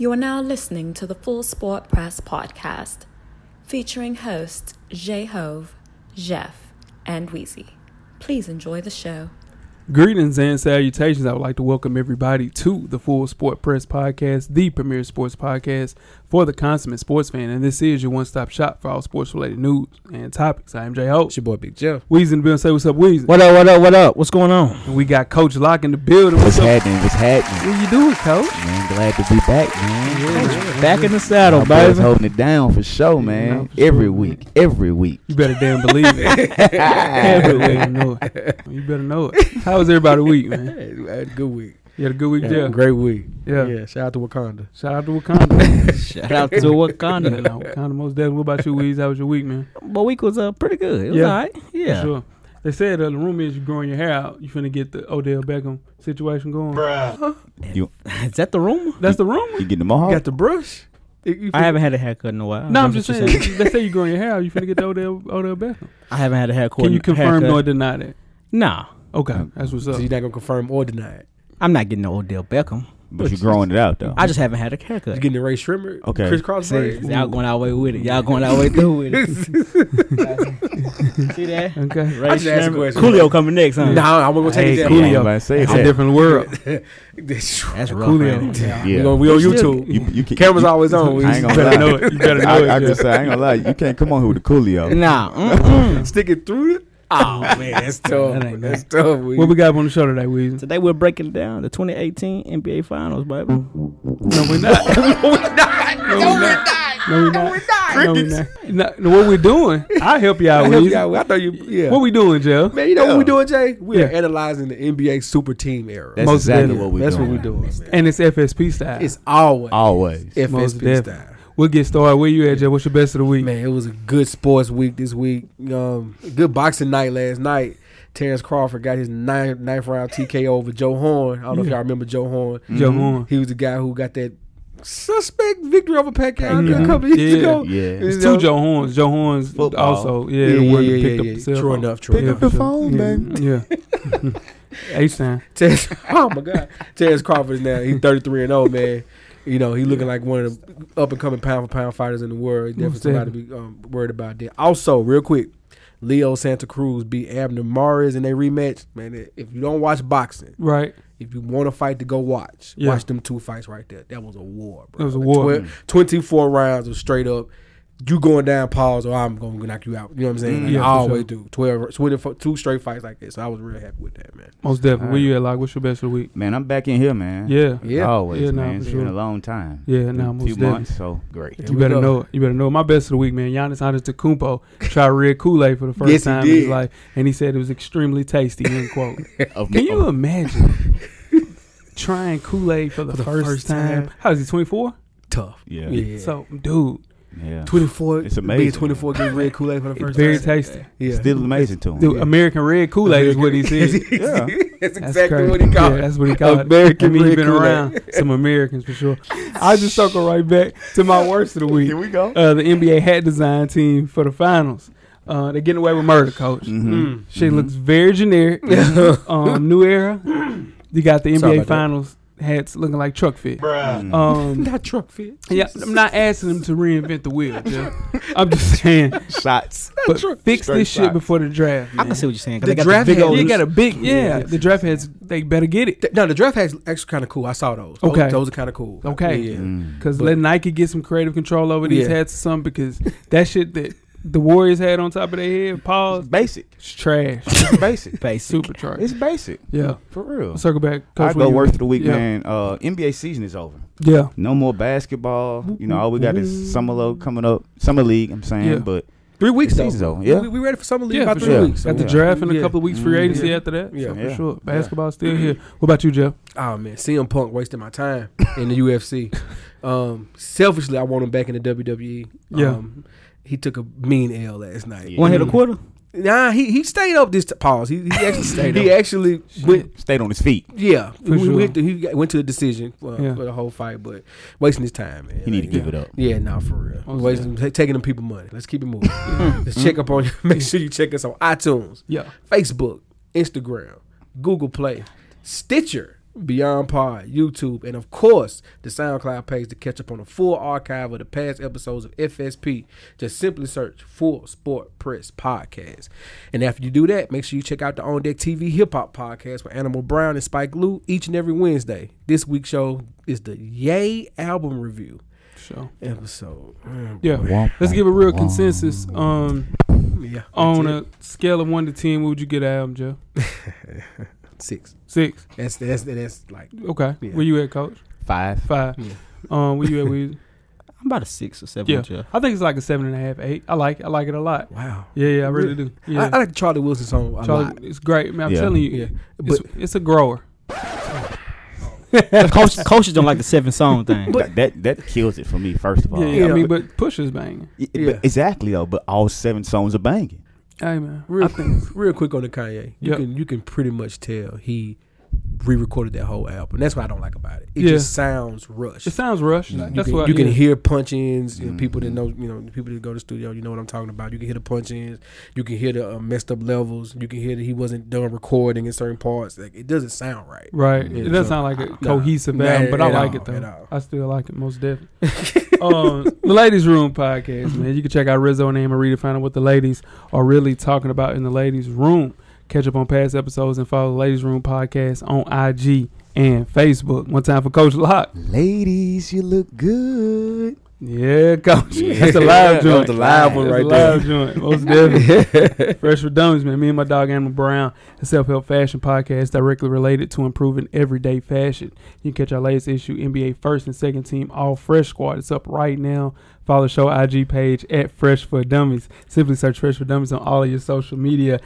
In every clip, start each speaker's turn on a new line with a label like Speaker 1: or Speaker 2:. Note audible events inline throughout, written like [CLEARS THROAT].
Speaker 1: You are now listening to the Full Sport Press podcast, featuring hosts Jay Hove, Jeff, and Wheezy. Please enjoy the show.
Speaker 2: Greetings and salutations. I would like to welcome everybody to the Full Sport Press Podcast, the premier sports podcast for the consummate sports fan. And this is your one stop shop for all sports related news and topics. I am Jay Hope.
Speaker 3: It's your boy Big Jeff.
Speaker 2: Weezy in the building. Say what's up, Weezy.
Speaker 3: What up, what up, what up? What's going on?
Speaker 2: And we got Coach Locke in the building.
Speaker 4: What's
Speaker 2: What's up?
Speaker 4: happening? What's happening?
Speaker 2: What you doing, Coach?
Speaker 4: Man, glad to be back, man.
Speaker 3: Back in the saddle,
Speaker 4: My boys
Speaker 3: baby.
Speaker 4: holding it down for show, man.
Speaker 2: no, for
Speaker 4: every
Speaker 2: sure,
Speaker 4: week,
Speaker 2: [LAUGHS]
Speaker 4: every week.
Speaker 2: You better damn believe
Speaker 3: [LAUGHS]
Speaker 2: it. you better know it. You better know it. How was everybody week, man?
Speaker 3: Hey, we had a good week.
Speaker 2: You had a good week,
Speaker 3: Yeah,
Speaker 2: Jeff?
Speaker 3: Great week.
Speaker 2: Yeah.
Speaker 3: Shout out to Wakanda.
Speaker 2: Shout out [LAUGHS] to Wakanda.
Speaker 3: Shout
Speaker 5: Shout out to
Speaker 2: [LAUGHS] Wakanda,
Speaker 5: Wakanda.
Speaker 2: Wakanda most definitely. What about you, Weezy? How was your week, man?
Speaker 5: My week was uh, pretty good. It was
Speaker 2: Yeah.
Speaker 5: all right.
Speaker 2: For
Speaker 5: Yeah.
Speaker 2: sure. They said uh, the rumor is you're growing your hair out. You finna get the Odell Beckham situation going.
Speaker 5: [LAUGHS] Is that the rumor?
Speaker 2: That's the rumor.
Speaker 4: You getting them all?
Speaker 3: Got the brush. [LAUGHS] You- you
Speaker 5: I haven't had a haircut in a while.
Speaker 2: No, I'm
Speaker 5: That's
Speaker 2: just
Speaker 5: what you're
Speaker 2: saying. they say you're growing your hair out. You finna get the Odell, Odell Beckham.
Speaker 5: I haven't had a haircut.
Speaker 2: Can you confirm
Speaker 5: haircut.
Speaker 2: nor deny that?
Speaker 5: Nah,
Speaker 2: Okay, that's what's
Speaker 3: So
Speaker 2: up.
Speaker 3: you're not gonna confirm or deny it.
Speaker 5: I'm not getting no Odell Beckham.
Speaker 4: But you're growing it out though.
Speaker 5: I just haven't had a
Speaker 3: You
Speaker 5: haircut.
Speaker 3: getting the Ray Shrimmer?
Speaker 4: Okay.
Speaker 3: Chris Cross
Speaker 5: See, y'all going our way with it. Y'all going our way through with it. [LAUGHS] See that?
Speaker 2: Okay.
Speaker 5: Right,
Speaker 3: just asked a question.
Speaker 5: Coolio coming next, huh?
Speaker 3: No, I'm gonna go take
Speaker 2: Hey,
Speaker 3: it
Speaker 2: Coolio.
Speaker 3: down.
Speaker 4: Say
Speaker 2: It's a
Speaker 4: that.
Speaker 2: different world.
Speaker 3: This-
Speaker 5: That's rough,
Speaker 2: Coolio.
Speaker 5: man.
Speaker 2: Yeah.
Speaker 3: We
Speaker 4: Yeah.
Speaker 3: gonna- we on
Speaker 2: You
Speaker 3: YouTube.
Speaker 4: You- you
Speaker 3: [LAUGHS]
Speaker 4: can-
Speaker 3: Camera's
Speaker 4: you-
Speaker 3: always on.
Speaker 4: [LAUGHS] I ain't
Speaker 2: You
Speaker 4: gonna
Speaker 2: better
Speaker 4: lie.
Speaker 2: know it. You better know it.
Speaker 4: [LAUGHS] I, I
Speaker 2: Jeff.
Speaker 4: just say I ain't gonna lie. You can't come on here with the
Speaker 2: [LAUGHS]
Speaker 4: Coolio.
Speaker 5: Nah. Mm-mm.
Speaker 3: [LAUGHS] Stick it through. it. Oh man, [LAUGHS] that's tough.
Speaker 5: That ain't
Speaker 3: that's tough. We,
Speaker 2: What we got on the show today, Weezy?
Speaker 5: Today we're breaking down the 2018 NBA Finals, baby.
Speaker 2: No, we're not. no, we're not. No, we're not. No, no, what we're doing? I'll help you out,
Speaker 3: I, help you
Speaker 2: Weezy.
Speaker 3: out. I thought you. Yeah.
Speaker 2: What we doing, Jeff?
Speaker 3: man, you know what we doing, Jay? We are
Speaker 2: Yeah.
Speaker 3: analyzing the NBA super team era.
Speaker 4: That's
Speaker 2: Most
Speaker 4: exactly
Speaker 2: definitely.
Speaker 4: what we
Speaker 3: That's
Speaker 4: doing.
Speaker 3: what we doing. man.
Speaker 2: And it's FSP style.
Speaker 3: It's always
Speaker 4: Always.
Speaker 2: Most
Speaker 3: FSP
Speaker 2: definitely.
Speaker 3: style.
Speaker 2: We'll get started. Where you at, Jeff? What's your best of the week?
Speaker 3: Man, it was a good sports week this week. Um, good boxing night last night. Terrence Crawford got his ninth, ninth round TKO over Joe Horn. I don't know if
Speaker 2: Yeah.
Speaker 3: y'all remember Joe Horn.
Speaker 2: Joe Horn.
Speaker 3: He was the guy who got that suspect victory over Pacquiao
Speaker 2: Mhm.
Speaker 3: a couple years
Speaker 2: Yeah.
Speaker 3: ago.
Speaker 4: Yeah.
Speaker 3: You
Speaker 2: It's
Speaker 3: know?
Speaker 2: two Joe Horns. Joe Horns
Speaker 4: Football.
Speaker 2: also. Yeah,
Speaker 3: Yeah,
Speaker 2: the
Speaker 3: yeah,
Speaker 2: one that
Speaker 3: yeah,
Speaker 2: picked up
Speaker 3: yeah,
Speaker 2: the
Speaker 3: yeah.
Speaker 2: cell
Speaker 3: True
Speaker 2: phone.
Speaker 3: enough, true
Speaker 2: Yeah,
Speaker 3: enough.
Speaker 2: for
Speaker 4: the
Speaker 2: sure.
Speaker 4: phone,
Speaker 2: yeah.
Speaker 4: baby.
Speaker 2: Yeah. H time.
Speaker 3: Terrence, [LAUGHS] oh my God, Terrence Crawford is now he's thirty three and old man. You know he looking like one of the up and coming pound for pound fighters in the world. Definitely
Speaker 2: Most
Speaker 3: somebody to be um, worried about that. Also, real quick, Leo Santa Cruz beat Abner Mares in a rematch. Man, if you don't watch boxing,
Speaker 2: Right.
Speaker 3: if you want to fight to go watch,
Speaker 2: Yeah.
Speaker 3: watch them two fights right there. That was a war, bro.
Speaker 2: That was a war.
Speaker 3: Twenty four rounds of straight up. You going down pause or I'm gonna knock you out. You know what I'm saying? Like,
Speaker 2: Mm, Yeah,
Speaker 3: I
Speaker 2: for
Speaker 3: always
Speaker 2: sure.
Speaker 3: do. 12, 24 two straight fights like this. So I was real happy with that, man.
Speaker 2: Most definitely.
Speaker 4: All
Speaker 2: Where you at, like? What's your best of the week?
Speaker 4: Man, I'm back in here, man.
Speaker 2: Yeah.
Speaker 3: Yeah.
Speaker 4: Always,
Speaker 2: Yeah, nah,
Speaker 4: man.
Speaker 2: for
Speaker 4: It's
Speaker 2: sure.
Speaker 4: been a long time.
Speaker 2: Yeah, nah,
Speaker 4: Been a few
Speaker 2: most definitely.
Speaker 4: months, so great.
Speaker 3: Here
Speaker 2: You
Speaker 3: we
Speaker 2: better
Speaker 3: go.
Speaker 2: know it. You better know it. My best of the week, man. Giannis Antetokounmpo tried red Kool Aid for the first
Speaker 3: Yes, he
Speaker 2: time in his
Speaker 3: did.
Speaker 2: life, and he said it was extremely tasty. End quote.
Speaker 4: Of-
Speaker 2: Can you
Speaker 4: of-
Speaker 2: imagine trying Kool Aid for the, first, time? How is he? Twenty four.
Speaker 3: Tough.
Speaker 4: Yeah.
Speaker 2: So, dude,
Speaker 4: Yeah.
Speaker 3: 24.
Speaker 4: It's amazing.
Speaker 3: Being 24 getting
Speaker 4: [LAUGHS]
Speaker 3: red Kool Aid for the
Speaker 2: it's
Speaker 3: first
Speaker 2: very
Speaker 3: time.
Speaker 2: tasty.
Speaker 3: Yeah.
Speaker 4: Still amazing to him.
Speaker 2: Dude, American red Kool Aid is what
Speaker 3: [LAUGHS]
Speaker 2: he said.
Speaker 4: [LAUGHS] Yeah.
Speaker 3: that's
Speaker 2: [LAUGHS] That's
Speaker 3: exactly
Speaker 2: crazy.
Speaker 3: what he called
Speaker 2: Yeah,
Speaker 3: it.
Speaker 2: that's what he called
Speaker 3: American
Speaker 2: it. I mean, he
Speaker 3: Red
Speaker 2: been
Speaker 3: Kool-Aid.
Speaker 2: around some Americans for sure. I just circle right back to my worst of the week.
Speaker 4: we go.
Speaker 2: Uh, the NBA hat design team for the finals. Uh, they're getting away with murder, coach.
Speaker 4: Mm-hmm.
Speaker 2: She
Speaker 4: Mhm.
Speaker 2: looks very
Speaker 3: [LAUGHS]
Speaker 2: generic. um, new era. You got the
Speaker 3: Sorry about
Speaker 2: NBA
Speaker 3: that.
Speaker 2: finals hats looking like truck fit.
Speaker 4: Mm.
Speaker 2: Um,
Speaker 3: Not truck fit.
Speaker 2: yeah, I'm not asking them to reinvent the wheel. Jeff. I'm just saying,
Speaker 4: Shots.
Speaker 2: but fix
Speaker 4: Straight
Speaker 2: this shit
Speaker 4: socks.
Speaker 2: before the draft.
Speaker 5: I
Speaker 2: Man.
Speaker 5: can see what you're saying. 'cause
Speaker 3: The
Speaker 5: they got
Speaker 3: draft
Speaker 5: the big
Speaker 3: had-
Speaker 5: old
Speaker 2: You got a big yeah.
Speaker 3: Yeah.
Speaker 2: The draft heads they better get it
Speaker 3: Th- No, the draft hacks actually kind of cool. I saw those. Those-
Speaker 2: Okay.
Speaker 3: Those, are kind of cool.
Speaker 2: Okay.
Speaker 3: Yeah.
Speaker 4: Mm.
Speaker 2: because
Speaker 3: But-
Speaker 2: let Nike get some creative control over these
Speaker 3: Yeah.
Speaker 2: hats or something because that shit that the Warriors had on top of their head,
Speaker 4: It's
Speaker 2: pause,
Speaker 4: basic.
Speaker 2: it's trash,
Speaker 4: It's
Speaker 5: [LAUGHS]
Speaker 4: basic.
Speaker 5: basic.
Speaker 2: super trash.
Speaker 4: It's basic.
Speaker 2: Yeah,
Speaker 4: For real.
Speaker 2: circle back. Coach,
Speaker 4: I
Speaker 2: where
Speaker 4: go
Speaker 2: you-
Speaker 4: worst of the week,
Speaker 2: yeah.
Speaker 4: man. Uh, NBA season is over.
Speaker 2: Yeah,
Speaker 4: No more basketball. You know, all we got is summer league coming up. Summer league, I'm saying,
Speaker 2: Yeah.
Speaker 4: but
Speaker 3: Three weeks though.
Speaker 4: The season's over, yeah.
Speaker 3: We, we ready for summer league
Speaker 2: yeah,
Speaker 3: about
Speaker 2: for
Speaker 3: three
Speaker 2: sure.
Speaker 3: weeks.
Speaker 2: Got the
Speaker 4: Yeah.
Speaker 2: draft in a
Speaker 3: Yeah.
Speaker 2: couple of weeks, free
Speaker 4: Mhm.
Speaker 2: agency
Speaker 3: Yeah.
Speaker 2: after that. Yeah,
Speaker 3: Yeah.
Speaker 2: for
Speaker 4: Yeah.
Speaker 2: sure. Basketball's still here. What about you, Jeff?
Speaker 3: Oh man, CM Punk wasting my time in the [LAUGHS] UFC. Um, selfishly, I want him back in the WWE.
Speaker 2: Yeah.
Speaker 3: Um, he took a mean L last night.
Speaker 4: Yeah.
Speaker 5: One hit a quarter.
Speaker 3: Nah, he, he stayed up this t- pause. He, he
Speaker 2: [LAUGHS]
Speaker 3: actually
Speaker 4: Stayed
Speaker 3: he actually went
Speaker 4: stayed on his feet.
Speaker 3: Yeah,
Speaker 2: For
Speaker 3: we
Speaker 2: sure.
Speaker 3: went to, he got- went to the decision for,
Speaker 2: Yeah.
Speaker 3: for the whole fight, but wasting his time, man.
Speaker 4: He need to
Speaker 3: Like,
Speaker 4: give it up.
Speaker 3: Yeah, nah, for real.
Speaker 2: Most
Speaker 3: wasting, ta- taking them people money. Let's keep
Speaker 2: [LAUGHS]
Speaker 3: it moving. Let's check up on you. [LAUGHS] Make sure you check us on iTunes,
Speaker 2: Yeah,
Speaker 3: Facebook, Instagram, Google Play, Stitcher, Beyond Pod, YouTube, and of course the SoundCloud page to catch up on the full archive of the past episodes of FSP. Just simply search Full Sport Press Podcast. And after you do that, make sure you check out the On Deck TV Hip Hop Podcast with Animal Brown and Spike Lee each and every Wednesday. This week's show is the Yay album review
Speaker 2: Sure.
Speaker 3: episode. Mm,
Speaker 2: Yeah. Let's give a real consensus. Um,
Speaker 3: yeah,
Speaker 2: on uh,
Speaker 3: that's
Speaker 2: a scale of one to ten, what would you get an album, Joe?
Speaker 3: it. six.
Speaker 2: Six.
Speaker 3: That's that's that's like
Speaker 2: Okay.
Speaker 3: Yeah.
Speaker 2: Where you at, Coach?
Speaker 5: Five.
Speaker 2: Five.
Speaker 3: Yeah.
Speaker 2: Um, where you
Speaker 3: [LAUGHS]
Speaker 2: at, Weezy?
Speaker 5: I'm about a six or seven.
Speaker 2: Yeah.
Speaker 5: with you.
Speaker 2: I think it's like a seven and a half, eight. I like. it. I like it a lot.
Speaker 3: wow.
Speaker 2: Yeah, yeah, I really
Speaker 3: Really?
Speaker 2: do. Yeah.
Speaker 3: I, I like the Charlie Wilson song a
Speaker 2: Charlie,
Speaker 3: lot.
Speaker 2: it's great. Man, I'm
Speaker 4: Yeah.
Speaker 2: telling you,
Speaker 3: Yeah,
Speaker 2: it's,
Speaker 3: but
Speaker 2: it's a grower.
Speaker 5: Coaches, coaches don't like the seven song thing.
Speaker 4: That, that that kills it for me. First of all,
Speaker 2: Yeah, yeah,
Speaker 3: Yeah,
Speaker 2: I mean, but push is banging.
Speaker 4: Y-
Speaker 3: Yeah.
Speaker 4: but exactly though. But all seven songs are banging.
Speaker 2: Hey man,
Speaker 3: real,
Speaker 2: I think [LAUGHS]
Speaker 3: real quick on the Kanye. You
Speaker 2: Yep.
Speaker 3: can you can pretty much tell he re-recorded that whole album. That's what I don't like about it. It
Speaker 2: Yeah.
Speaker 3: just sounds rushed.
Speaker 2: it sounds rushed.
Speaker 4: You
Speaker 3: you
Speaker 2: That's
Speaker 3: can,
Speaker 2: what
Speaker 3: you
Speaker 2: yeah.
Speaker 3: can hear punch ins. and People that
Speaker 4: Mhm.
Speaker 3: know, you know, people that go to the studio, you know what I'm talking about. You can hear the punch ins. You can hear the uh, messed up levels. You can hear that he wasn't done recording in certain parts. Like it doesn't sound right.
Speaker 2: Right,
Speaker 3: Yeah,
Speaker 2: it doesn't
Speaker 3: so-
Speaker 2: sound like a
Speaker 3: Nah,
Speaker 2: cohesive
Speaker 3: nah,
Speaker 2: album, but I
Speaker 3: at
Speaker 2: like
Speaker 3: all,
Speaker 2: it
Speaker 3: at
Speaker 2: though.
Speaker 3: all.
Speaker 2: I still like it most definitely.
Speaker 3: [LAUGHS]
Speaker 2: um, the Ladies Room podcast, man. You can check out Rizzo and Anne Marie to find out what the ladies are really talking about in the ladies' room. Catch up on past episodes and follow the Ladies Room podcast on IG and Facebook. One time for Coach Locke.
Speaker 4: Ladies, you look good.
Speaker 2: Yeah, Coach.
Speaker 4: Yeah.
Speaker 2: That's a live
Speaker 3: That
Speaker 2: joint.
Speaker 3: was a live one
Speaker 2: That's
Speaker 3: right
Speaker 2: a
Speaker 3: there.
Speaker 2: live joint.
Speaker 3: [LAUGHS]
Speaker 2: Most definitely. Fresh for Dummies, man. Me and my dog Animal Brown, a self-help fashion podcast directly related to improving everyday fashion. You can catch our latest issue, NBA first and second team All Fresh Squad. It's up right now. Follow the show IG page at Fresh for Dummies. Simply search Fresh for Dummies on all of your social media.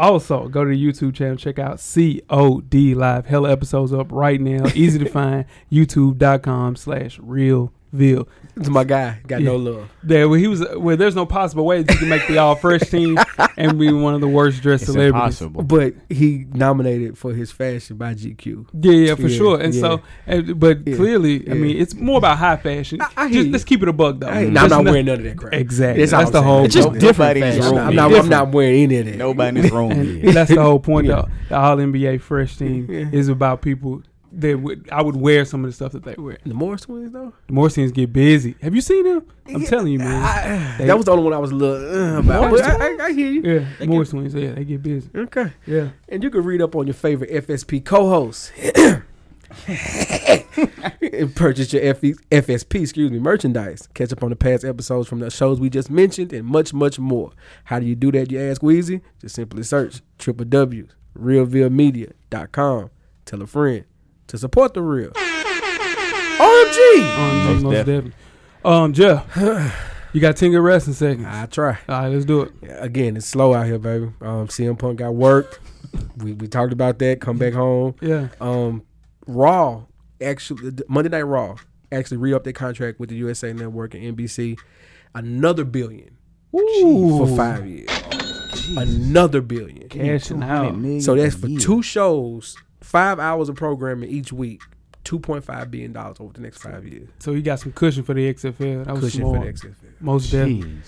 Speaker 2: Also, go to the YouTube channel, check out COD Live. Hella episodes up right now. Easy
Speaker 3: [LAUGHS]
Speaker 2: to find. YouTube.com slash realville.
Speaker 3: It's my guy. Got no love.
Speaker 2: Yeah, well, he was. Well, there's no possible way that you can make the all [LAUGHS] fresh team and be one of the worst dressed
Speaker 4: It's
Speaker 2: celebrities.
Speaker 4: impossible.
Speaker 3: But he nominated for his fashion by GQ.
Speaker 2: Yeah, yeah, for
Speaker 3: Yeah,
Speaker 2: sure. And so, and, but
Speaker 3: yeah,
Speaker 2: clearly, I
Speaker 3: yeah.
Speaker 2: mean, it's more about high fashion.
Speaker 3: I- I hear
Speaker 2: Just,
Speaker 3: you.
Speaker 2: let's keep it a bug though.
Speaker 3: I ain't-
Speaker 4: Mm.
Speaker 3: nah, I'm
Speaker 2: Let's
Speaker 3: not
Speaker 2: not-
Speaker 3: wearing none of that crap.
Speaker 2: Exactly.
Speaker 3: That's
Speaker 2: That's,
Speaker 3: all
Speaker 2: the
Speaker 3: I'm saying.
Speaker 2: whole.
Speaker 5: It's just
Speaker 2: point.
Speaker 5: different
Speaker 4: Nobody's
Speaker 5: fashion.
Speaker 3: I'm
Speaker 4: wrong.
Speaker 3: not, I'm
Speaker 4: It's
Speaker 3: not- I'm
Speaker 2: different.
Speaker 3: not wearing any of that.
Speaker 4: Nobody in this room
Speaker 2: [LAUGHS] And
Speaker 4: is.
Speaker 2: that's the whole point,
Speaker 3: Yeah.
Speaker 2: though. The All NBA Fresh Team
Speaker 3: Yeah.
Speaker 2: is about people that would I would wear some of the stuff that they wear.
Speaker 3: The Morris twins though.
Speaker 2: The Morrisons get busy. Have you seen them? I'm telling you, man.
Speaker 3: I-
Speaker 2: They-
Speaker 3: that was the only one I was a little uh, about.
Speaker 2: Morris
Speaker 3: But I, I, I hear you.
Speaker 2: yeah,
Speaker 5: They
Speaker 2: Morrisons. Yeah, they get busy.
Speaker 3: Okay.
Speaker 2: Yeah.
Speaker 3: And you can read up on your favorite FSP co-hosts. [LAUGHS] and purchase your F- FSP, excuse me, merchandise. Catch up on the past episodes from the shows we just mentioned and much, much more. How do you do that, you ask Wheezy? Just simply search www.realvillemedia.com. Tell a friend to support the real. OMG!
Speaker 2: Um, most
Speaker 4: Most
Speaker 2: definitely. Um, Jeff, you got ten good resting seconds.
Speaker 3: [SIGHS] I try.
Speaker 2: All right, let's do it.
Speaker 3: Again, it's slow out here, baby. Um, CM Punk got worked. We, we talked about that. Come back home.
Speaker 2: Yeah.
Speaker 3: Um, Raw actually Monday Night Raw actually re-upped their contract with the USA Network and NBC, another billion for five years, another billion.
Speaker 2: Cashing out.
Speaker 3: So that's for two shows, five hours of programming each week, two point five billion dollars over the next five years.
Speaker 2: So you got some cushion for the XFL. That was
Speaker 3: Cushion
Speaker 2: smart.
Speaker 3: for the XFL.
Speaker 2: Most definitely.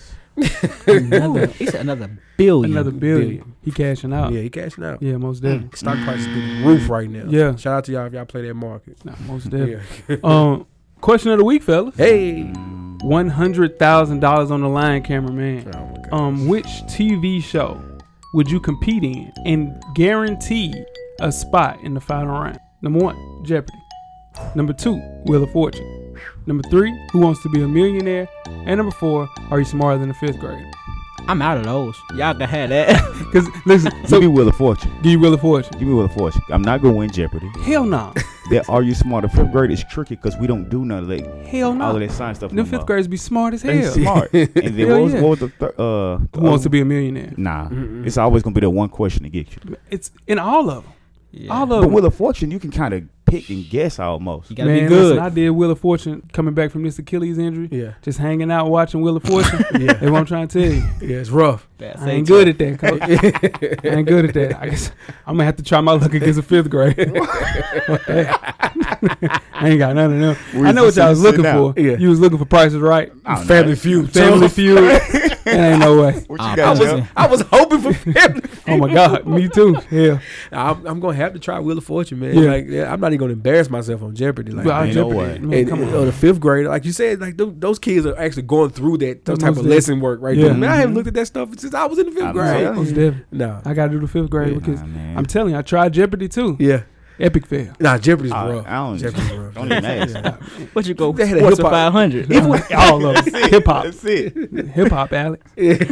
Speaker 5: another, he said another billion.
Speaker 2: Another billion.
Speaker 3: Billion.
Speaker 2: He cashing out.
Speaker 3: Yeah, Mm.
Speaker 2: Yeah,
Speaker 3: he cashing out.
Speaker 2: most definitely.
Speaker 3: Stock prices through the roof right now.
Speaker 2: Yeah.
Speaker 3: Shout out to y'all if y'all play that market.
Speaker 2: Nah, most
Speaker 3: Yeah.
Speaker 2: definitely. Um, question of the week, fellas.
Speaker 3: [LAUGHS] Hey.
Speaker 2: um, One hundred thousand dollars on the line, cameraman.
Speaker 3: Oh my God.
Speaker 2: Um, which TV show would you compete in and guarantee a spot in the final round? Number one, Jeopardy. Number two, Wheel of Fortune. Number three, Who Wants to Be a Millionaire? And number four, Are You Smarter Than a Fifth Grader? [LAUGHS]
Speaker 5: I'm out of those. Y'all can have that.
Speaker 2: Because listen,
Speaker 4: So
Speaker 2: so
Speaker 4: give me Wheel of Fortune.
Speaker 2: do you Wheel of Fortune?
Speaker 4: Give me Wheel of Fortune. I'm not gonna win Jeopardy.
Speaker 2: Hell no.
Speaker 4: That Are You Smarter? Fifth grade is tricky because we don't do none of that.
Speaker 2: Hell
Speaker 4: All
Speaker 2: no.
Speaker 4: of that science stuff.
Speaker 2: Them
Speaker 4: no
Speaker 2: fifth
Speaker 4: more.
Speaker 2: graders be smart as
Speaker 4: They
Speaker 2: hell. [LAUGHS]
Speaker 4: smart. and then
Speaker 2: Hell
Speaker 4: what was,
Speaker 2: yeah.
Speaker 4: what was the thir- uh? the
Speaker 2: Who wants
Speaker 4: other-
Speaker 2: to be Mm-hmm. a millionaire?
Speaker 4: Nah,
Speaker 3: Mm-mm.
Speaker 4: it's always gonna be the one question to get you.
Speaker 2: It's in all of them.
Speaker 5: Yeah.
Speaker 2: All of
Speaker 4: But
Speaker 2: them.
Speaker 4: Wheel of Fortune, you can kind of pick and guess almost.
Speaker 5: you gotta
Speaker 2: Man,
Speaker 5: be good.
Speaker 2: listen, I did Wheel of Fortune coming back from this Achilles injury.
Speaker 3: Yeah.
Speaker 2: Just hanging out watching Wheel of Fortune.
Speaker 3: Yeah.
Speaker 2: That's what I'm trying to tell you.
Speaker 3: Yeah, it's rough.
Speaker 5: That's
Speaker 2: I ain't good at that, coach. I ain't good at that. I guess I'm gonna have to try my luck against a fifth grade. Fuck that. [LAUGHS] I ain't got none of them. I know what y'all was looking for.
Speaker 3: Yeah.
Speaker 2: You was looking for prices right.
Speaker 4: I don't know.
Speaker 3: Family feud.
Speaker 2: Family
Speaker 3: Family
Speaker 2: Feud, ain't no way.
Speaker 4: What
Speaker 5: I
Speaker 4: you
Speaker 3: I
Speaker 4: got,
Speaker 5: was-
Speaker 4: Jeff?
Speaker 3: was I was hoping for family.
Speaker 2: Oh my
Speaker 4: [LAUGHS]
Speaker 2: God, me too. Yeah,
Speaker 3: I'm, I'm gonna have to try Wheel of Fortune, man.
Speaker 2: Yeah.
Speaker 3: Like yeah, I'm not even gonna embarrass myself on Jeopardy. Like
Speaker 2: Well, I
Speaker 4: ain't
Speaker 3: man,
Speaker 4: no
Speaker 2: jeopardy-
Speaker 4: way.
Speaker 2: man,
Speaker 3: and,
Speaker 2: come on.
Speaker 3: or the fifth grader, like you said, like tho- those kids are actually going through that those
Speaker 2: Those
Speaker 3: type of
Speaker 2: days.
Speaker 3: lesson work right
Speaker 2: Yeah. Mm-hmm.
Speaker 3: there. Man, I haven't
Speaker 4: Mhm.
Speaker 3: looked at that stuff since I was in the fifth
Speaker 4: I'm
Speaker 3: grade.
Speaker 4: telling
Speaker 2: Most
Speaker 4: you.
Speaker 2: definitely.
Speaker 3: No,
Speaker 2: I gotta do the fifth grade
Speaker 3: Yeah.
Speaker 2: because
Speaker 4: Nah, man.
Speaker 2: I'm telling you, I tried Jeopardy too.
Speaker 3: yeah,
Speaker 2: Epic fail.
Speaker 3: nah, Jeopardy's
Speaker 4: I-
Speaker 3: rough.
Speaker 4: Ah, I don't-
Speaker 3: Jeopardy's rough.
Speaker 4: don't even ask.
Speaker 3: Yeah.
Speaker 5: What you go?
Speaker 3: They had a
Speaker 5: What's a
Speaker 3: hip-hop-
Speaker 5: five hundred?
Speaker 2: Even with [LAUGHS] all of
Speaker 4: That's it.
Speaker 2: hip hop,
Speaker 4: That's it.
Speaker 2: [LAUGHS] hip hop, Alex.
Speaker 3: [LAUGHS] Yeah.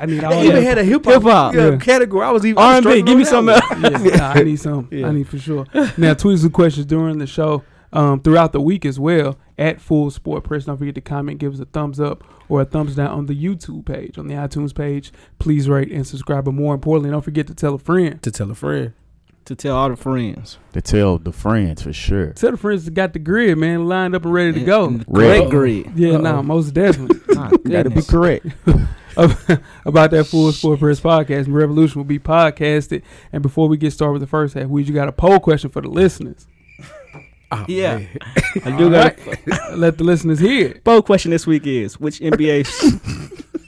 Speaker 2: I need all
Speaker 4: [LAUGHS]
Speaker 3: They even
Speaker 2: that.
Speaker 3: had a hip hop
Speaker 5: Hip-hop.
Speaker 3: yeah,
Speaker 2: Oh, Yeah.
Speaker 3: category. I was even I was
Speaker 5: R&B.
Speaker 3: struggling
Speaker 5: Give me
Speaker 3: on
Speaker 5: some.
Speaker 3: that
Speaker 5: else.
Speaker 2: Yeah, nah, I need some.
Speaker 3: Yeah.
Speaker 2: I need for
Speaker 4: [LAUGHS]
Speaker 2: sure. Now, tweet some questions during the show, um, throughout the week as well. At Full Sport Press, don't forget to comment, give us a thumbs up or a thumbs down on the YouTube page, on the iTunes page. Please rate and subscribe, but more importantly, don't forget to tell a friend.
Speaker 3: [LAUGHS] to tell a friend.
Speaker 5: To tell all the friends.
Speaker 4: To tell the friends for sure.
Speaker 2: Tell the friends that got the grid, man, lined up and ready to go.
Speaker 5: Great
Speaker 4: Uh-oh.
Speaker 5: grid.
Speaker 2: Yeah,
Speaker 3: Uh-oh.
Speaker 2: nah, most
Speaker 5: [LAUGHS]
Speaker 2: definitely.
Speaker 5: My
Speaker 4: Gotta be
Speaker 2: [LAUGHS]
Speaker 5: goodness.
Speaker 4: correct.
Speaker 2: about that full sport press podcast. and Revolution will be podcasted. And before we get started with the first half, we you got a poll question for the listeners.
Speaker 3: Oh,
Speaker 5: Yeah.
Speaker 3: man.
Speaker 5: I do got a
Speaker 2: Let the listeners hear. it.
Speaker 5: bold question this week is which NBA [LAUGHS]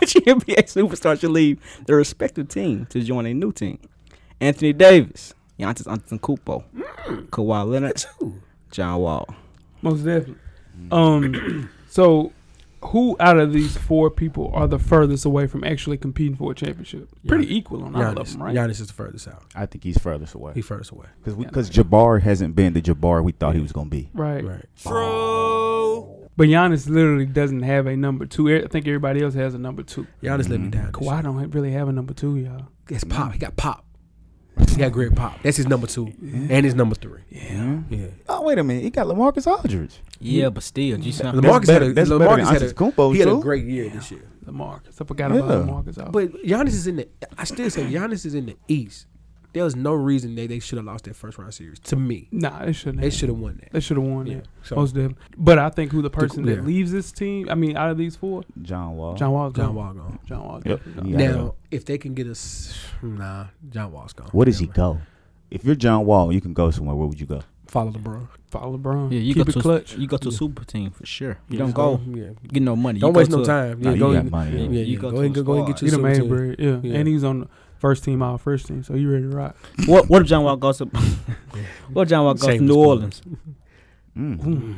Speaker 5: which NBA superstar should leave their respective team to join a new team? Anthony Davis, Giannis Antetokounmpo, Kawhi Leonard, John Wall.
Speaker 2: Most definitely. Um, so who out of these four people are the furthest away from actually competing for a championship? Pretty
Speaker 3: Giannis.
Speaker 2: equal on all of
Speaker 3: Giannis,
Speaker 2: them, right?
Speaker 3: Giannis is the furthest out.
Speaker 4: I think he's furthest away
Speaker 3: He furthest away.
Speaker 4: because because Jabbar hasn't been the Jabbar we thought he was gonna be.
Speaker 2: Right.
Speaker 3: Right.
Speaker 2: But Giannis literally doesn't have a number two. E- I think everybody else has a number two.
Speaker 3: Giannis let me down.
Speaker 2: Kawhi don't ha- really have a number two, y'all.
Speaker 3: It's pop. He got pop. He got great pop. That's his number two and his number three.
Speaker 4: Yeah.
Speaker 3: Yeah.
Speaker 4: Oh wait a minute, he got Lamarcus Aldridge.
Speaker 5: Yeah, but still, you sound
Speaker 3: Lamarcus had
Speaker 4: better-
Speaker 3: a,
Speaker 4: that's better
Speaker 3: Lamarcus
Speaker 4: than
Speaker 3: had a,
Speaker 4: Antetokounmpo,
Speaker 3: he had a
Speaker 4: too.
Speaker 3: great year this year.
Speaker 2: LaMarcus. I forgot
Speaker 4: Yeah.
Speaker 2: about LaMarcus. Aldridge.
Speaker 3: But Giannis is in the. I still say Giannis is in the East. There was no reason they, they should have lost that first round series. To me,
Speaker 2: nah, they shouldn't.
Speaker 3: they
Speaker 2: have.
Speaker 3: should have won that.
Speaker 2: They should have won
Speaker 3: Yeah,
Speaker 2: it.
Speaker 3: so-
Speaker 2: Most definitely. But I think who the person
Speaker 3: yeah.
Speaker 2: that leaves this team, I mean, out of these four,
Speaker 4: John Wall.
Speaker 2: John Wall's
Speaker 3: John
Speaker 2: gone.
Speaker 3: Wall gone.
Speaker 2: John Wall's
Speaker 4: Yep.
Speaker 2: definitely
Speaker 4: Yeah.
Speaker 2: gone.
Speaker 3: Now, if they can get us, nah, John Wall's gone.
Speaker 4: Where does he
Speaker 3: Never.
Speaker 4: go? If you're John Wall, you can go somewhere. Where would you go?
Speaker 3: Follow LeBron.
Speaker 2: Follow LeBron.
Speaker 5: Yeah, you
Speaker 2: Keep
Speaker 5: go
Speaker 2: it
Speaker 5: to
Speaker 2: clutch.
Speaker 5: you go to a
Speaker 3: Yeah.
Speaker 5: super team for sure.
Speaker 3: Yeah,
Speaker 5: You don't
Speaker 3: so,
Speaker 5: go
Speaker 3: Yeah.
Speaker 5: get no money.
Speaker 3: Don't
Speaker 5: you
Speaker 3: waste
Speaker 5: go
Speaker 3: no
Speaker 5: to a-
Speaker 3: time.
Speaker 4: Nah,
Speaker 3: Yeah,
Speaker 4: you
Speaker 3: go
Speaker 4: got
Speaker 3: and-
Speaker 4: money,
Speaker 3: Yeah,
Speaker 4: yeah.
Speaker 3: yeah,
Speaker 5: You
Speaker 3: yeah.
Speaker 5: go
Speaker 3: Go
Speaker 5: to
Speaker 3: ahead,
Speaker 5: a
Speaker 3: go, go and get
Speaker 5: squad.
Speaker 2: He
Speaker 3: you
Speaker 2: the
Speaker 3: some
Speaker 2: main
Speaker 3: team.
Speaker 2: bread, yeah.
Speaker 3: Yeah.
Speaker 2: And he's on the first team all first team, so you ready to rock.
Speaker 5: What what if John Wall goes to [LAUGHS] What if John Wall goes to
Speaker 3: Shameless
Speaker 5: New
Speaker 3: plug.
Speaker 5: Orleans?
Speaker 4: Mm.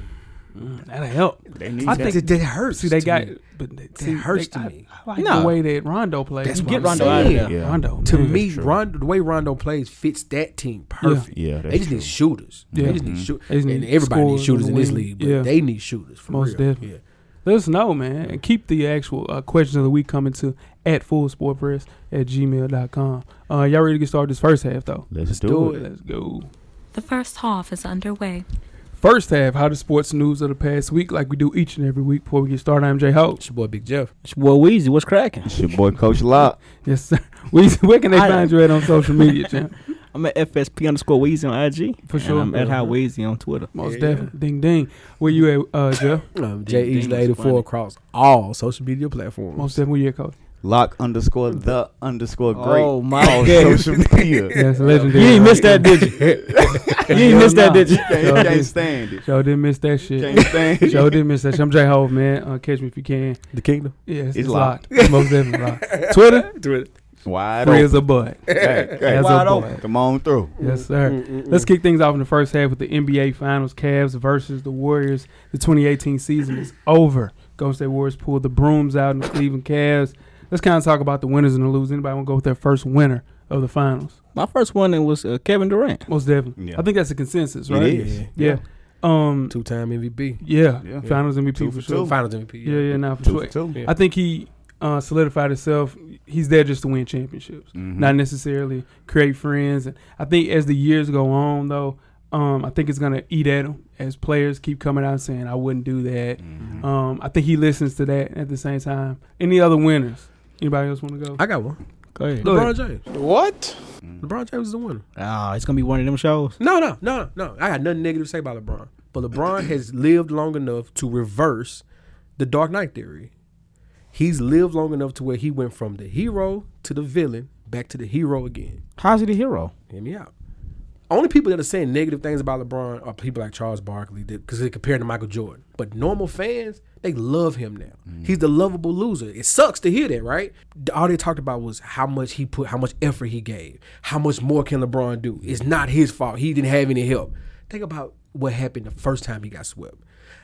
Speaker 2: that'll help.
Speaker 4: They need
Speaker 2: I
Speaker 4: that.
Speaker 2: think-
Speaker 3: Mm. That, that hurts.
Speaker 2: See, they
Speaker 3: to
Speaker 2: got,
Speaker 3: me.
Speaker 2: but they,
Speaker 3: That
Speaker 2: see,
Speaker 3: hurts
Speaker 2: they-
Speaker 3: to
Speaker 2: I-
Speaker 3: me.
Speaker 2: I like
Speaker 5: No.
Speaker 2: the way that Rondo plays.
Speaker 3: That's
Speaker 2: You
Speaker 3: what
Speaker 2: get
Speaker 3: I'm
Speaker 2: Rondo
Speaker 3: saying.
Speaker 2: out of there.
Speaker 4: Yeah.
Speaker 2: Rondo,
Speaker 3: To
Speaker 2: man.
Speaker 3: me,
Speaker 4: true.
Speaker 3: Rondo, the way Rondo plays fits that team perfect.
Speaker 4: Yeah, that's
Speaker 3: they just
Speaker 4: true.
Speaker 3: need shooters.
Speaker 2: Yeah. Mm-hmm.
Speaker 3: They just need
Speaker 4: Mhm.
Speaker 3: shooters.
Speaker 2: They just
Speaker 3: And
Speaker 2: need
Speaker 3: everybody needs
Speaker 2: scorers
Speaker 3: shooters
Speaker 2: on
Speaker 3: in
Speaker 2: the
Speaker 3: this
Speaker 2: wing.
Speaker 3: league, but
Speaker 2: Yeah.
Speaker 3: they need shooters for
Speaker 2: Most
Speaker 3: real.
Speaker 2: definitely. Let us know, man. And keep the actual uh, questions of the week coming to at full sport press at gmail.com. Uh, y'all ready to get started this first half, though?
Speaker 4: Let's, do,
Speaker 3: do
Speaker 4: it.
Speaker 3: it.
Speaker 2: Let's go.
Speaker 1: The first half is underway.
Speaker 2: First half, how the sports news of the past week, like we do each and every week before we get started. I'm Jay Ho.
Speaker 3: It's your boy Big Jeff.
Speaker 5: Well, Weezy, what's cracking?
Speaker 4: It's your boy Coach Lock.
Speaker 2: [LAUGHS] Yes, sir. Weezy, Where can they
Speaker 5: I-
Speaker 2: find you at on social media,
Speaker 5: [LAUGHS]
Speaker 2: champ?
Speaker 5: I'm at FSP underscore Weezy on IG.
Speaker 2: For
Speaker 5: and
Speaker 2: sure.
Speaker 5: I'm at How Weezy on Twitter.
Speaker 2: Most
Speaker 3: Yeah.
Speaker 2: definitely. Ding ding. Where you at, uh,
Speaker 5: [LAUGHS]
Speaker 2: Jeff?
Speaker 3: Um,
Speaker 5: Ding,
Speaker 3: J
Speaker 5: ding,
Speaker 3: Easley
Speaker 5: that's
Speaker 3: 84
Speaker 5: funny.
Speaker 3: across all social media platforms.
Speaker 2: Most definitely, where you at,
Speaker 5: [LAUGHS]
Speaker 2: coach?
Speaker 4: Lock underscore the underscore great.
Speaker 5: Oh, my
Speaker 4: [LAUGHS] on
Speaker 5: goodness.
Speaker 4: social
Speaker 2: [LAUGHS]
Speaker 4: media.
Speaker 2: That's legendary.
Speaker 5: You ain't
Speaker 2: right
Speaker 5: missed
Speaker 2: there.
Speaker 5: [LAUGHS] that, did you? You ain't
Speaker 2: Hell [LAUGHS]
Speaker 5: missed that,
Speaker 2: nah.
Speaker 5: did you?
Speaker 2: Y'all
Speaker 4: Can't,
Speaker 2: didn't-
Speaker 4: can't stand it.
Speaker 2: Y'all didn't miss that shit.
Speaker 4: Can't stand it.
Speaker 2: Y'all didn't miss that shit. I'm Jay Hove, man. Uh, catch me if you can.
Speaker 3: The Kingdom.
Speaker 2: Yeah, it's,
Speaker 4: It's
Speaker 2: it's locked. Most definitely
Speaker 5: [LAUGHS]
Speaker 2: locked. Twitter,
Speaker 4: [LAUGHS] Wide
Speaker 2: free
Speaker 4: open.
Speaker 2: as a bud.
Speaker 4: Hey, hey,
Speaker 2: As a
Speaker 5: Wide
Speaker 2: bud.
Speaker 4: Come on through.
Speaker 3: Mm,
Speaker 2: Yes, sir. Let's kick things off in the first half with the NBA Finals. Cavs versus the Warriors. The 2018 season is over. Golden State Warriors pulled the brooms out in the Cleveland Cavs. Let's kind of talk about the winners and the losers. Anybody want to go with their first winner of the finals?
Speaker 5: My first one was uh, Kevin Durant.
Speaker 2: Most definitely.
Speaker 4: Yeah.
Speaker 2: I think that's a consensus,
Speaker 4: It
Speaker 2: right?
Speaker 4: is.
Speaker 2: Yeah. Um.
Speaker 3: Two time MVP.
Speaker 2: Yeah.
Speaker 4: Yeah.
Speaker 2: Finals MVP
Speaker 4: Two
Speaker 2: for,
Speaker 4: for
Speaker 2: sure.
Speaker 4: two.
Speaker 3: Finals MVP.
Speaker 2: Yeah. Yeah. Now for
Speaker 4: Two for
Speaker 2: sure.
Speaker 4: two.
Speaker 3: Yeah.
Speaker 2: I think he uh, solidified himself. He's there just to win championships.
Speaker 3: Mm-hmm.
Speaker 4: Mhm.
Speaker 2: not necessarily create friends. And I think as the years go on, though, um, I think it's gonna eat at him as players keep coming out saying, "I wouldn't do that."
Speaker 4: Mhm.
Speaker 2: Um, I think he listens to that at the same time. Any other winners? Anybody else want to go?
Speaker 3: I got one.
Speaker 5: Go ahead.
Speaker 2: Go ahead.
Speaker 3: LeBron James.
Speaker 4: Mhm.
Speaker 3: LeBron James is the winner.
Speaker 5: Ah, it's gonna be one of them shows.
Speaker 3: [LAUGHS] No, no, no, no. I got nothing negative to say about LeBron. But LeBron has lived long enough to reverse the Dark Knight theory. He's lived long enough to where he went from the hero to the villain back to the hero again.
Speaker 5: How's he the hero?
Speaker 3: Hear me out. only people that are saying negative things about LeBron are people like Charles Barkley because they compare him to Michael Jordan. But normal fans, they love him now.
Speaker 2: Mm-hmm.
Speaker 3: He's the lovable loser. It sucks to hear that, right? All they talked about was how much he put, how much effort he gave, how much more can LeBron do? It's not his fault. He didn't have any help. Think about what happened the first time he got swept.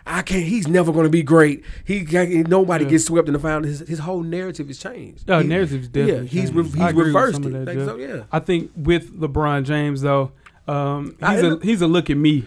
Speaker 3: I can't. He's never going to be great. He can't- nobody gets swept in the final. His, his whole narrative has changed.
Speaker 2: Yeah,
Speaker 3: He-
Speaker 2: narrative's definitely.
Speaker 3: Yeah, he's
Speaker 2: changed.
Speaker 3: re-
Speaker 2: I
Speaker 3: he's
Speaker 2: agree with
Speaker 3: reversed
Speaker 2: some of
Speaker 3: it.
Speaker 2: that,
Speaker 3: Think
Speaker 2: Jeff.
Speaker 3: so? Yeah.
Speaker 2: I think with LeBron James though, um,
Speaker 3: I-
Speaker 2: he's a he's a look at me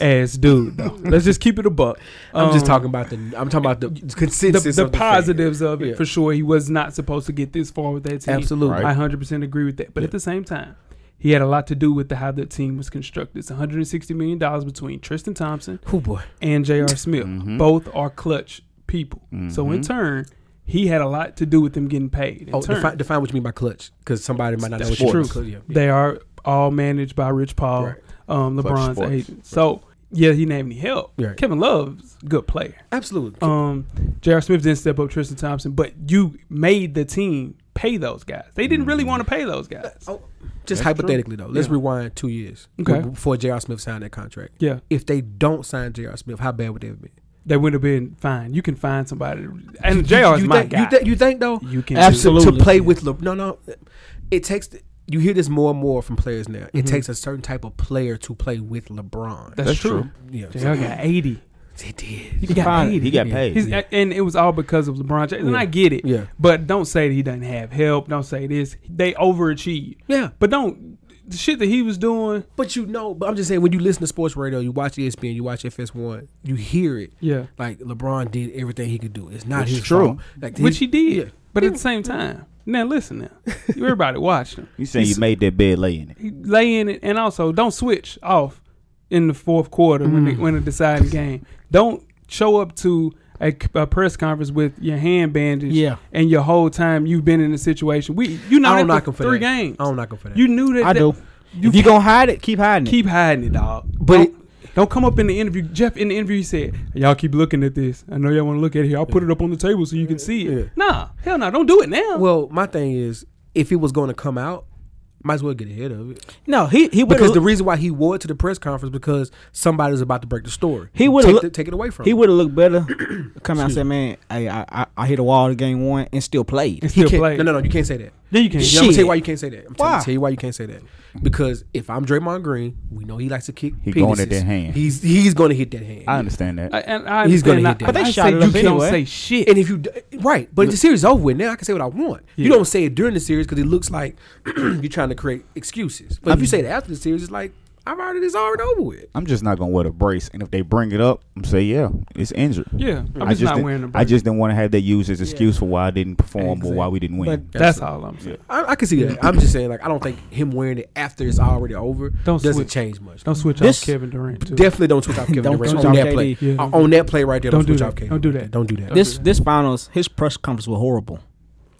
Speaker 2: ass dude
Speaker 3: [LAUGHS]
Speaker 2: though. Let's just keep it a buck.
Speaker 3: I'm just
Speaker 2: Um,
Speaker 3: talking about the. I'm talking about the
Speaker 2: the,
Speaker 3: consensus.
Speaker 2: the
Speaker 3: of fan.
Speaker 2: positives of it
Speaker 3: Yeah.
Speaker 2: for sure. He was not supposed to get this far with that team.
Speaker 3: Absolutely.
Speaker 2: I 100% agree with that. But at the same time, he had a lot to do with the, how the team was constructed. It's 160 million dollars between Tristan Thompson
Speaker 3: Oh boy.
Speaker 2: and
Speaker 4: [LAUGHS]
Speaker 2: J.R. Smith.
Speaker 4: Mhm.
Speaker 2: Both are clutch people. So in
Speaker 4: Mhm.
Speaker 2: turn, he had a lot to do with them getting paid. In
Speaker 3: Oh,
Speaker 2: turn,
Speaker 3: define, define what you mean by clutch, because somebody might not know
Speaker 2: That's
Speaker 3: what you mean.
Speaker 2: true.
Speaker 3: Clutch, yeah, yeah.
Speaker 2: they are all managed by Rich Paul,
Speaker 3: Right.
Speaker 2: um,
Speaker 4: Clutch
Speaker 2: LeBron's
Speaker 4: sports.
Speaker 2: agent. So yeah, he didn't have any help.
Speaker 3: Right.
Speaker 2: Kevin Love's a good player.
Speaker 3: Absolutely.
Speaker 2: Um, J.R. Smith didn't step up Tristan Thompson, but you made the team pay those guys. They didn't
Speaker 4: Mm.
Speaker 2: really want to pay those guys.
Speaker 3: oh, just
Speaker 4: true.
Speaker 3: hypothetically though, let's
Speaker 2: Yeah.
Speaker 3: rewind two years
Speaker 2: Okay.
Speaker 3: b- before J.R. Smith signed that contract.
Speaker 2: Yeah,
Speaker 3: If they don't sign J.R. Smith, how bad would they have been?
Speaker 2: they would have been fine. You can find somebody, and J.R. is
Speaker 3: you
Speaker 2: my
Speaker 3: think,
Speaker 2: guy.
Speaker 3: You, think- you think though?
Speaker 2: You can
Speaker 3: Absolutely.
Speaker 2: do it.
Speaker 3: To play with Le- no, no, it takes. You hear this more and more from players now. It
Speaker 2: Mhm.
Speaker 3: takes a certain type of player to play with LeBron.
Speaker 2: That's,
Speaker 4: That's
Speaker 2: true.
Speaker 3: yeah,
Speaker 2: J.R. got eighty.
Speaker 3: they did.
Speaker 2: He got
Speaker 5: [LAUGHS]
Speaker 4: Fine,
Speaker 2: eighty.
Speaker 4: He got paid.
Speaker 2: He's, and it was all because of LeBron James, and I get it.
Speaker 3: Yeah,
Speaker 2: But don't say that he doesn't have help. Don't say this. They overachieved.
Speaker 3: yeah.
Speaker 2: But don't the shit that he was doing.
Speaker 3: But you know, but I'm just saying when you listen to sports radio, you watch E ESPN, you watch FS1, you hear it.
Speaker 2: Yeah,
Speaker 3: Like LeBron did everything he could do. It's not
Speaker 4: Which
Speaker 3: his
Speaker 4: is true.
Speaker 3: fault. Like
Speaker 2: which he
Speaker 3: his-
Speaker 2: did.
Speaker 3: yeah.
Speaker 2: But at the same time, now listen
Speaker 3: [LAUGHS]
Speaker 2: now, everybody watched him.
Speaker 4: You saying you made that bed lay in it?
Speaker 2: He lay in it, and also don't switch off in the fourth quarter when
Speaker 3: Mm.
Speaker 2: they, when a deciding game. Don't show up to a, c- a press conference with your hand bandaged.
Speaker 3: Yeah.
Speaker 2: and your whole time you've been in the situation. We you know
Speaker 3: I don't
Speaker 2: that
Speaker 3: knock
Speaker 2: for
Speaker 3: him for
Speaker 2: three
Speaker 3: that.
Speaker 2: games.
Speaker 3: I don't knock him for that.
Speaker 2: You knew that.
Speaker 5: I
Speaker 2: that-
Speaker 5: do.
Speaker 2: You
Speaker 5: if you gonna hide it, keep hiding
Speaker 2: keep hiding it, dog.
Speaker 3: But
Speaker 2: don't,
Speaker 3: it-
Speaker 2: don't come up in the interview. Jeff in the interview he said, "Y'all keep looking at this. I know y'all want to look at it here. I'll put it up on the table so you can see it."
Speaker 3: Yeah.
Speaker 2: Nah, hell no, don't do it now.
Speaker 3: well, my thing is, if it was going to come out, might as well get ahead of it.
Speaker 5: it. No, he he would
Speaker 3: Because the
Speaker 5: have
Speaker 3: reason why he wore it to the press conference because somebody was about to break the story.
Speaker 5: He would've
Speaker 3: take,
Speaker 5: look-
Speaker 3: the- take it away from.
Speaker 5: he
Speaker 3: him.
Speaker 5: would have looked [CLEARS THROAT] better. Come out and say, man, I, I I I hit a wall in game one and still played.
Speaker 2: It's
Speaker 3: He
Speaker 2: still
Speaker 3: can't-
Speaker 2: played.
Speaker 3: No, no, no. You can't say that.
Speaker 2: Then you can't.
Speaker 3: Yeah, I'm gonna tell
Speaker 5: Shit.
Speaker 3: you why you can't say that. I'm
Speaker 5: Why?
Speaker 3: telling tell you why you can't say that. Because if I'm Draymond Green, we know he likes to kick.
Speaker 4: He
Speaker 3: penises.
Speaker 4: going at that hand.
Speaker 3: He's he's going to hit that hand.
Speaker 4: I understand that.
Speaker 2: I, and I
Speaker 3: He's
Speaker 2: understand
Speaker 3: gonna hit
Speaker 2: that.
Speaker 3: that. But
Speaker 5: they
Speaker 2: I
Speaker 5: shot
Speaker 2: say
Speaker 5: it
Speaker 2: you
Speaker 5: up
Speaker 2: can't
Speaker 5: anyway.
Speaker 2: say shit.
Speaker 3: And if you d- right, but the series over with now. I can say what I want. You
Speaker 2: Yeah.
Speaker 3: don't say it during the series because it looks like [CLEARS THROAT] you're trying to create excuses. But if you say it after the series, it's like I've already it's already over with.
Speaker 4: I'm just not gonna wear the brace, and if they bring it up, I'm say yeah, it's injured.
Speaker 2: yeah, I'm
Speaker 4: I
Speaker 2: just, not
Speaker 4: didn't-
Speaker 2: wearing the.
Speaker 4: I
Speaker 2: brace.
Speaker 4: just didn't want to have that used as excuse for why I didn't perform or why we didn't win.
Speaker 2: But that's all I'm saying.
Speaker 3: I, I can see that. I'm just saying like I don't think him wearing it after it's already over
Speaker 2: Don't
Speaker 3: doesn't
Speaker 2: switch.
Speaker 3: change much.
Speaker 2: Don't switch
Speaker 5: This-
Speaker 2: off Kevin Durant. Too.
Speaker 3: Definitely don't switch off Kevin
Speaker 5: Don't
Speaker 3: Durant
Speaker 5: switch
Speaker 3: on
Speaker 5: off
Speaker 3: that
Speaker 5: KD.
Speaker 3: play.
Speaker 2: Yeah.
Speaker 3: Uh, on that play right there,
Speaker 2: Don't
Speaker 3: don't,
Speaker 2: do
Speaker 3: switch
Speaker 2: that.
Speaker 3: off Kevin.
Speaker 2: Don't do
Speaker 3: Durant.
Speaker 2: that.
Speaker 3: Don't do that.
Speaker 2: Don't
Speaker 5: This this finals, his press conference was horrible.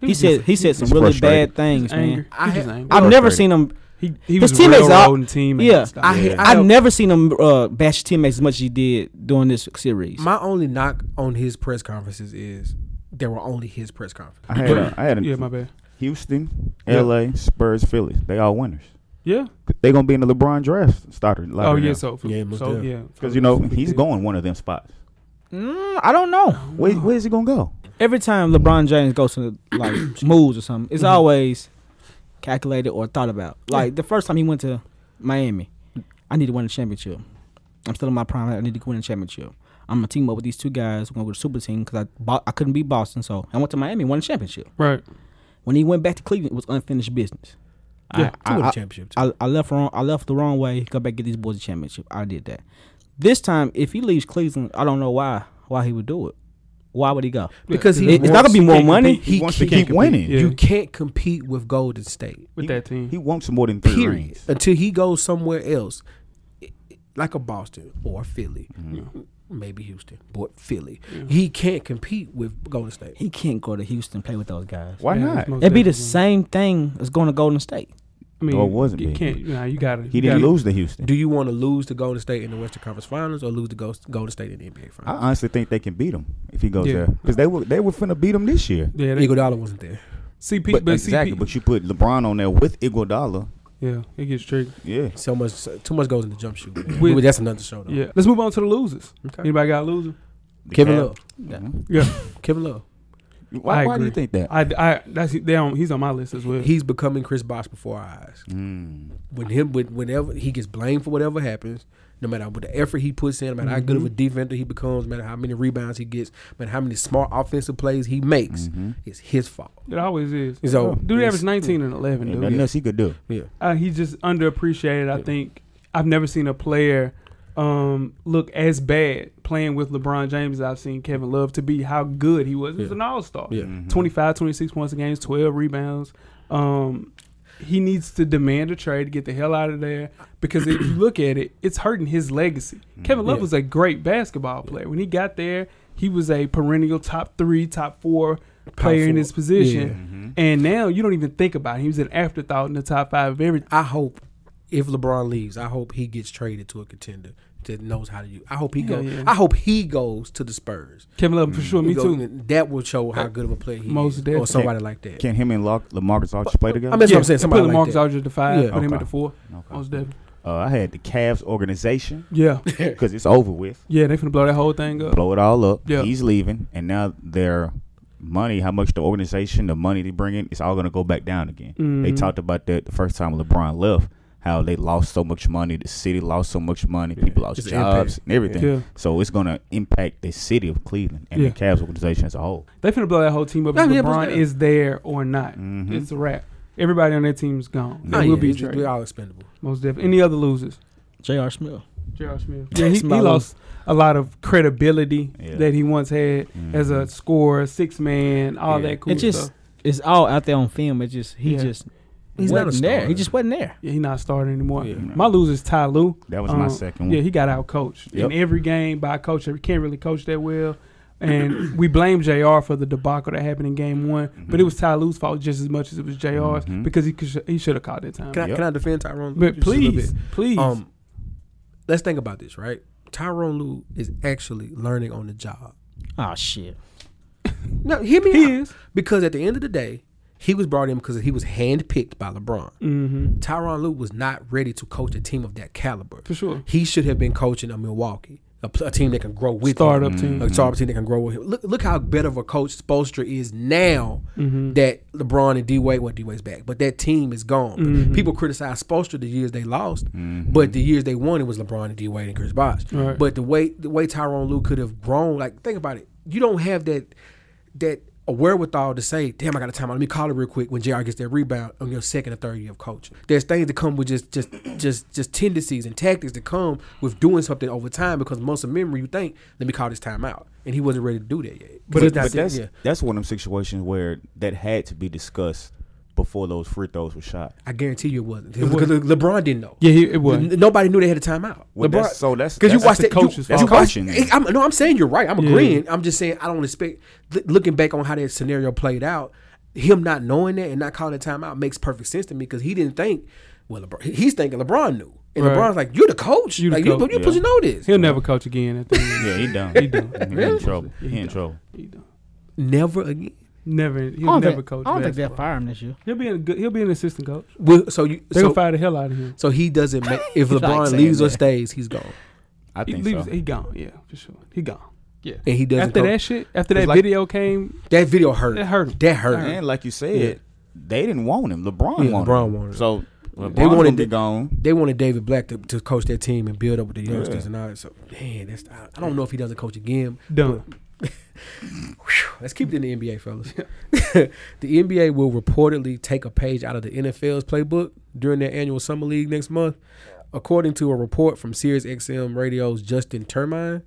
Speaker 5: He
Speaker 2: was
Speaker 5: said
Speaker 2: just-
Speaker 5: he said some
Speaker 4: was
Speaker 5: really
Speaker 4: frustrated.
Speaker 5: bad things, man.
Speaker 2: angry.
Speaker 3: I
Speaker 2: he just
Speaker 3: ha-
Speaker 2: angry.
Speaker 5: I've never
Speaker 4: Frustrated.
Speaker 5: seen him.
Speaker 2: He, he
Speaker 5: His
Speaker 2: was
Speaker 5: teammates are-
Speaker 2: railroading team.
Speaker 5: Yeah.
Speaker 3: I, ha- I
Speaker 5: I've
Speaker 3: don't-
Speaker 5: never seen him uh, bash teammates as much as he did during this series.
Speaker 3: My only knock on his press conferences is there were only his press conferences.
Speaker 4: I had a, I had a
Speaker 2: yeah, my bad.
Speaker 4: Houston,
Speaker 2: Yeah.
Speaker 4: L.A., Spurs, Phillies. They all winners.
Speaker 2: Yeah.
Speaker 4: They gonna be in the LeBron draft starter.
Speaker 2: Oh yeah. So
Speaker 3: Yeah,
Speaker 2: yeah,
Speaker 3: most
Speaker 2: so
Speaker 3: definitely.
Speaker 2: yeah,
Speaker 4: because
Speaker 2: [LAUGHS]
Speaker 4: you know he's going one of them spots.
Speaker 5: Mm, I don't know.
Speaker 4: Where, where is he gonna go?
Speaker 5: Every time LeBron James goes to like moves or something, it's always calculated or thought about. Like the first time he went to Miami, I need to win a championship. I'm still in my prime. I need to win a championship. I'm gonna team up with these two guys. We're gonna go to super team because I bo- I couldn't beat Boston, so I went to Miami, and won a championship.
Speaker 2: right.
Speaker 5: When he went back to Cleveland, it was unfinished business.
Speaker 2: Yeah,
Speaker 5: I,
Speaker 3: To win
Speaker 5: I,
Speaker 3: a
Speaker 5: I,
Speaker 3: championship. too.
Speaker 5: I, I left wrong. I left the wrong way. Go back get these boys a championship. I did that. This time, if he leaves Cleveland, I don't know why. Why he would do it? Why would he go?
Speaker 3: because he
Speaker 5: It- it's not
Speaker 3: wants-
Speaker 5: gonna be more
Speaker 3: can't
Speaker 5: money.
Speaker 3: compete.
Speaker 4: He, wants to
Speaker 3: can't-
Speaker 4: keep
Speaker 2: compete.
Speaker 4: winning.
Speaker 2: Yeah.
Speaker 3: You can't compete with Golden State.
Speaker 2: with
Speaker 4: He-
Speaker 2: that team.
Speaker 4: He wants more than three
Speaker 3: Period.
Speaker 4: rings.
Speaker 3: Until he goes somewhere else, i- i- like a Boston or a Philly,
Speaker 2: Mm-hmm.
Speaker 3: maybe Houston, but Philly, he can't compete with Golden State.
Speaker 5: He can't go to Houston and play with those guys.
Speaker 4: Why
Speaker 2: Yeah,
Speaker 4: not?
Speaker 2: most
Speaker 5: It'd be the
Speaker 2: definitely.
Speaker 5: same thing as going to Golden State.
Speaker 2: I mean,
Speaker 4: No, it wasn't
Speaker 2: You
Speaker 4: big.
Speaker 2: can't. Nah, you got to
Speaker 4: He didn't lose to Houston.
Speaker 3: Do you want to lose to Golden State in the Western Conference Finals or lose to Gol- Golden State in the NBA
Speaker 4: I
Speaker 3: Finals?
Speaker 4: honestly think they can beat him if he goes
Speaker 2: Yeah.
Speaker 4: there because they were they were finna beat him this year.
Speaker 2: Yeah, they,
Speaker 3: Iguodala wasn't there.
Speaker 2: CP, but,
Speaker 4: But, exactly.
Speaker 2: CP,
Speaker 4: But you put LeBron on there with Iguodala.
Speaker 2: Yeah, it gets tricky.
Speaker 4: Yeah.
Speaker 3: So much, so- too much goes into jump shoot. man.
Speaker 2: With-
Speaker 3: Ooh, that's another show though.
Speaker 2: Yeah, let's move on to the losers.
Speaker 3: Okay.
Speaker 2: Anybody got a loser?
Speaker 3: Kevin
Speaker 4: Cap.
Speaker 3: Love.
Speaker 4: Mhm.
Speaker 3: Kevin Love.
Speaker 4: Why,
Speaker 2: I
Speaker 4: why do you
Speaker 2: agree.
Speaker 4: think that?
Speaker 2: I, I that's they on, he's on my list as well.
Speaker 3: He's becoming Chris Bosh before our eyes.
Speaker 4: Mm.
Speaker 3: When him, when, whenever he gets blamed for whatever happens, no matter what the effort he puts in, no matter how good
Speaker 2: Mm-hmm.
Speaker 3: of a defender he becomes, no matter how many rebounds he gets, no matter how many smart offensive plays he makes,
Speaker 2: Mm-hmm.
Speaker 4: Mhm.
Speaker 3: it's his fault.
Speaker 2: it always is.
Speaker 3: So
Speaker 2: Dude
Speaker 3: it's-
Speaker 2: average nineteen and eleven.
Speaker 4: Ain't
Speaker 2: Dude,
Speaker 4: nothing else he could do.
Speaker 3: Yeah,
Speaker 2: uh, he's just underappreciated. I
Speaker 3: Yeah.
Speaker 2: think I've never seen a player um, look as bad playing with LeBron James as I've seen Kevin Love to be how good he was. He was
Speaker 3: Yeah.
Speaker 2: an All Star.
Speaker 3: yeah.
Speaker 4: Mhm.
Speaker 2: 25, 26 Mm-hmm. points a game, 12 rebounds. Um, he needs to demand a trade to get the hell out of there because if you look at it, it's hurting his legacy. Kevin Love
Speaker 3: Mm-hmm. Yeah.
Speaker 2: was a great basketball player. When he got there, he was a perennial top three, top four player in
Speaker 3: four.
Speaker 2: his position.
Speaker 3: Yeah.
Speaker 4: Mhm.
Speaker 2: And now you don't even think about it. He was an afterthought in the top five of everything.
Speaker 3: I hope if LeBron leaves, I hope he gets traded to a contender that knows how to use. I hope he
Speaker 2: Hell
Speaker 3: goes.
Speaker 2: yeah.
Speaker 3: I hope he goes to the Spurs.
Speaker 2: Kevin Love, for sure, me
Speaker 3: Mm-hmm. Go-
Speaker 2: too. Uh,
Speaker 3: That will show how good of a player he
Speaker 2: Most
Speaker 3: is, or
Speaker 2: definitely.
Speaker 3: somebody like that. [LAUGHS]
Speaker 4: Can him and La- LaMarcus Aldridge play together?
Speaker 3: I mean, that's what I'm saying.
Speaker 2: they
Speaker 3: Somebody
Speaker 2: put
Speaker 3: like
Speaker 2: Marcus
Speaker 3: that.
Speaker 2: Aldridge at the five,
Speaker 3: Yeah.
Speaker 2: put him at
Speaker 4: Okay.
Speaker 2: the four.
Speaker 4: Okay.
Speaker 2: Most definitely.
Speaker 4: Uh, I had the Cavs organization
Speaker 2: Yeah,
Speaker 4: because it's over with.
Speaker 2: yeah, they finna blow that whole thing up.
Speaker 4: Blow it all up.
Speaker 2: Yeah.
Speaker 4: He's leaving, and now their money, how much the organization, the money they bring in, it's all going to go back down again. They
Speaker 2: Mhm.
Speaker 4: talked about that the first time LeBron left, how they lost so much money, the city lost so much money, people lost
Speaker 3: It's an
Speaker 4: jobs and everything.
Speaker 2: Yeah,
Speaker 4: So it's going to impact the city of Cleveland and
Speaker 2: Yeah.
Speaker 4: the Cavs organization as a whole.
Speaker 2: they finna blow that whole team up.
Speaker 3: Yeah,
Speaker 2: if
Speaker 3: Oh, yeah,
Speaker 2: LeBron
Speaker 3: but-
Speaker 2: is there or not.
Speaker 4: Mhm.
Speaker 2: It's a wrap. Everybody on that team's gone.
Speaker 3: Oh,
Speaker 2: They will
Speaker 3: yeah,
Speaker 2: be
Speaker 3: it's-
Speaker 2: traded.
Speaker 3: We're all expendable.
Speaker 2: Most definitely. Any other losers?
Speaker 5: J.R. Smith.
Speaker 2: J.R. Smith. Yeah, he, he
Speaker 5: Smiley.
Speaker 2: lost a lot of credibility
Speaker 4: Yeah.
Speaker 2: that he once had as a
Speaker 4: Mhm.
Speaker 2: scorer, six man, all
Speaker 4: Yeah.
Speaker 2: that cool
Speaker 5: It just-
Speaker 2: stuff.
Speaker 5: It's all out there on film. It just he
Speaker 2: Yeah.
Speaker 5: just
Speaker 3: He's not a
Speaker 5: wasn't there.
Speaker 3: star.
Speaker 5: He just wasn't there.
Speaker 2: Yeah, he not starting anymore.
Speaker 3: Yeah.
Speaker 2: My loser's Ty Lue.
Speaker 4: That was
Speaker 2: Um,
Speaker 4: my second one.
Speaker 2: Yeah, he got out coached
Speaker 4: Yep.
Speaker 2: in every game by a coach that can't really coach that well. And [CLEARS THROAT] we blame JR for the debacle that happened in game one, but it
Speaker 4: Mm-hmm.
Speaker 2: was Ty Lue's fault just as much as it was JR's
Speaker 4: Mhm.
Speaker 2: because he could, he should have called that time.
Speaker 3: Can I,
Speaker 4: Yep.
Speaker 3: can I defend Tyrone?
Speaker 2: but
Speaker 3: just a little
Speaker 2: please,
Speaker 3: bit?
Speaker 2: please.
Speaker 3: Um, let's think about this, right? Tyrone Lou is actually learning on the job.
Speaker 5: Oh shit.
Speaker 3: No, hear me
Speaker 2: he
Speaker 3: out.
Speaker 2: is.
Speaker 3: Because at the end of the day, he was brought in because he was handpicked by LeBron.
Speaker 2: hmm
Speaker 3: Tyron Lue was not ready to coach a team of that caliber.
Speaker 2: For sure.
Speaker 3: Mm-hmm. He should have been coaching a Milwaukee, a, pl- a team that can grow with
Speaker 2: Startup
Speaker 3: him. Mm-hmm.
Speaker 2: team.
Speaker 3: A startup team that can grow with him. Look, look how better of a coach Spoelstra is now
Speaker 2: Mm-hmm.
Speaker 3: that LeBron and D Wade, well, D Wade's back, but that team is gone.
Speaker 2: Mhm.
Speaker 3: People criticize Spoelstra the years they lost,
Speaker 4: Mhm.
Speaker 3: but the years they won, it was LeBron and D Wade and Chris Bosh.
Speaker 2: Right.
Speaker 3: But the way the way Tyron Lue could have grown, like think about it, you don't have that that a wherewithal to say, "Damn, I got a timeout. Let me call it real quick." When Jr. gets that rebound on your second or third year of coaching, there's things that come with just just just just tendencies and tactics that come with doing something over time because muscle memory. You think, "Let me call this timeout," and he wasn't ready to do that yet.
Speaker 4: But,
Speaker 3: He's
Speaker 4: it-
Speaker 3: not
Speaker 4: but
Speaker 3: saying-
Speaker 4: that's
Speaker 3: yeah.
Speaker 4: that's one of them situations where that had to be discussed before those free throws were shot.
Speaker 3: I guarantee you it wasn't because Le- LeBron didn't know.
Speaker 2: Yeah, he, it was.
Speaker 3: N- nobody knew they had a timeout.
Speaker 4: Well,
Speaker 3: LeBron,
Speaker 4: that's- so that's-
Speaker 3: because you
Speaker 4: that's-
Speaker 3: watched
Speaker 4: that's
Speaker 3: that.
Speaker 4: the coach's
Speaker 3: you,
Speaker 4: fault.
Speaker 3: you watched,
Speaker 4: Coaching.
Speaker 3: Hey, I'm, no, I'm saying you're right. I'm
Speaker 2: Yeah.
Speaker 3: agreeing. I'm just saying I don't expect. li- looking back on how that scenario played out, him not knowing that and not calling a timeout makes perfect sense to me because he didn't think. Well, LeBron, he's thinking LeBron knew, and
Speaker 2: Right.
Speaker 3: LeBron's like, "You're the coach.
Speaker 2: You the
Speaker 3: like
Speaker 2: coach,
Speaker 3: you, you supposed to know this."
Speaker 2: He'll never coach again. At the end.
Speaker 4: Yeah, he done.
Speaker 2: He done.
Speaker 4: He in
Speaker 2: Really?
Speaker 4: trouble.
Speaker 2: Yeah,
Speaker 4: he
Speaker 2: he
Speaker 4: in
Speaker 2: done.
Speaker 4: trouble.
Speaker 2: He done.
Speaker 3: Never again.
Speaker 2: Never.
Speaker 5: I
Speaker 2: He'll
Speaker 5: don't,
Speaker 2: never
Speaker 5: think,
Speaker 2: coach.
Speaker 5: I don't think they'll
Speaker 2: basketball.
Speaker 5: fire him this year.
Speaker 2: He'll be a good. He'll be an assistant coach.
Speaker 3: Well, so you
Speaker 2: They're
Speaker 3: so,
Speaker 2: gonna fire the hell out of him.
Speaker 3: so he doesn't
Speaker 2: [LAUGHS]
Speaker 3: make if
Speaker 5: Like
Speaker 3: LeBron
Speaker 5: saying
Speaker 3: leaves or
Speaker 5: that.
Speaker 3: stays, he's gone,
Speaker 4: I
Speaker 2: He
Speaker 4: think
Speaker 2: leaves.
Speaker 4: so.
Speaker 2: He gone. Yeah, for sure. He gone. Yeah.
Speaker 3: and he doesn't.
Speaker 2: After
Speaker 3: coach.
Speaker 2: that shit, after that
Speaker 4: It's like-
Speaker 2: video came,
Speaker 3: that video hurt.
Speaker 2: it hurt him.
Speaker 3: That hurt.
Speaker 4: And like you said,
Speaker 3: Yeah.
Speaker 4: they didn't want him. LeBron
Speaker 3: Yeah,
Speaker 4: wanted
Speaker 3: LeBron
Speaker 4: him.
Speaker 3: wanted him.
Speaker 4: So LeBron
Speaker 3: wanted
Speaker 4: wanted to
Speaker 3: the-
Speaker 4: be gone.
Speaker 3: they wanted David Black to, to coach their team and build up with the
Speaker 4: Yeah.
Speaker 3: youngsters and all that. So, man, that's I, I don't know if he doesn't coach again.
Speaker 2: Done.
Speaker 3: Let's keep it in the NBA, fellas. [LAUGHS] the NBA will reportedly take a page out of the NFL's playbook during their annual summer league next month, according to a report from SiriusXM Radio's Justin Termine.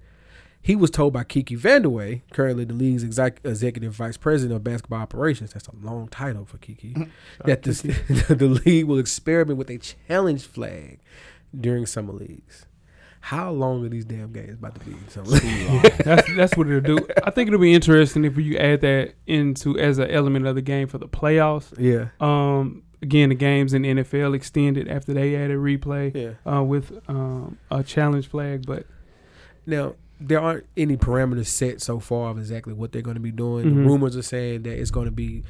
Speaker 3: He was told by Kiki Vandaway, currently the league's exec- executive vice president of basketball operations, that's a long title for Kiki, [LAUGHS] that this, the league will experiment with a challenge flag during summer leagues. How long are these damn games about to be? in summer league?
Speaker 2: [LAUGHS] That's that's what it'll do. I think it'll be interesting if you add that into as an element of the game for the playoffs.
Speaker 3: [LAUGHS] yeah.
Speaker 2: Um, again, the games in NFL extended after they added replay
Speaker 3: Yeah.
Speaker 2: uh, with um, a challenge flag, but
Speaker 3: Now, there aren't any parameters set so far of exactly what they're going to be doing.
Speaker 2: Mhm.
Speaker 3: The rumors are saying that it's going to be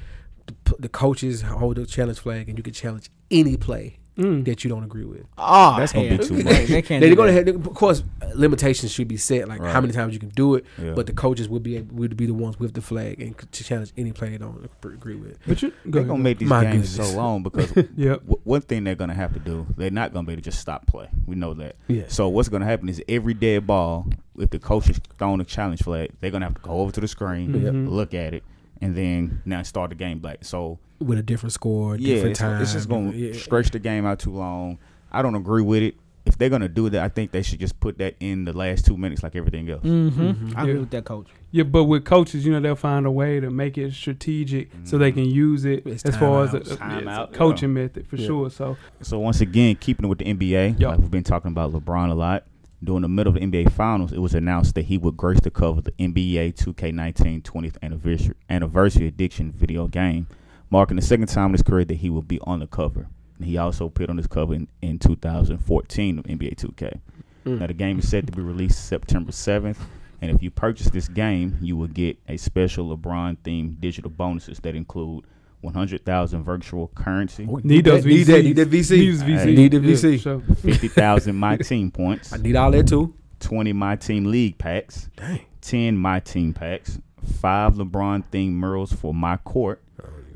Speaker 3: the, p- the coaches hold the challenge flag and you can challenge any play
Speaker 2: Mm.
Speaker 3: that you don't agree with.
Speaker 5: Oh,
Speaker 4: That's gonna be
Speaker 5: hell.
Speaker 4: too
Speaker 5: [LAUGHS] They-
Speaker 4: much.
Speaker 5: They can't.
Speaker 3: They're
Speaker 5: do
Speaker 3: gonna
Speaker 5: that.
Speaker 3: have, of course, limitations should be set, like how
Speaker 4: Right.
Speaker 3: many times you can do it.
Speaker 4: Yeah.
Speaker 3: But the coaches would be able, would be the ones with the flag and could challenge any player they don't agree with.
Speaker 2: But you go
Speaker 4: They're
Speaker 2: ahead.
Speaker 4: gonna make these
Speaker 3: My
Speaker 4: games
Speaker 3: goodness.
Speaker 4: so long because
Speaker 2: Yep.
Speaker 4: w- one thing they're gonna have to do, they're not gonna be able to just stop play. We know that.
Speaker 3: Yes.
Speaker 4: So what's gonna happen is every dead ball, if the coach is throwing a challenge flag, they're gonna have to go over to the screen,
Speaker 2: Mhm.
Speaker 4: look at it, and then now start the game back. So
Speaker 3: with a different score,
Speaker 4: yeah,
Speaker 3: different
Speaker 4: it's,
Speaker 3: time.
Speaker 4: it's just gonna
Speaker 3: different- yeah.
Speaker 4: stretch the game out too long. I don't agree with it. If they're gonna do that, I think they should just put that in the last two minutes, like everything else.
Speaker 5: Mm-hmm. I
Speaker 2: Yeah.
Speaker 5: agree with that coach.
Speaker 2: Yeah, but with coaches, you know, they'll find a way to make it strategic so they can use it
Speaker 3: Mm. It's
Speaker 2: as far as a,
Speaker 3: timeouts.
Speaker 2: a- yeah, it's a
Speaker 4: Timeout,
Speaker 2: coaching method for
Speaker 3: Yeah.
Speaker 2: sure. So
Speaker 4: So once again, keeping it with the NBA,
Speaker 2: Yeah.
Speaker 4: like we've been talking about LeBron a lot. During the middle of the NBA Finals, it was announced that he would grace the cover of the NBA 2K19 20th anniversary, anniversary addiction video game, marking the second time in his career that he will be on the cover. And he also appeared on this cover in, in 2014 of NBA 2K.
Speaker 3: Mm.
Speaker 4: Now, the game is set to be released September 7th, and if you purchase this game, you will get a special LeBron themed digital bonuses that include 100,000 virtual currency.
Speaker 2: need those VCs.
Speaker 3: Need that. Need that VC.
Speaker 2: Need those
Speaker 4: Alright.
Speaker 2: VCs.
Speaker 3: Need the
Speaker 2: Yeah,
Speaker 3: VC.
Speaker 2: sure.
Speaker 4: fifty thousand
Speaker 2: [LAUGHS]
Speaker 4: my team points,
Speaker 3: I need all that too.
Speaker 4: twenty my team league packs,
Speaker 3: Dang.
Speaker 4: ten my team packs, five LeBron themed murals for my court,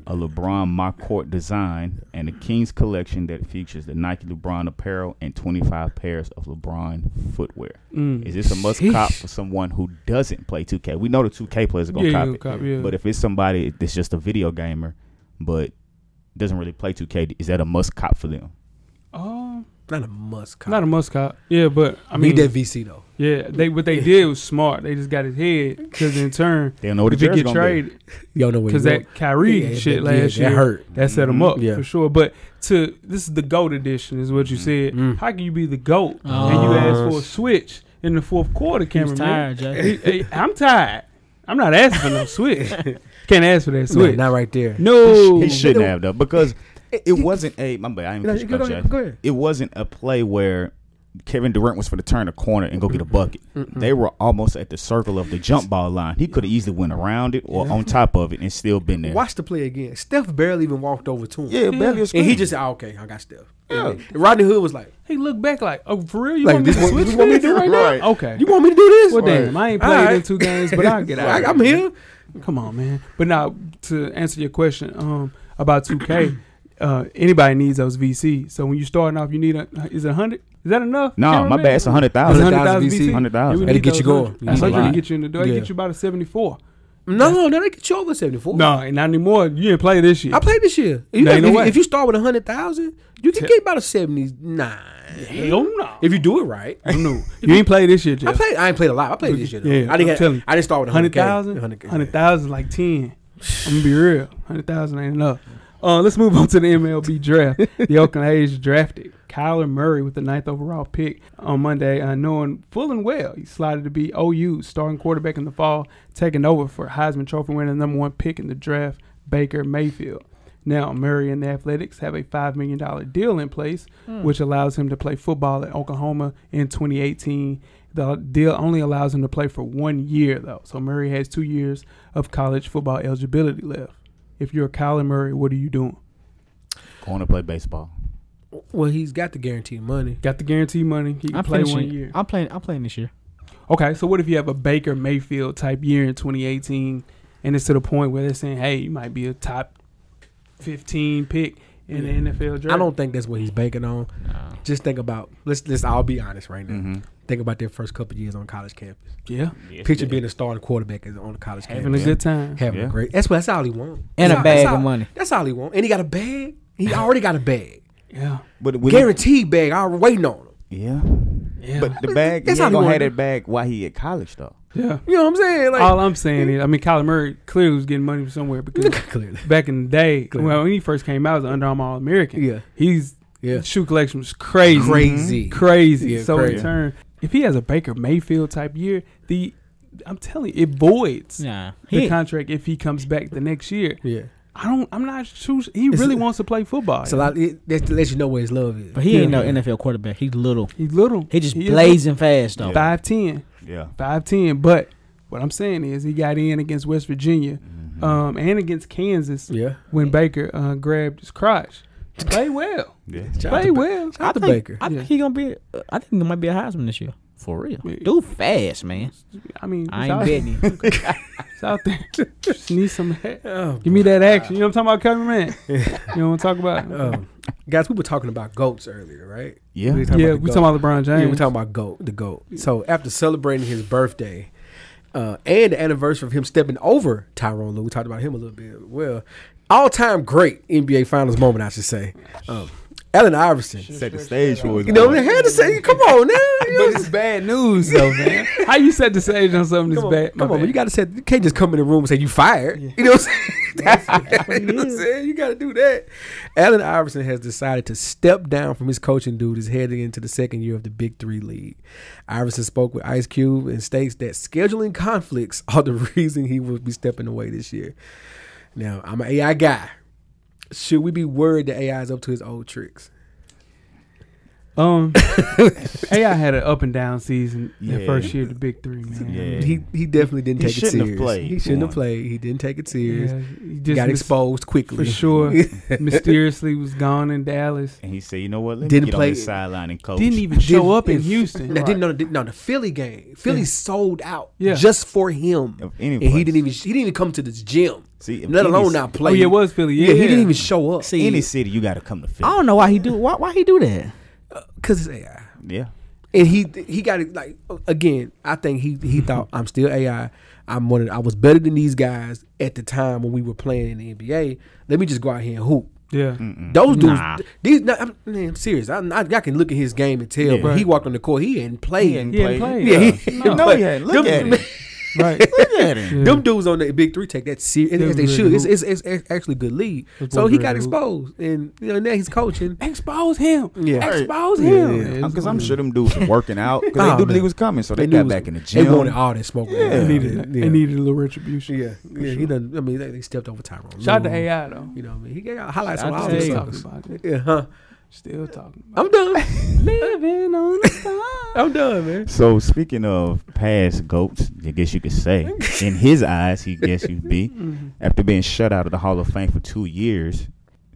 Speaker 4: a LeBron my court design, and a Kings collection that features the Nike LeBron apparel and twenty five pairs of LeBron footwear.
Speaker 2: Mm.
Speaker 4: Is this a must
Speaker 5: Sheesh.
Speaker 4: cop for someone who doesn't play two K? We know the two K players are
Speaker 2: Yeah,
Speaker 4: gonna
Speaker 2: you
Speaker 4: cop
Speaker 2: gonna
Speaker 4: it,
Speaker 2: cop, yeah.
Speaker 4: but if it's somebody that's just a video gamer, but doesn't really play 2K. Is that a must cop for them?
Speaker 2: Oh,
Speaker 3: Not a must. Cop.
Speaker 2: not a must cop. Yeah, but I mean,
Speaker 3: need that VC though.
Speaker 2: yeah, they what they did was smart. They just got his head because in turn,
Speaker 4: They don't know what the
Speaker 2: if he
Speaker 4: jersey
Speaker 2: get
Speaker 4: gonna be.
Speaker 2: traded,
Speaker 3: Y'all know where
Speaker 2: because
Speaker 3: you go.
Speaker 2: that Kyrie
Speaker 3: Yeah,
Speaker 2: shit
Speaker 3: that- yeah,
Speaker 2: last
Speaker 3: that
Speaker 2: year
Speaker 3: hurt.
Speaker 2: that set
Speaker 4: Mm-hmm.
Speaker 2: him up
Speaker 3: Yeah.
Speaker 2: for sure. But to this is the goat edition, is what you said.
Speaker 3: Mm.
Speaker 2: How can you be the goat and you ask for a switch in the fourth quarter,
Speaker 5: Uh, He was
Speaker 2: cameraman?
Speaker 5: tired, Jay.
Speaker 2: Hey, hey, I'm tired. I'm not asking for
Speaker 5: [LAUGHS]
Speaker 2: no switch. Can't ask for that
Speaker 3: No,
Speaker 2: switch.
Speaker 3: not right there.
Speaker 2: no,
Speaker 4: He shouldn't have though because it wasn't a my bad. I
Speaker 3: No,
Speaker 4: didn't
Speaker 3: you
Speaker 4: mean to
Speaker 3: go
Speaker 4: cut you
Speaker 3: ahead,
Speaker 4: off.
Speaker 3: go ahead.
Speaker 4: It wasn't a play where Kevin Durant was for to turn a corner and go get a bucket. They were almost at the circle of the jump ball line. He could have easily went around it or on top of it and still been there.
Speaker 3: Watch the play again. Steph barely even walked over to him.
Speaker 4: Yeah, barely
Speaker 3: And
Speaker 4: a
Speaker 3: he
Speaker 4: screen.
Speaker 3: just said, "Ah, okay, I got Steph.
Speaker 4: Yeah.
Speaker 3: And Rodney Hood was like,
Speaker 2: He looked back like, oh, for real? You
Speaker 3: Like,
Speaker 2: want me
Speaker 3: this
Speaker 2: to
Speaker 3: what-
Speaker 2: switch?
Speaker 3: this what we
Speaker 2: this?
Speaker 3: do right now?
Speaker 4: Right.
Speaker 2: Okay.
Speaker 3: You want me to do this?
Speaker 2: well, damn, I ain't played
Speaker 3: All right.
Speaker 2: in two games, but I'll
Speaker 3: [LAUGHS]
Speaker 2: get out.
Speaker 3: I, am here.
Speaker 2: Come on, man. But now to answer your question um, about 2K, uh, anybody needs those VC. So when you starting off, you need a is it 100? Is that enough?
Speaker 4: No, my
Speaker 2: cameraman?
Speaker 4: bad. It's a hundred
Speaker 2: It's
Speaker 4: thousand.
Speaker 2: 100,000
Speaker 3: VC.
Speaker 2: VC. Yeah, we
Speaker 3: That'll
Speaker 2: need
Speaker 3: get you
Speaker 2: those
Speaker 3: going.
Speaker 2: hundred.
Speaker 3: You
Speaker 2: That's
Speaker 4: need a
Speaker 2: going
Speaker 4: lot.
Speaker 2: to get you in the door. They
Speaker 3: Yeah.
Speaker 2: get you about a 74.
Speaker 3: No, no, no, they get you over seventy four.
Speaker 2: No, not anymore. You didn't play this year.
Speaker 3: I played this year. You
Speaker 2: No,
Speaker 3: know,
Speaker 2: you know
Speaker 3: if,
Speaker 2: what?
Speaker 3: if you start with a hundred thousand, you can
Speaker 2: Te-
Speaker 3: get about a seventy nine
Speaker 2: Hell no.
Speaker 3: if you do it right. [LAUGHS]
Speaker 2: no. You ain't played this year, Jeff.
Speaker 3: I played. I ain't played a lot. I played this year. Though.
Speaker 2: Yeah,
Speaker 3: I
Speaker 2: I'm
Speaker 3: didn't.
Speaker 2: telling
Speaker 3: Have,
Speaker 2: you.
Speaker 3: I didn't start with
Speaker 2: 100,000?
Speaker 3: 100K.
Speaker 2: 100,000 is like 10. I'm going to be real. 100,000 ain't enough. Uh, let's move on to the MLB draft. the Oakland A's drafted Kyler Murray with the ninth overall pick on Monday, uh, knowing full and well he's slotted to be OU's starting quarterback in the fall, taking over for Heisman Trophy winner number one pick in the draft, Baker Mayfield. Now, Murray and the Athletics have a $5 million deal in place, which allows him to play football at Oklahoma in 2018. The deal only allows him to play for one year, though. So Murray has two years of college football eligibility left. If you're Kyler Murray, what are you doing?
Speaker 4: Going to play baseball.
Speaker 3: Well, he's got the guaranteed money.
Speaker 2: Got the guarantee money. He can
Speaker 5: I'm
Speaker 2: play
Speaker 5: playing
Speaker 2: one year.
Speaker 5: I'm playing. I'm playing this year.
Speaker 2: Okay, so what if you have a Baker Mayfield type year in 2018, and it's to the point where they're saying, "Hey, you might be a top 15 pick in
Speaker 3: Yeah.
Speaker 2: the NFL draft."
Speaker 3: I don't think that's what he's banking on. Just think about. Let's let's. I'll be honest right now.
Speaker 4: Mhm.
Speaker 3: Think about their first couple years on college campus.
Speaker 2: Yeah,
Speaker 3: Picture being a starting quarterback is on the college
Speaker 2: having
Speaker 3: campus.
Speaker 2: a good time.
Speaker 3: having
Speaker 4: Yeah.
Speaker 3: a great. That's what. That's all he wants.
Speaker 5: And
Speaker 3: that's
Speaker 5: a bag
Speaker 3: that's
Speaker 5: of money.
Speaker 3: That's all he wants. And he got a bag. [LAUGHS] He already got a bag.
Speaker 2: Yeah,
Speaker 4: But when
Speaker 3: Guaranteed bag. I already waiting on him.
Speaker 4: yeah.
Speaker 2: yeah,
Speaker 4: But the bag,
Speaker 3: That's
Speaker 4: he
Speaker 3: how
Speaker 4: ain't
Speaker 3: you
Speaker 4: gonna
Speaker 3: wanna
Speaker 4: have
Speaker 3: do.
Speaker 4: that bag while he at college though.
Speaker 2: yeah.
Speaker 3: You know what I'm saying? Like
Speaker 2: All I'm saying is, I mean, Kyler Murray clearly was getting money from somewhere because
Speaker 3: [LAUGHS] clearly.
Speaker 2: back in the day,
Speaker 3: Clearly.
Speaker 2: well, when he first came out as an Under Armour All American,
Speaker 3: Yeah.
Speaker 2: he's
Speaker 3: Yeah.
Speaker 2: his shoe collection was crazy, Mm-hmm.
Speaker 3: Crazy.
Speaker 2: crazy.
Speaker 3: Yeah,
Speaker 2: so
Speaker 3: crazy.
Speaker 2: in turn, if he has a Baker Mayfield type year, the I'm telling you, it voids
Speaker 5: Nah,
Speaker 2: the
Speaker 5: he,
Speaker 2: contract if he comes back the next year.
Speaker 3: Yeah.
Speaker 2: I don't. I'm not sure. He
Speaker 3: It's-
Speaker 2: really wants to play football.
Speaker 3: So like, it, that's to let you know where his love is.
Speaker 5: but he ain't
Speaker 2: Yeah.
Speaker 5: no NFL quarterback. He's little.
Speaker 2: he's little.
Speaker 5: He just
Speaker 2: He is
Speaker 5: blazing fast though.
Speaker 2: little. 5'10",
Speaker 4: Yeah.
Speaker 2: 5'10". But what I'm saying is, he got in against West Virginia, um, and against Kansas
Speaker 3: Mm-hmm. Yeah. [LAUGHS]
Speaker 2: when Baker uh, grabbed his crotch. Play well.
Speaker 4: Yeah,
Speaker 3: Shout out
Speaker 2: Play
Speaker 3: to-
Speaker 2: well.
Speaker 3: Shout out to
Speaker 5: think,
Speaker 3: Baker.
Speaker 5: I think
Speaker 2: Yeah.
Speaker 5: he gonna be. uh, I think he might be a Heisman this year. For real,
Speaker 2: Yeah.
Speaker 5: dude, fast man.
Speaker 2: I mean,
Speaker 5: I
Speaker 2: it's
Speaker 5: [LAUGHS]
Speaker 2: out-
Speaker 5: ain't betting.
Speaker 2: It's out there.
Speaker 3: [LAUGHS]
Speaker 2: Just need some. Help.
Speaker 3: Oh,
Speaker 2: Give me that action. You know what I'm talking about, cameraman. You know what I'm talking
Speaker 3: [LAUGHS]
Speaker 2: about.
Speaker 3: um, guys, we were talking about goats earlier, right?
Speaker 4: yeah.
Speaker 3: We
Speaker 2: yeah,
Speaker 3: the
Speaker 2: we
Speaker 3: goat.
Speaker 2: talking about LeBron James.
Speaker 3: Yeah, we're talking about goat, the goat. So after celebrating his birthday uh, and the anniversary of him stepping over Tyrone Lue, we talked about him a little bit. as Well, all time great NBA Finals moment, I should say. Um, Allen Iverson.
Speaker 4: Set the stage for it.
Speaker 3: You know, they had to say, come on now. You
Speaker 2: [LAUGHS]
Speaker 3: know,
Speaker 2: But it's bad news, though, man. [LAUGHS] How you set the stage on something this
Speaker 3: come on,
Speaker 2: bad? My
Speaker 3: come on
Speaker 2: bad.
Speaker 3: you got to say, you can't just come in the room and say you fired. You know what I'm saying? [LAUGHS] That's, [LAUGHS] you know what I'm saying? You got to do that. Allen Iverson has decided to step down from his coaching duties heading into the second year of the Big Three League. Iverson spoke with Ice Cube and states that scheduling conflicts [LAUGHS] are the reason he will be stepping away this year. Now, I'm an AI guy. Should we be worried that AI is up to his old tricks? [LAUGHS]
Speaker 2: um, AI had an up and down season the
Speaker 4: Yeah.
Speaker 2: first year of the Big Three, man.
Speaker 4: Yeah.
Speaker 3: He he definitely didn't
Speaker 4: He
Speaker 3: take it
Speaker 4: shouldn't have
Speaker 3: serious.
Speaker 4: played,
Speaker 3: He shouldn't
Speaker 4: for
Speaker 3: have
Speaker 4: one.
Speaker 3: played. He didn't take it serious.
Speaker 2: Yeah, he just
Speaker 3: got
Speaker 2: mis-
Speaker 3: exposed quickly
Speaker 2: for
Speaker 3: [LAUGHS]
Speaker 2: sure. mysteriously was gone in Dallas.
Speaker 4: And he said, you know what? Let
Speaker 3: Didn't
Speaker 4: me get
Speaker 3: play-
Speaker 4: on the sideline and coach.
Speaker 2: Didn't even show
Speaker 3: Oh, Didn't-
Speaker 2: up in
Speaker 3: if-
Speaker 2: Houston.
Speaker 3: I didn't know. Didn't know the Philly game. Philly
Speaker 2: Yeah.
Speaker 3: sold out
Speaker 2: Yeah.
Speaker 3: just for him,
Speaker 4: Of any
Speaker 3: and he
Speaker 4: place.
Speaker 3: didn't even he didn't even come to this gym,
Speaker 4: See, if
Speaker 3: let
Speaker 4: any
Speaker 3: alone
Speaker 4: ci-
Speaker 3: not
Speaker 2: Oh,
Speaker 3: play.
Speaker 2: yeah, it was Philly. Yeah,
Speaker 3: Yeah, he didn't even show up
Speaker 5: See,
Speaker 4: Any city, you got to come to Philly.
Speaker 5: I don't know why he do. Why why he do that?
Speaker 3: because it's AI.
Speaker 4: Yeah.
Speaker 3: And he he got it like again. I think he he thought I'm still AI. I'm one. Of, I was better than these guys at the time when we were playing in the NBA. Let me just go out here and hoop.
Speaker 2: Yeah,
Speaker 3: Those dudes,
Speaker 5: Nah.
Speaker 3: these. no, I'm, man, I'm serious. I, I, I can look at his game and tell.
Speaker 4: Yeah.
Speaker 3: But he
Speaker 2: Right.
Speaker 3: walked on the court. He ain't played.
Speaker 4: He ain't
Speaker 2: He ain't
Speaker 4: played.
Speaker 2: played.
Speaker 4: Yeah.
Speaker 3: [LAUGHS] Yeah.
Speaker 4: No, he hadn't. Look
Speaker 3: Them-
Speaker 4: at him.
Speaker 2: right.
Speaker 4: Look at him.
Speaker 2: Yeah.
Speaker 3: Them dudes on the Big Three take that serious
Speaker 2: They
Speaker 3: as they
Speaker 2: really
Speaker 3: should. It's,
Speaker 2: hoop.
Speaker 3: it's, it's, it's actually good league.
Speaker 2: Those
Speaker 3: So
Speaker 2: boys
Speaker 3: he
Speaker 2: really
Speaker 3: got
Speaker 2: hoop.
Speaker 3: exposed, and you know now he's coaching.
Speaker 2: [LAUGHS] Expose him.
Speaker 3: Yeah.
Speaker 2: Expose
Speaker 3: Yeah,
Speaker 2: him.
Speaker 3: yeah.
Speaker 2: It's-
Speaker 4: Because I'm sure them dudes were working out. Because
Speaker 3: Nah,
Speaker 4: they knew the
Speaker 3: man.
Speaker 4: league was coming, so they,
Speaker 3: knew it
Speaker 4: got
Speaker 3: was-
Speaker 4: back in the
Speaker 3: They wanted
Speaker 4: gym.
Speaker 3: all that smoke.
Speaker 4: Yeah.
Speaker 2: They
Speaker 4: They
Speaker 2: needed,
Speaker 3: yeah.
Speaker 2: they needed a little retribution.
Speaker 3: Yeah, yeah. He done. I mean, they, they stepped over Tyrone.
Speaker 2: Shout out to
Speaker 3: Lue.
Speaker 2: AI though.
Speaker 3: You know, what I mean, he got highlights
Speaker 5: Shout
Speaker 3: on
Speaker 5: out
Speaker 3: all
Speaker 5: to
Speaker 3: this
Speaker 2: Still
Speaker 5: AI.
Speaker 3: stuff.
Speaker 2: talking about it.
Speaker 3: Yeah, huh?
Speaker 2: Still talking about
Speaker 3: I'm done.
Speaker 2: it. [LAUGHS] Living on the star.
Speaker 3: I'm done, man.
Speaker 4: So speaking of past goats, I guess you could say, in his eyes, he guess you'd be. After being shut out of the Hall of Fame for two years,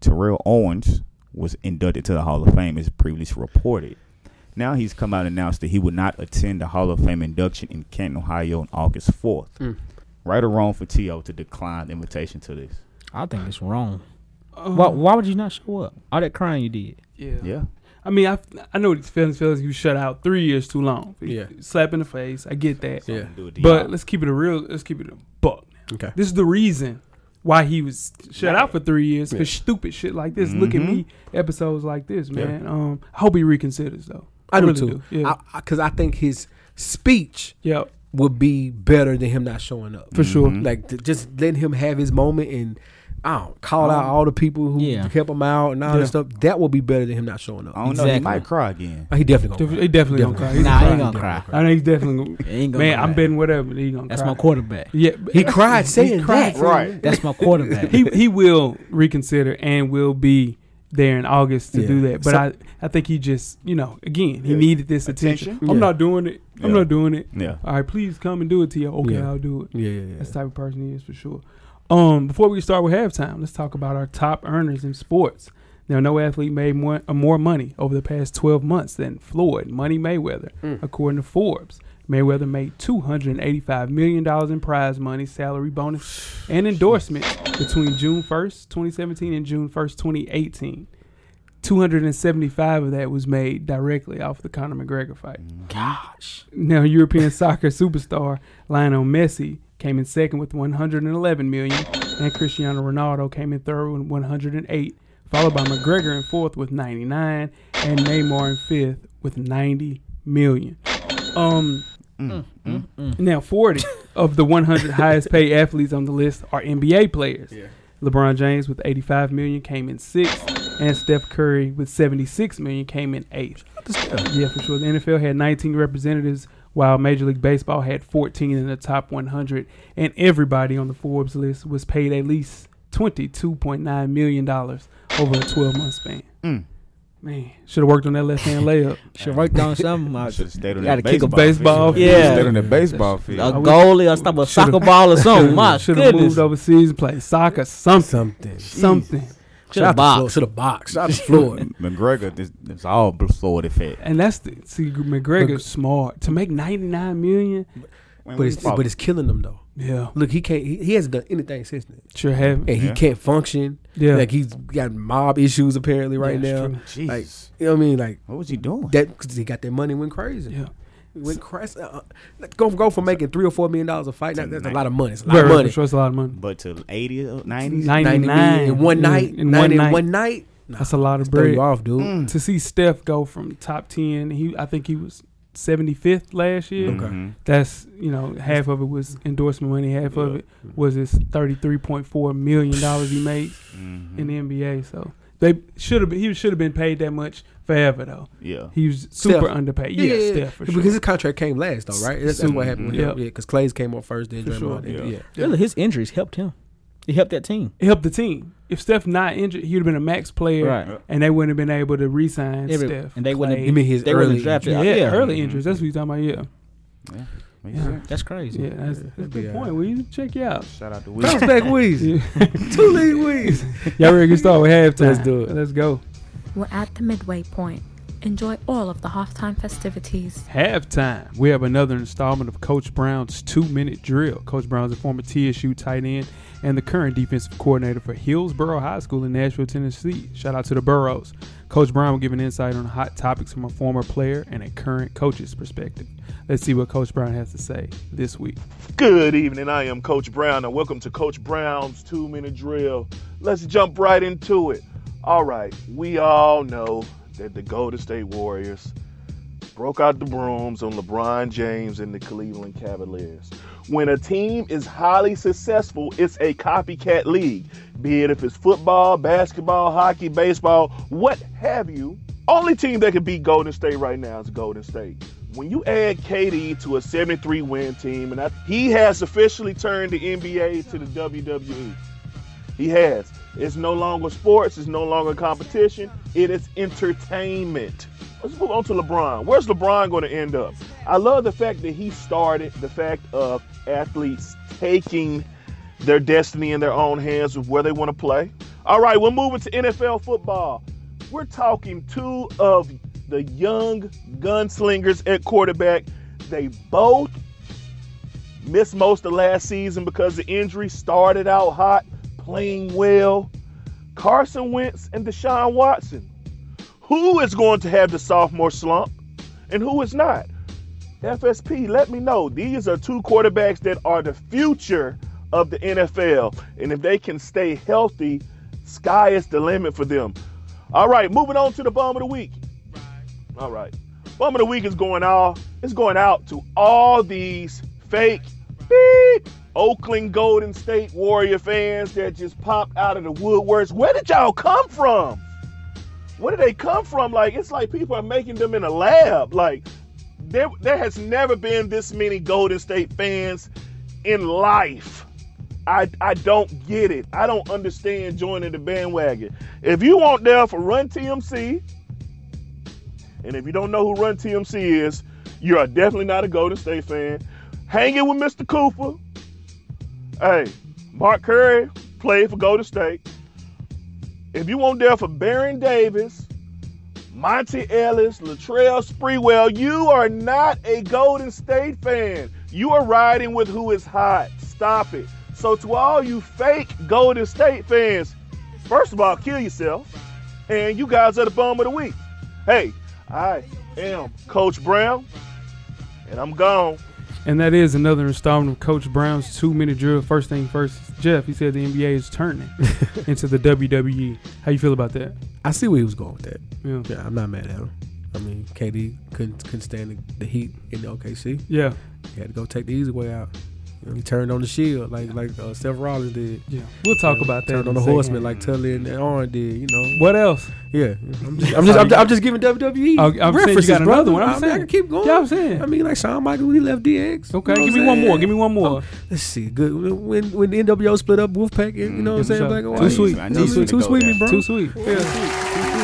Speaker 4: Terrell Owens was inducted to the Hall of Fame as previously reported. Now he's come out and announced that he would not attend the Hall of Fame induction in Canton, Ohio on August 4th.
Speaker 3: Mm.
Speaker 4: Right or wrong for T.O. to decline the invitation to this?
Speaker 5: I think it's wrong.
Speaker 2: Um,
Speaker 5: Why why would you not show up? All that crying you did.
Speaker 2: Yeah.
Speaker 4: Yeah.
Speaker 2: I mean, I, I know these feelings. Feelings you shut out three years too long.
Speaker 3: Yeah.
Speaker 2: Slap in the face. I get that.
Speaker 3: Yeah.
Speaker 4: Do it to
Speaker 2: But
Speaker 4: y'all.
Speaker 2: let's keep it a real. Let's keep it a buck.
Speaker 3: [LAUGHS] Okay.
Speaker 2: This is the reason why he was shut out for three years
Speaker 3: Yeah. Mm-hmm.
Speaker 2: for stupid shit like this. Look at
Speaker 4: Mhm.
Speaker 2: me episodes like this,
Speaker 3: Yeah.
Speaker 2: man. Um, I hope he reconsiders though.
Speaker 3: I do
Speaker 2: really
Speaker 3: too.
Speaker 2: do. Yeah.
Speaker 3: Because I think his speech
Speaker 2: yeah,
Speaker 3: would be better than him not showing up. Mm-hmm.
Speaker 2: for sure.
Speaker 4: Mhm.
Speaker 3: Like th- just letting him have his moment and I don't call out
Speaker 4: Um,
Speaker 3: all the people who
Speaker 5: yeah.
Speaker 3: help him out and all
Speaker 2: Yeah.
Speaker 3: that stuff. That would be better than him not showing
Speaker 4: I
Speaker 3: up.
Speaker 4: don't know. He
Speaker 5: Exactly.
Speaker 4: might cry again.
Speaker 3: He definitely gonna.
Speaker 2: Def- he definitely gonna cry. He's
Speaker 5: Nah, he
Speaker 2: crying.
Speaker 5: gonna cry.
Speaker 2: I know he's definitely. Gonna,
Speaker 5: He ain't gonna
Speaker 2: man,
Speaker 5: cry.
Speaker 2: I'm betting whatever that he gonna.
Speaker 5: That's
Speaker 2: cry.
Speaker 5: my quarterback.
Speaker 2: Yeah,
Speaker 3: He cried saying
Speaker 5: cried.
Speaker 3: that.
Speaker 4: Right.
Speaker 5: That's my [LAUGHS] quarterback.
Speaker 2: he he will reconsider and will be there in August to
Speaker 3: Yeah.
Speaker 2: do that. But
Speaker 3: So-
Speaker 2: I, I think he just you know again he
Speaker 4: Yeah.
Speaker 2: needed this attention.
Speaker 4: Attention.
Speaker 2: I'm
Speaker 3: Yeah.
Speaker 2: not doing it. I'm
Speaker 4: Yeah.
Speaker 2: not doing it.
Speaker 4: Yeah.
Speaker 2: All right, please come and do it to you. Okay,
Speaker 3: Yeah.
Speaker 2: I'll do it.
Speaker 3: Yeah, yeah, yeah.
Speaker 2: That's the type of person he is for sure. Um, before we start with halftime, let's talk about our top earners in sports. Now, no athlete made more, uh, more money over the past 12 months than Floyd Money Mayweather,
Speaker 3: Mm.
Speaker 2: according to Forbes. Mayweather made $285 million in prize money, salary bonus, and endorsement between June 1st, 2017 and June 1st, 2018. 275 of that was made directly off the Conor McGregor fight.
Speaker 4: Mm.
Speaker 5: Gosh.
Speaker 2: Now, European soccer superstar Lionel Messi came in second with 111 million, and Cristiano Ronaldo came in third with 108, followed by McGregor in fourth with 99, and Neymar in fifth with 90 million. Um,
Speaker 5: Mm-hmm.
Speaker 4: Mm.
Speaker 2: now 40 of the 100 highest paid athletes on the list are NBA players.
Speaker 3: Yeah.
Speaker 2: LeBron James with 85 million came in sixth, and Steph Curry with 76 million came in eighth. Yeah, for sure. The NFL had 19 representatives, while Major League Baseball had 14 in the top 100, and everybody on the Forbes list was paid at least 22.9 million dollars over a 12-month span.
Speaker 4: Mm.
Speaker 2: Man, should have worked on that left-hand
Speaker 3: [LAUGHS]
Speaker 2: layup.
Speaker 5: Should work down something.
Speaker 4: I
Speaker 5: uh,
Speaker 4: should have stayed on
Speaker 5: gotta
Speaker 4: that
Speaker 5: kick a
Speaker 2: baseball
Speaker 4: baseball. field.
Speaker 5: field. Yeah.
Speaker 4: Stayed on that baseball
Speaker 5: A
Speaker 4: field.
Speaker 5: goalie or stop a
Speaker 2: Should've-
Speaker 5: [LAUGHS] soccer ball or something. My
Speaker 2: should have
Speaker 5: goodness.
Speaker 2: moved overseas, played soccer, something,
Speaker 3: Something.
Speaker 2: something.
Speaker 5: To the box.
Speaker 3: floor. To the box. Not the
Speaker 4: [LAUGHS]
Speaker 3: floor.
Speaker 4: McGregor, this, it's all Florida fat.
Speaker 2: And that's the see McGregor's
Speaker 3: Look-
Speaker 2: smart to make ninety nine million.
Speaker 4: Man,
Speaker 3: but
Speaker 4: we
Speaker 3: it's
Speaker 4: fuck-
Speaker 3: but it's killing him though.
Speaker 2: Yeah,
Speaker 3: Look, he can't. He, he hasn't done anything since then,
Speaker 2: sure have.
Speaker 3: and he
Speaker 4: Yeah.
Speaker 3: can't function.
Speaker 2: Yeah,
Speaker 3: Like he's got mob issues apparently right
Speaker 2: That's
Speaker 3: now.
Speaker 2: true.
Speaker 4: Jesus,
Speaker 3: like- You know what I mean? Like
Speaker 4: what was he doing?
Speaker 3: that because he got that money went crazy.
Speaker 2: Yeah,
Speaker 3: Went crazy. Uh, uh, go go for making three or four million dollars a fight. That, that's a lot of money. It's a lot
Speaker 2: right,
Speaker 3: of
Speaker 2: right,
Speaker 3: money.
Speaker 2: for sure, it's a lot of money.
Speaker 4: but uh, to 80 or 90s?
Speaker 2: Ninety
Speaker 3: Ninety million
Speaker 2: nine
Speaker 3: in one night.
Speaker 2: Mm, in one
Speaker 3: ninety
Speaker 2: night.
Speaker 3: in one night. Nah,
Speaker 2: That's a lot of
Speaker 3: throw you
Speaker 2: bread.
Speaker 3: off, dude.
Speaker 4: Mm.
Speaker 2: To see Steph go from top ten, he I think he was seventy fifth last year.
Speaker 3: Okay.
Speaker 4: Mhm.
Speaker 2: That's you know half of it was endorsement money, half of
Speaker 4: Yeah.
Speaker 2: it was his thirty three point four million dollars he made
Speaker 4: Mhm.
Speaker 2: in the NBA. So they should have been he should have been paid that much forever though.
Speaker 4: yeah.
Speaker 2: He was super
Speaker 3: Steph.
Speaker 2: underpaid. Yeah, Steph for sure.
Speaker 3: Because his contract came last though, right? That's, that's what
Speaker 4: Mhm.
Speaker 3: happened. with
Speaker 2: Yeah.
Speaker 3: him. Yeah, because Clay's came up first, then
Speaker 2: For sure.
Speaker 3: Draymond. did.
Speaker 4: Yeah.
Speaker 3: Yeah.
Speaker 5: Really, his injuries helped him. He helped that team.
Speaker 2: It helped the team. If Steph not injured, he would have been a max player,
Speaker 5: Right.
Speaker 4: Yeah.
Speaker 2: and they wouldn't have been able to re-sign
Speaker 5: Every-
Speaker 2: Steph.
Speaker 5: and they wouldn't
Speaker 2: Clay.
Speaker 3: You mean his
Speaker 5: They wouldn't
Speaker 3: early
Speaker 5: have drafted.
Speaker 2: yeah,
Speaker 5: Yeah,
Speaker 2: early
Speaker 4: Mhm.
Speaker 2: injuries. That's what you're talking about. Yeah,
Speaker 4: Makes
Speaker 2: Yeah.
Speaker 4: sense.
Speaker 5: That's crazy.
Speaker 2: yeah, that's, that's a good
Speaker 3: Yeah.
Speaker 2: point. We check you out.
Speaker 4: Shout out to
Speaker 3: Bounce
Speaker 4: Will.
Speaker 3: back Weezy.
Speaker 2: Yeah. [LAUGHS]
Speaker 3: Two league Weezy.
Speaker 2: Y'all ready to start with halftime?
Speaker 3: Let's do it.
Speaker 2: Let's go.
Speaker 1: We're at the midway point. Enjoy all of the halftime festivities.
Speaker 2: Halftime. We have another installment of Coach Brown's two-minute drill. Coach Brown's a former TSU tight end and the current defensive coordinator for Hillsborough High School in Nashville, Tennessee. Shout out to the Burrows. Coach Brown will give an insight on hot topics from a former player and a current coach's perspective. Let's see what Coach Brown has to say this week.
Speaker 6: Good evening. I am Coach Brown, and welcome to Coach Brown's Two Minute Drill. Let's jump right into it. All right, we all know that the Golden State Warriors broke out the brooms on LeBron James and the Cleveland Cavaliers. When a team is highly successful, it's a copycat league, be it if it's football, basketball, hockey, baseball, what have you. Only team that can beat Golden State right now is Golden State. When you add KD to a 73 win team, and I, he has officially turned the NBA to the E. WWE. He has. It's no longer sports. It's no longer competition. It is entertainment. Let's move on to LeBron. Where's LeBron going to end up? I love the fact that he started the fact of athletes taking their destiny in their own hands with where they want to play. All right, we're moving to NFL football. We're talking two of the young gunslingers at quarterback. They both missed most of last season because the injury started out hot, playing well. Carson Wentz and Deshaun Watson. Who is going to have the sophomore slump and who is not? FSP, let me know. These are two quarterbacks that are the future of the NFL. And if they can stay healthy, sky is the limit for them. All right, moving on to the bum of the week. All right. Bum of the week is going out. It's going out to all these fake beep Oakland Golden State Warrior fans that just popped out of the woodworks. Where did y'all come from? Where did they come from? Like it's like people are making them in a lab. Like there there has never been this many Golden State fans in life. I, I don't get it. I don't understand joining the bandwagon. If you want there for Run TMC, and if you don't know who Run TMC is, you are definitely not a Golden State fan. Hanging with Mr. Cooper. Hey, Mark Curry played for Golden State. If you want there for Baron Davis, Monty Ellis, Latrell Sprewell, you are not a Golden State fan. You are riding with who is hot. Stop it. So to all you fake Golden State fans, first of all, kill yourself. And you guys are the bum of the week. Hey, I am Coach Brown, and I'm gone.
Speaker 2: And that is another installment of Coach Brown's two minute drill. First thing first, Jeff, he said the NBA is
Speaker 3: [LAUGHS]
Speaker 2: turning into the WWE. How you feel about that?
Speaker 3: I see where he was going with that.
Speaker 2: Yeah.
Speaker 3: Yeah, I'm not mad at him. I mean, KD couldn't couldn't stand the, the heat in the OKC.
Speaker 2: Yeah.
Speaker 3: He had to go take the easy way out. You know, he turned on the shield like like uh, Seth Rollins did.
Speaker 2: Yeah. We'll talk
Speaker 3: You know,
Speaker 2: about that.
Speaker 3: Turned on
Speaker 2: in
Speaker 3: the
Speaker 2: a second.
Speaker 3: horseman like Tully and Arn did. You know.
Speaker 2: What else?
Speaker 3: Yeah. I'm just I'm just, I'm, just- I'm just giving
Speaker 2: I'm-
Speaker 3: WWE
Speaker 2: I'm saying you
Speaker 3: references,
Speaker 2: got another
Speaker 3: brother.
Speaker 2: one. I'm
Speaker 3: I mean, I
Speaker 2: saying.
Speaker 3: can keep going.
Speaker 2: Yeah, I'm saying.
Speaker 3: I mean, like Shawn Michaels, when he left DX.
Speaker 2: Okay,
Speaker 3: you know
Speaker 2: give me
Speaker 3: what I'm
Speaker 2: one more.
Speaker 3: saying?
Speaker 2: Give me one more.
Speaker 3: Let's see. Good. When when the NWO split up, Wolfpack. You know what I'm
Speaker 2: Yes, sir.
Speaker 3: saying? Black and
Speaker 2: Too
Speaker 3: white.
Speaker 2: sweet.
Speaker 4: I knew
Speaker 3: Too
Speaker 4: you
Speaker 3: sweet.
Speaker 4: was
Speaker 3: Too
Speaker 4: gonna go
Speaker 3: sweet, me,
Speaker 4: there.
Speaker 3: bro.
Speaker 2: Too sweet.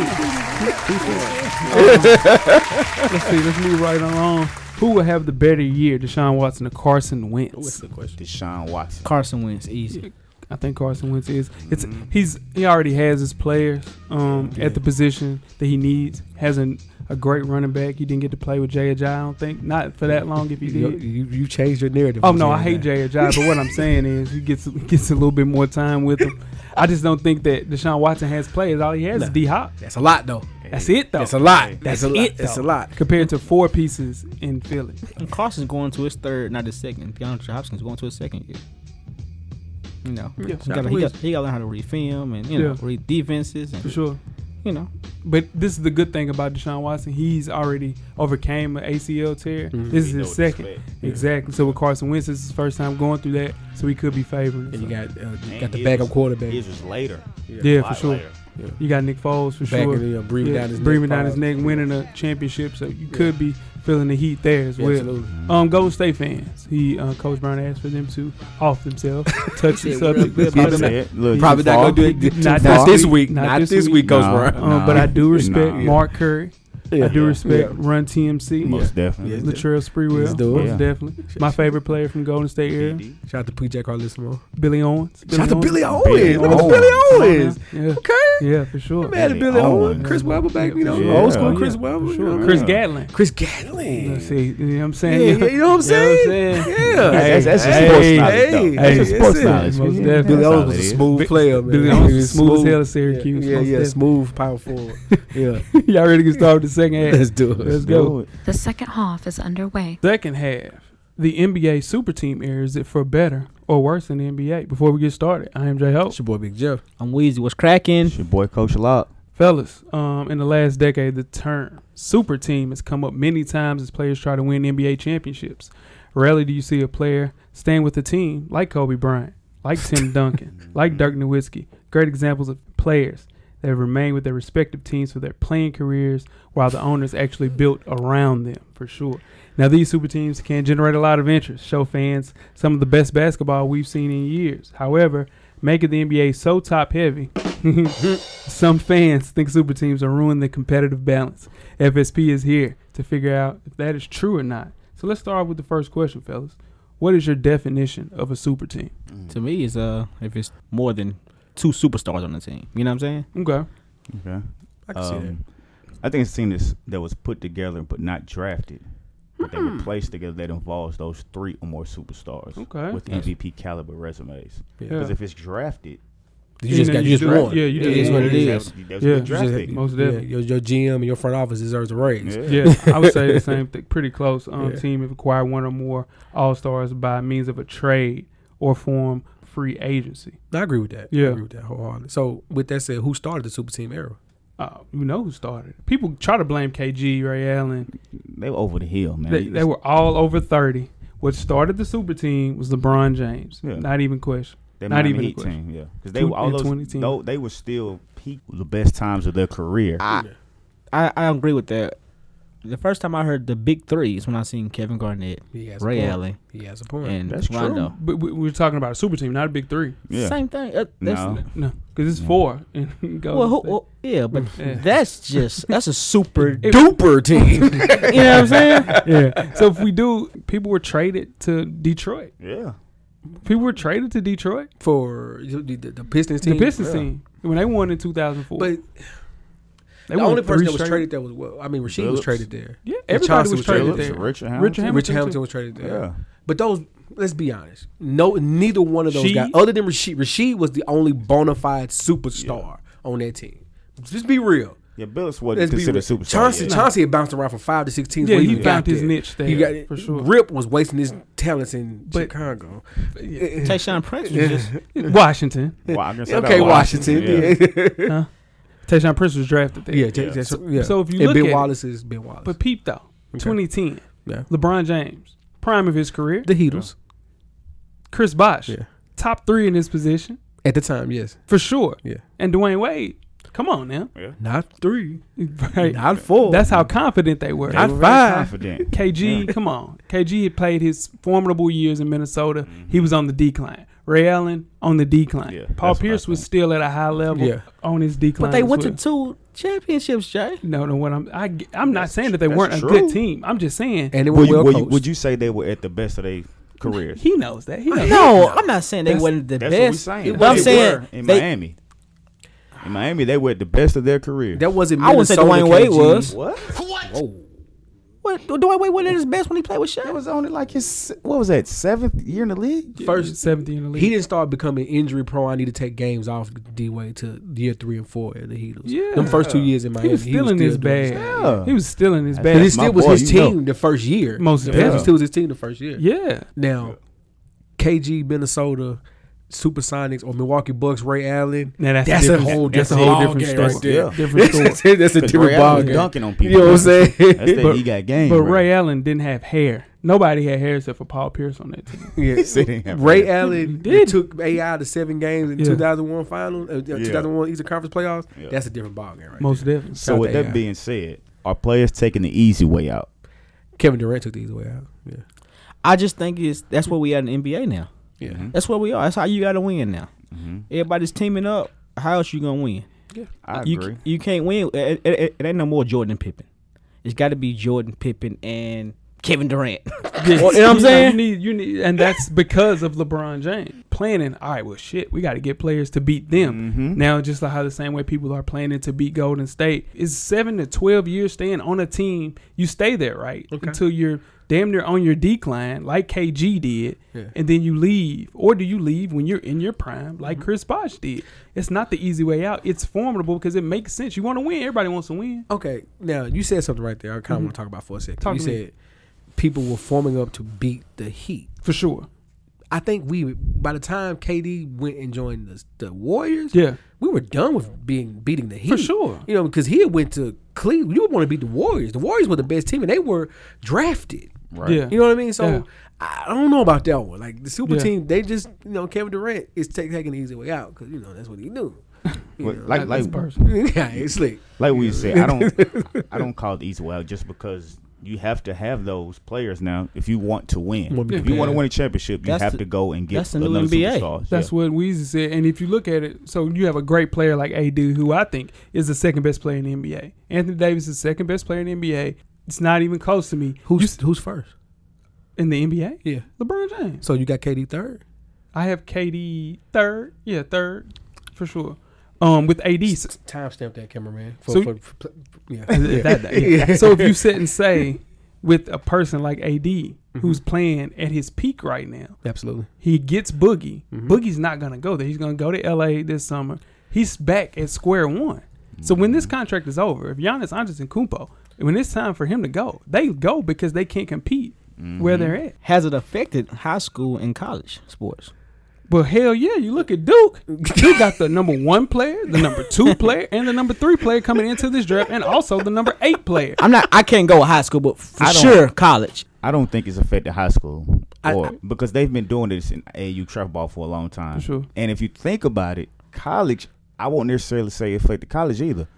Speaker 2: Let's see. Let's move right along. Who will have the better year, Deshaun Watson or Carson Wentz?
Speaker 3: the question?
Speaker 4: [LAUGHS] Deshaun Watson.
Speaker 5: Carson wins easy.
Speaker 2: I think Carson Wentz is. It's
Speaker 4: Mm-hmm.
Speaker 2: he's he already has his players um,
Speaker 3: Yeah.
Speaker 2: at the position that he needs. Has an, a great running back. He didn't get to play with Jay Ajayi, I don't think. Not for that long if he
Speaker 3: You,
Speaker 2: did.
Speaker 3: you, you changed your narrative.
Speaker 2: Oh
Speaker 3: from
Speaker 2: no, I hate
Speaker 3: saying that.
Speaker 2: Jay Ajayi, but what I'm saying is he gets gets a little bit more time with him. I just don't think that Deshaun Watson has players. All he has is
Speaker 3: No.
Speaker 2: D Hop.
Speaker 3: That's a lot though.
Speaker 2: That's it though.
Speaker 3: That's a lot.
Speaker 2: That's
Speaker 3: That's a lot.
Speaker 2: it,
Speaker 3: That's a
Speaker 2: though.
Speaker 3: lot.
Speaker 2: compared to four pieces in Philly.
Speaker 5: And Carson's going to his third, not his second. DeAndre Hopkins going to his second year. You know,
Speaker 2: Yeah,
Speaker 5: he got
Speaker 3: shout
Speaker 5: he
Speaker 3: out
Speaker 5: got to learn how to read film and you know
Speaker 2: Yeah.
Speaker 5: read defenses
Speaker 2: For
Speaker 5: and
Speaker 2: sure.
Speaker 5: you know
Speaker 2: But this is the good thing about Deshaun Watson. He's already overcame an ACL tear. This is
Speaker 4: We Mm-hmm. know
Speaker 2: his
Speaker 4: what to
Speaker 2: second.
Speaker 4: expect.
Speaker 2: Exactly. So with Carson Wentz, this is his first time going through that. So he could be favored.
Speaker 3: And you got uh, you
Speaker 4: And
Speaker 3: got the
Speaker 4: his-
Speaker 3: backup quarterback.
Speaker 4: His was later.
Speaker 2: yeah, for
Speaker 4: A lot
Speaker 2: sure.
Speaker 4: later.
Speaker 2: You got Nick Foles for
Speaker 3: Back
Speaker 2: sure.
Speaker 3: in the, uh, breathing
Speaker 2: Yeah,
Speaker 3: down his neck
Speaker 2: breathing down
Speaker 3: files.
Speaker 2: his neck, winning a championship. So you could be feeling the heat there as
Speaker 3: Yeah,
Speaker 2: well.
Speaker 3: absolutely.
Speaker 4: Mm-hmm.
Speaker 2: Um, Golden State fans. He uh, Coach Brown asked for them to off
Speaker 3: [LAUGHS]
Speaker 2: themselves, touch the
Speaker 5: said, "We're
Speaker 2: subject.
Speaker 5: good
Speaker 2: Probably not-
Speaker 4: He said, look,
Speaker 3: Probably
Speaker 4: too
Speaker 3: not
Speaker 4: far.
Speaker 3: gonna do it. th-
Speaker 2: Not
Speaker 3: too far.
Speaker 2: this
Speaker 3: this
Speaker 2: week.
Speaker 3: week.
Speaker 2: Not
Speaker 3: Not
Speaker 2: this
Speaker 3: this
Speaker 2: week.
Speaker 3: week, Coach
Speaker 4: Nah.
Speaker 3: Brown.
Speaker 2: Um, but I do
Speaker 4: Nah.
Speaker 2: respect
Speaker 4: Yeah.
Speaker 2: Mark Curry. I do
Speaker 4: Yeah.
Speaker 2: respect
Speaker 3: Yeah.
Speaker 2: Run TMC.
Speaker 4: Most
Speaker 3: Yeah.
Speaker 4: definitely.
Speaker 2: Latrell
Speaker 3: He's
Speaker 2: Sprewell,
Speaker 3: the
Speaker 2: most
Speaker 4: one.
Speaker 2: definitely. My favorite player from Golden State era,
Speaker 4: DD.
Speaker 3: Shout out to PJ Carlissimo.
Speaker 2: Billy Owens.
Speaker 3: Shout out to Billy Owens.
Speaker 4: Billy
Speaker 3: Look at
Speaker 4: Owens.
Speaker 3: Billy
Speaker 2: Come on now.
Speaker 3: Owens.
Speaker 2: Yeah,
Speaker 3: Okay.
Speaker 2: yeah, for sure.
Speaker 3: Man,
Speaker 4: Billy
Speaker 3: Billy Owens.
Speaker 4: Owens.
Speaker 3: Chris Webber back, you know,
Speaker 4: Yeah.
Speaker 3: old school
Speaker 4: Yeah.
Speaker 3: Chris
Speaker 2: Oh, For
Speaker 3: Webber. you
Speaker 2: sure.
Speaker 3: know what I
Speaker 2: Chris
Speaker 3: mean?
Speaker 2: Gatlin.
Speaker 3: Chris
Speaker 2: Yeah,
Speaker 3: Gatlin.
Speaker 2: See, you know what I'm
Speaker 3: Yeah,
Speaker 2: saying?
Speaker 3: yeah, you know what I'm saying?
Speaker 2: saying?
Speaker 3: Yeah.
Speaker 2: Hey,
Speaker 4: That's, that's, that's
Speaker 2: hey,
Speaker 4: sports
Speaker 2: hey,
Speaker 4: knowledge, though.
Speaker 3: hey,
Speaker 4: That's just
Speaker 3: hey,
Speaker 4: sports
Speaker 3: listen.
Speaker 4: knowledge.
Speaker 2: Most
Speaker 4: Yeah,
Speaker 2: definitely.
Speaker 3: Billy
Speaker 4: that's
Speaker 3: Owens
Speaker 4: all
Speaker 3: was a
Speaker 4: it is.
Speaker 3: smooth player, man.
Speaker 2: Billy
Speaker 3: He
Speaker 2: Owens
Speaker 3: was
Speaker 2: was smooth as hell at Syracuse.
Speaker 3: Yeah,
Speaker 2: most
Speaker 3: yeah,
Speaker 2: definitely.
Speaker 3: smooth,
Speaker 2: [LAUGHS]
Speaker 3: power forward. Yeah,
Speaker 2: [LAUGHS] Y'all ready to get started with the second half?
Speaker 3: let's do
Speaker 2: Let's
Speaker 3: it.
Speaker 2: go.
Speaker 1: The second half is underway.
Speaker 2: Second half, the NBA super team era. Is it for better or worse than the NBA? Before we get started, I am J Hope.
Speaker 3: It's your boy Big Jeff.
Speaker 5: I'm Weezy. What's cracking?
Speaker 4: It's your boy Coach Lock.
Speaker 2: Fellas, um, in the last decade, the term super team has come up many times as players try to win NBA championships. Rarely do you see a player stand with a team like Kobe Bryant, like Tim Duncan, like Dirk Nowitzki. Great examples of players that have remained with their respective teams for their playing careers while the owners actually built around them, for sure. Now, these super teams can generate a lot of interest, show fans some of the best basketball we've seen in years. However, making the NBA so top heavy [LAUGHS] Some fans think super teams are ruining the competitive balance. FSP is here to figure out if that is true or not. So let's start off with the first question, fellas. What is your definition of a super team?
Speaker 5: To me, is uh if it's more than two superstars on the team. You know what I'm saying?
Speaker 2: Okay.
Speaker 4: Okay.
Speaker 3: I can see that.
Speaker 4: Um, I think it's a team that's, that was put together but not drafted. But they were placed together that involves those three or more superstars
Speaker 2: Okay.
Speaker 4: with MVP caliber resumes. Because
Speaker 2: Yeah.
Speaker 4: if it's drafted,
Speaker 3: You just
Speaker 2: know,
Speaker 3: got, you just
Speaker 2: do it.
Speaker 3: won.
Speaker 2: Yeah, you
Speaker 3: It
Speaker 2: just
Speaker 3: is
Speaker 2: won.
Speaker 3: what it
Speaker 4: That
Speaker 3: is.
Speaker 4: was- that was
Speaker 2: Yeah.
Speaker 4: a
Speaker 2: You
Speaker 4: good draft
Speaker 3: just-
Speaker 4: pick.
Speaker 2: Most
Speaker 3: Yeah,
Speaker 2: definitely.
Speaker 3: your, your GM and your front office deserves a raise.
Speaker 4: Yeah.
Speaker 2: Yeah, I would
Speaker 4: [LAUGHS]
Speaker 2: say the same thing. Pretty close. Um,
Speaker 3: Yeah.
Speaker 2: Team if acquired one or more All Stars by means of a trade or form free agency.
Speaker 3: I agree with that.
Speaker 2: Yeah.
Speaker 3: I agree with that wholeheartedly. So, with that said, who started the super team era?
Speaker 2: Uh, you know who started? it. People try to blame KG, Ray Allen,
Speaker 4: They were over the hill, man.
Speaker 2: They, they were all over 30. What started the super team was LeBron James.
Speaker 4: Yeah.
Speaker 2: Not even question.
Speaker 4: That
Speaker 2: not
Speaker 4: Miami
Speaker 2: even a
Speaker 4: Heat
Speaker 2: question.
Speaker 4: team, yeah. Because they
Speaker 2: Two-
Speaker 4: were all
Speaker 2: and
Speaker 4: those,
Speaker 2: 2010.
Speaker 4: though, they were still peak the best times of their career.
Speaker 3: Ah.
Speaker 5: I I, I agree with that. The first time I heard the big three is when I seen Kevin Garnett,
Speaker 3: He has
Speaker 5: Ray
Speaker 3: a point.
Speaker 5: Allen,
Speaker 3: He has a point.
Speaker 5: and
Speaker 4: That's true.
Speaker 5: Rondo.
Speaker 2: But we, we're talking about a super team, not a big three.
Speaker 4: yeah.
Speaker 5: Same thing. Uh, that's,
Speaker 4: no.
Speaker 2: No, because it's
Speaker 4: Yeah.
Speaker 2: four. And [LAUGHS] go
Speaker 5: Well, who, well, yeah, but
Speaker 2: [LAUGHS] Yeah.
Speaker 5: that's just that's a super.
Speaker 2: It-
Speaker 3: Duper
Speaker 2: [LAUGHS]
Speaker 3: team.
Speaker 5: you know what I'm saying?
Speaker 2: yeah. So if we do, people were traded to Detroit.
Speaker 4: Yeah.
Speaker 2: People were traded to Detroit.
Speaker 3: [LAUGHS] for the, the, the Pistons team.
Speaker 2: The Pistons
Speaker 3: Yeah.
Speaker 2: team when they won in 2004.
Speaker 3: But
Speaker 2: they
Speaker 3: the
Speaker 2: won
Speaker 3: only person
Speaker 2: three
Speaker 3: that was
Speaker 2: straight-
Speaker 3: traded there was well, I mean, Rasheed was
Speaker 4: Phillips.
Speaker 3: traded there.
Speaker 2: Yeah,
Speaker 3: and
Speaker 2: everybody
Speaker 3: Chauncey
Speaker 2: was
Speaker 3: was
Speaker 2: traded
Speaker 4: Phillips,
Speaker 2: there.
Speaker 4: Richard
Speaker 2: Richard
Speaker 4: Hamilton.
Speaker 2: Hamilton,
Speaker 3: Rich
Speaker 2: too.
Speaker 3: Hamilton was traded there.
Speaker 4: Yeah.
Speaker 3: But those, let's be honest, no, neither one of those
Speaker 2: She-
Speaker 3: guys, other than Rasheed, Rasheed was the only bona fide superstar on that team. Just be real.
Speaker 4: Yeah, Billups wasn't
Speaker 3: Let's be
Speaker 4: considered
Speaker 3: real.
Speaker 4: a superstar.
Speaker 3: Chauncey,
Speaker 4: yet.
Speaker 3: Chauncey had bounced around from five to six teams.
Speaker 2: Yeah,
Speaker 3: when
Speaker 2: he
Speaker 3: got
Speaker 2: found his
Speaker 3: there.
Speaker 2: niche there,
Speaker 3: He got,
Speaker 2: for sure.
Speaker 3: Rip was wasting his talents in
Speaker 2: But-
Speaker 3: Chicago.
Speaker 5: Tayshawn Prince
Speaker 4: [LAUGHS]
Speaker 5: was just
Speaker 2: Washington.
Speaker 4: Well, I guess I got
Speaker 3: Okay, Washington. Yeah, yeah.
Speaker 2: Huh? Tayshaun Prince was drafted there.
Speaker 3: [LAUGHS] yeah. that's- yeah.
Speaker 2: So if you
Speaker 3: and
Speaker 2: look
Speaker 3: Ben
Speaker 2: at it-
Speaker 3: Wallace is Ben Wallace.
Speaker 2: But peep though,
Speaker 3: Okay.
Speaker 2: 2010,
Speaker 3: Yeah.
Speaker 2: LeBron James, prime of his career.
Speaker 3: the Heatles
Speaker 2: Chris Bosh,
Speaker 3: Yeah.
Speaker 2: top three in his position
Speaker 3: at the time, yes,
Speaker 2: for sure.
Speaker 3: Yeah.
Speaker 2: and Dwayne Wade. Come on now, [LAUGHS]
Speaker 3: not three,
Speaker 2: Right.
Speaker 3: not four.
Speaker 2: That's how confident they were.
Speaker 4: They
Speaker 3: Not
Speaker 4: were very
Speaker 3: five.
Speaker 4: Confident.
Speaker 2: KG, [LAUGHS] come on. KG had played his formidable years in Minnesota. He was on the decline. Ray Allen on the decline.
Speaker 4: Yeah,
Speaker 2: Paul
Speaker 4: that's what I
Speaker 2: Pierce was
Speaker 4: think.
Speaker 2: still at a high level
Speaker 3: Yeah.
Speaker 2: on his decline.
Speaker 5: But they
Speaker 2: as
Speaker 5: went
Speaker 2: well.
Speaker 5: to two championships, Jay.
Speaker 2: no, no. What I'm I, am i am not saying that they
Speaker 4: that's
Speaker 2: weren't a
Speaker 4: true.
Speaker 2: good team. I'm just saying
Speaker 3: and they were
Speaker 4: Would you,
Speaker 3: well
Speaker 4: would, you,
Speaker 3: coached.
Speaker 4: would you say they were at the best of their careers.
Speaker 2: He knows that. He knows
Speaker 5: No, I'm not saying they wasn't the
Speaker 4: That's
Speaker 5: best.
Speaker 4: what we're saying.
Speaker 5: But
Speaker 4: They
Speaker 5: I'm saying
Speaker 4: were in
Speaker 5: they-
Speaker 4: Miami. In Miami, they were at the best of their career.
Speaker 3: That wasn't.
Speaker 5: I wouldn't say
Speaker 3: Minnesota,
Speaker 5: Dwayne Wade
Speaker 3: KG.
Speaker 5: was.
Speaker 4: what?
Speaker 5: What Dwayne Wade wasn't at his best when he played with Shaq.
Speaker 4: That was only like his what was that seventh year in the league?
Speaker 3: [LAUGHS] First-
Speaker 2: first seventeen in the league.
Speaker 3: He didn't start becoming injury prone. I need to take games off D Wade to year three and four in the Heaters.
Speaker 2: Yeah.
Speaker 3: them first two years in Miami,
Speaker 2: He was still in his
Speaker 3: doing
Speaker 2: bag.
Speaker 3: stuff.
Speaker 4: Yeah.
Speaker 2: He was still in his
Speaker 4: I
Speaker 2: bag.
Speaker 3: But
Speaker 4: That's
Speaker 3: it still
Speaker 4: my
Speaker 3: was
Speaker 4: boy,
Speaker 3: his
Speaker 4: you know.
Speaker 3: team the first year.
Speaker 2: Most
Speaker 3: yeah.
Speaker 2: definitely.
Speaker 3: It still was his team the first year.
Speaker 2: Yeah.
Speaker 3: Now, KG, Minnesota, Supersonics, or Milwaukee Bucks, Ray Allen.
Speaker 2: Now that's,
Speaker 3: That's a
Speaker 2: different-
Speaker 3: whole
Speaker 2: that's a
Speaker 3: different
Speaker 2: whole
Speaker 3: ball
Speaker 2: different
Speaker 3: game
Speaker 2: story.
Speaker 3: right [LAUGHS]
Speaker 4: there.
Speaker 2: Different story.
Speaker 3: that's a
Speaker 4: Because
Speaker 3: different
Speaker 4: Ray
Speaker 3: ball
Speaker 4: Allen
Speaker 3: game.
Speaker 4: dunking on
Speaker 3: You
Speaker 4: people.
Speaker 3: know what I'm saying?
Speaker 4: [LAUGHS] That's that
Speaker 2: But-
Speaker 4: he got game.
Speaker 2: But
Speaker 4: bro.
Speaker 2: Ray Allen didn't have hair. Nobody had hair except for Paul Pierce on that team.
Speaker 4: [LAUGHS]
Speaker 3: Yeah.
Speaker 4: He said he had
Speaker 3: Ray
Speaker 4: hair.
Speaker 3: Allen
Speaker 2: [LAUGHS] He did.
Speaker 3: took AI to seven games in
Speaker 2: Yeah.
Speaker 3: 2001 finals, uh,
Speaker 4: Yeah.
Speaker 3: 2001 Eastern Conference playoffs.
Speaker 4: Yeah.
Speaker 3: That's a different ball game, right?
Speaker 2: Most
Speaker 3: there.
Speaker 2: definitely.
Speaker 4: [LAUGHS] So with
Speaker 3: Yeah.
Speaker 4: that being said, are players taking the easy way out?
Speaker 3: Kevin Durant took these away out. Yeah,
Speaker 5: I just think it's that's where we at in the NBA now.
Speaker 3: yeah.
Speaker 5: That's where we are. That's how you got to win now.
Speaker 4: Mm-hmm.
Speaker 5: Everybody's teaming up. How else you gonna win?
Speaker 4: I
Speaker 5: you
Speaker 4: agree.
Speaker 5: c- you can't win. It, it- it- it ain't no more Jordan and Pippen. It's got to be Jordan Pippen and Kevin Durant. [LAUGHS]
Speaker 2: you know
Speaker 5: what I'm saying?
Speaker 2: You need, you need, and that's because of LeBron James planning. All right, well, shit, we got to get players to beat them.
Speaker 4: Mhm.
Speaker 2: Now, just like how the same way people are planning to beat Golden State is seven to twelve years staying on a team. You stay there, right,
Speaker 3: Okay.
Speaker 2: until you're damn near on your decline, like KG did,
Speaker 3: Yeah.
Speaker 2: and then you leave, or do you leave when you're in your prime, like Chris Bosh did? It's not the easy way out. It's formidable because it makes sense. You want to win. Everybody wants to win.
Speaker 3: Okay, now you said something right there. I kind of want to talk about for a second.
Speaker 2: Mm-hmm. Talk
Speaker 3: you
Speaker 2: to me.
Speaker 3: said people were forming up to beat the Heat.
Speaker 2: For sure.
Speaker 3: I think we by the time KD went and joined the, the Warriors,
Speaker 2: Yeah.
Speaker 3: we were done with being beating the Heat
Speaker 2: sure.
Speaker 3: You know, because he had went to Cleveland. You would want to beat the Warriors. The Warriors were the best team, and they were drafted.
Speaker 4: Right.
Speaker 2: Yeah.
Speaker 3: You know what I mean? So
Speaker 2: Yeah.
Speaker 3: I don't know about that one. Like the super
Speaker 2: Yeah.
Speaker 3: team, they just you know Kevin Durant is ta- taking the easy way out because you know that's what he [LAUGHS] knew.
Speaker 4: Well, like
Speaker 2: That's
Speaker 4: like
Speaker 2: personal.
Speaker 3: yeah, it's slick.
Speaker 4: like we said, I don't I don't call it easy way out just because you have to have those players now if you want to win.
Speaker 3: Yeah.
Speaker 4: If you want to win a championship, you
Speaker 5: That's
Speaker 4: have
Speaker 5: the-
Speaker 4: to go and get
Speaker 5: that's the new
Speaker 4: another
Speaker 5: NBA.
Speaker 4: superstar.
Speaker 2: That's
Speaker 4: Yeah.
Speaker 2: what Weezy said. And if you look at it, so you have a great player like AD, who I think is the second best player in the NBA. Anthony Davis is the second best player in the NBA. It's not even close to me.
Speaker 3: Who's
Speaker 2: You
Speaker 3: who's first?
Speaker 2: s- in the NBA?
Speaker 3: Yeah.
Speaker 2: LeBron James.
Speaker 3: So you got KD third.
Speaker 2: I have KD third. Yeah, third for sure. Um, with AD. So,
Speaker 3: Timestamp that cameraman. For,
Speaker 2: So-
Speaker 3: for, for, [LAUGHS] yeah.
Speaker 2: that- that-
Speaker 3: [LAUGHS]
Speaker 2: yeah. so if you sit and say with a person like AD who's playing at his peak right now,
Speaker 3: Absolutely.
Speaker 2: He gets Boogie. Boogie's not gonna go there. He's gonna go to LA this summer. He's back at square one. So when this contract is over, if Giannis Andres and Kumpo, when it's time for him to go, they go because they can't compete where they're at.
Speaker 5: Has it affected high school and college sports?
Speaker 2: Well, hell yeah, you look at Duke. You got the number one player, the number two player, and the number three player coming into this draft, and also the number eight player.
Speaker 5: I'm not. I can't go with high school, but for
Speaker 4: I don't-
Speaker 5: sure college.
Speaker 4: I don't think it's affected high school
Speaker 3: I-
Speaker 4: or because they've been doing this in AU travel ball for a long time.
Speaker 2: For sure.
Speaker 4: And if you think about it, college, I won't necessarily say it affected college either.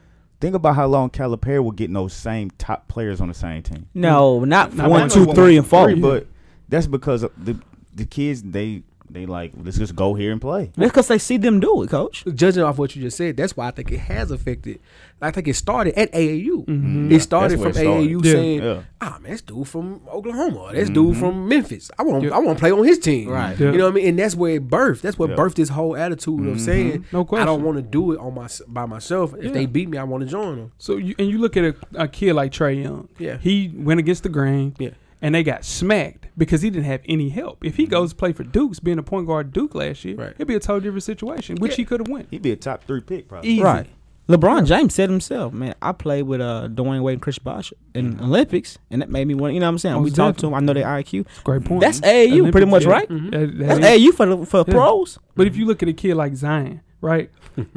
Speaker 4: Think about how long Calipari will get those same top players on the same team.
Speaker 5: No, not
Speaker 2: No,
Speaker 5: one,
Speaker 2: I know
Speaker 5: two,
Speaker 2: you want
Speaker 5: three, and four.
Speaker 4: Three, but that's because of the the kids they they like let's just go here and play.
Speaker 5: That's because they see them do it, coach.
Speaker 3: Judging off what you just said, that's why I think it has affected. I think it started at AAU. It started
Speaker 4: That's where
Speaker 3: from
Speaker 4: it started.
Speaker 3: AAU
Speaker 2: Yeah.
Speaker 3: saying,
Speaker 4: Yeah.
Speaker 3: "Ah, man, this dude from Oklahoma. This dude from Memphis. I want, I want to play on his team.
Speaker 5: Right.
Speaker 2: Yeah.
Speaker 3: You know what I mean? And that's where it birthed. That's what
Speaker 4: Yeah.
Speaker 3: birthed this whole attitude of saying,
Speaker 2: No
Speaker 3: I don't
Speaker 2: question.
Speaker 3: want to do it on my by myself. If
Speaker 2: Yeah.
Speaker 3: they beat me, I want to join them.
Speaker 2: So you and you look at a, a kid like Trey Young.
Speaker 3: Yeah.
Speaker 2: He went against the grain.
Speaker 3: Yeah.
Speaker 2: And they got smacked because he didn't have any help.
Speaker 5: Mm-hmm.
Speaker 2: If he goes to play for Dukes, being a point guard at Duke last year,
Speaker 3: Right.
Speaker 2: it'd be a total different situation, which
Speaker 3: Yeah.
Speaker 2: he could have won.
Speaker 4: He'd be a top three pick probably.
Speaker 2: Easy.
Speaker 5: Right. LeBron James said himself, man, I played with uh, Dwayne Wade and Chris Bosh in
Speaker 2: Mm-hmm.
Speaker 5: Olympics, and that made me want, you know what I'm saying?
Speaker 2: Most
Speaker 5: we talked to them. I know their IQ.
Speaker 2: Great point.
Speaker 5: That's AAU pretty
Speaker 2: Olympics,
Speaker 5: much,
Speaker 2: yeah.
Speaker 5: right?
Speaker 2: That- that
Speaker 5: That's
Speaker 2: is.
Speaker 5: AAU for, the- for
Speaker 2: Yeah.
Speaker 5: pros.
Speaker 2: But if you look at a kid like Zion,
Speaker 5: [LAUGHS]
Speaker 2: right,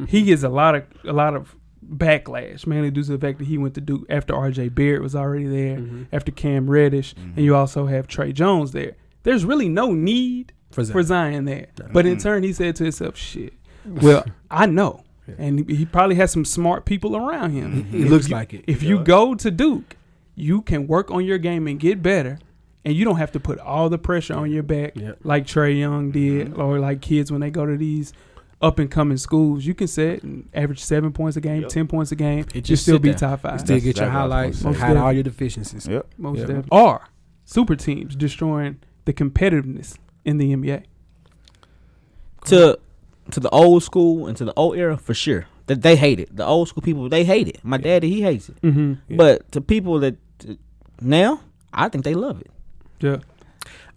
Speaker 2: he gets a lot of a lot of backlash, mainly due to the fact that he went to Duke after R.J. Barrett was already there,
Speaker 5: Mm-hmm.
Speaker 2: after Cam Reddish, and you also have Trey Jones there. There's really no need
Speaker 3: For
Speaker 2: for
Speaker 3: Zion.
Speaker 2: Zion, there. But in turn, he said to himself, "Shit, well, I know." And he- he probably has some smart people around him.
Speaker 3: It
Speaker 2: If
Speaker 3: looks
Speaker 2: you-
Speaker 3: like it.
Speaker 2: If you go to Duke, you can work on your game and get better, and you don't have to put all the pressure on your back
Speaker 3: Yep.
Speaker 2: like Trey Young did, or like kids when they go to these up and coming schools. You can set and average seven points a game,
Speaker 4: Yep.
Speaker 2: ten points a game.
Speaker 5: just
Speaker 2: You still
Speaker 5: sit
Speaker 2: be
Speaker 5: there.
Speaker 2: top five,
Speaker 3: Still
Speaker 4: That's
Speaker 3: get your
Speaker 4: exactly what I was
Speaker 3: highlights,
Speaker 4: gonna
Speaker 3: and
Speaker 2: say.
Speaker 3: hide all your deficiencies.
Speaker 4: Yep.
Speaker 2: most
Speaker 3: Yeah.
Speaker 2: definitely. Or super teams destroying the competitiveness in the NBA?
Speaker 5: to to the old school and to the old era for sure. That they hate it. The old school people they hate it. My daddy he hates it.
Speaker 2: Mm-hmm.
Speaker 5: But to people that that now, I think they love it.
Speaker 2: Yeah.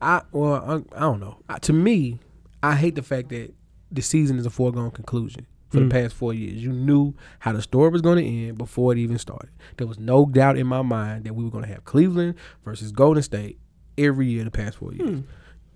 Speaker 3: I well, I, I don't know. I, to me, I hate the fact that the season is a foregone conclusion. For
Speaker 2: Mm.
Speaker 3: the past four years, you knew how the story was going to end before it even started. There was no doubt in my mind that we were going to have Cleveland versus Golden State every year the past four years.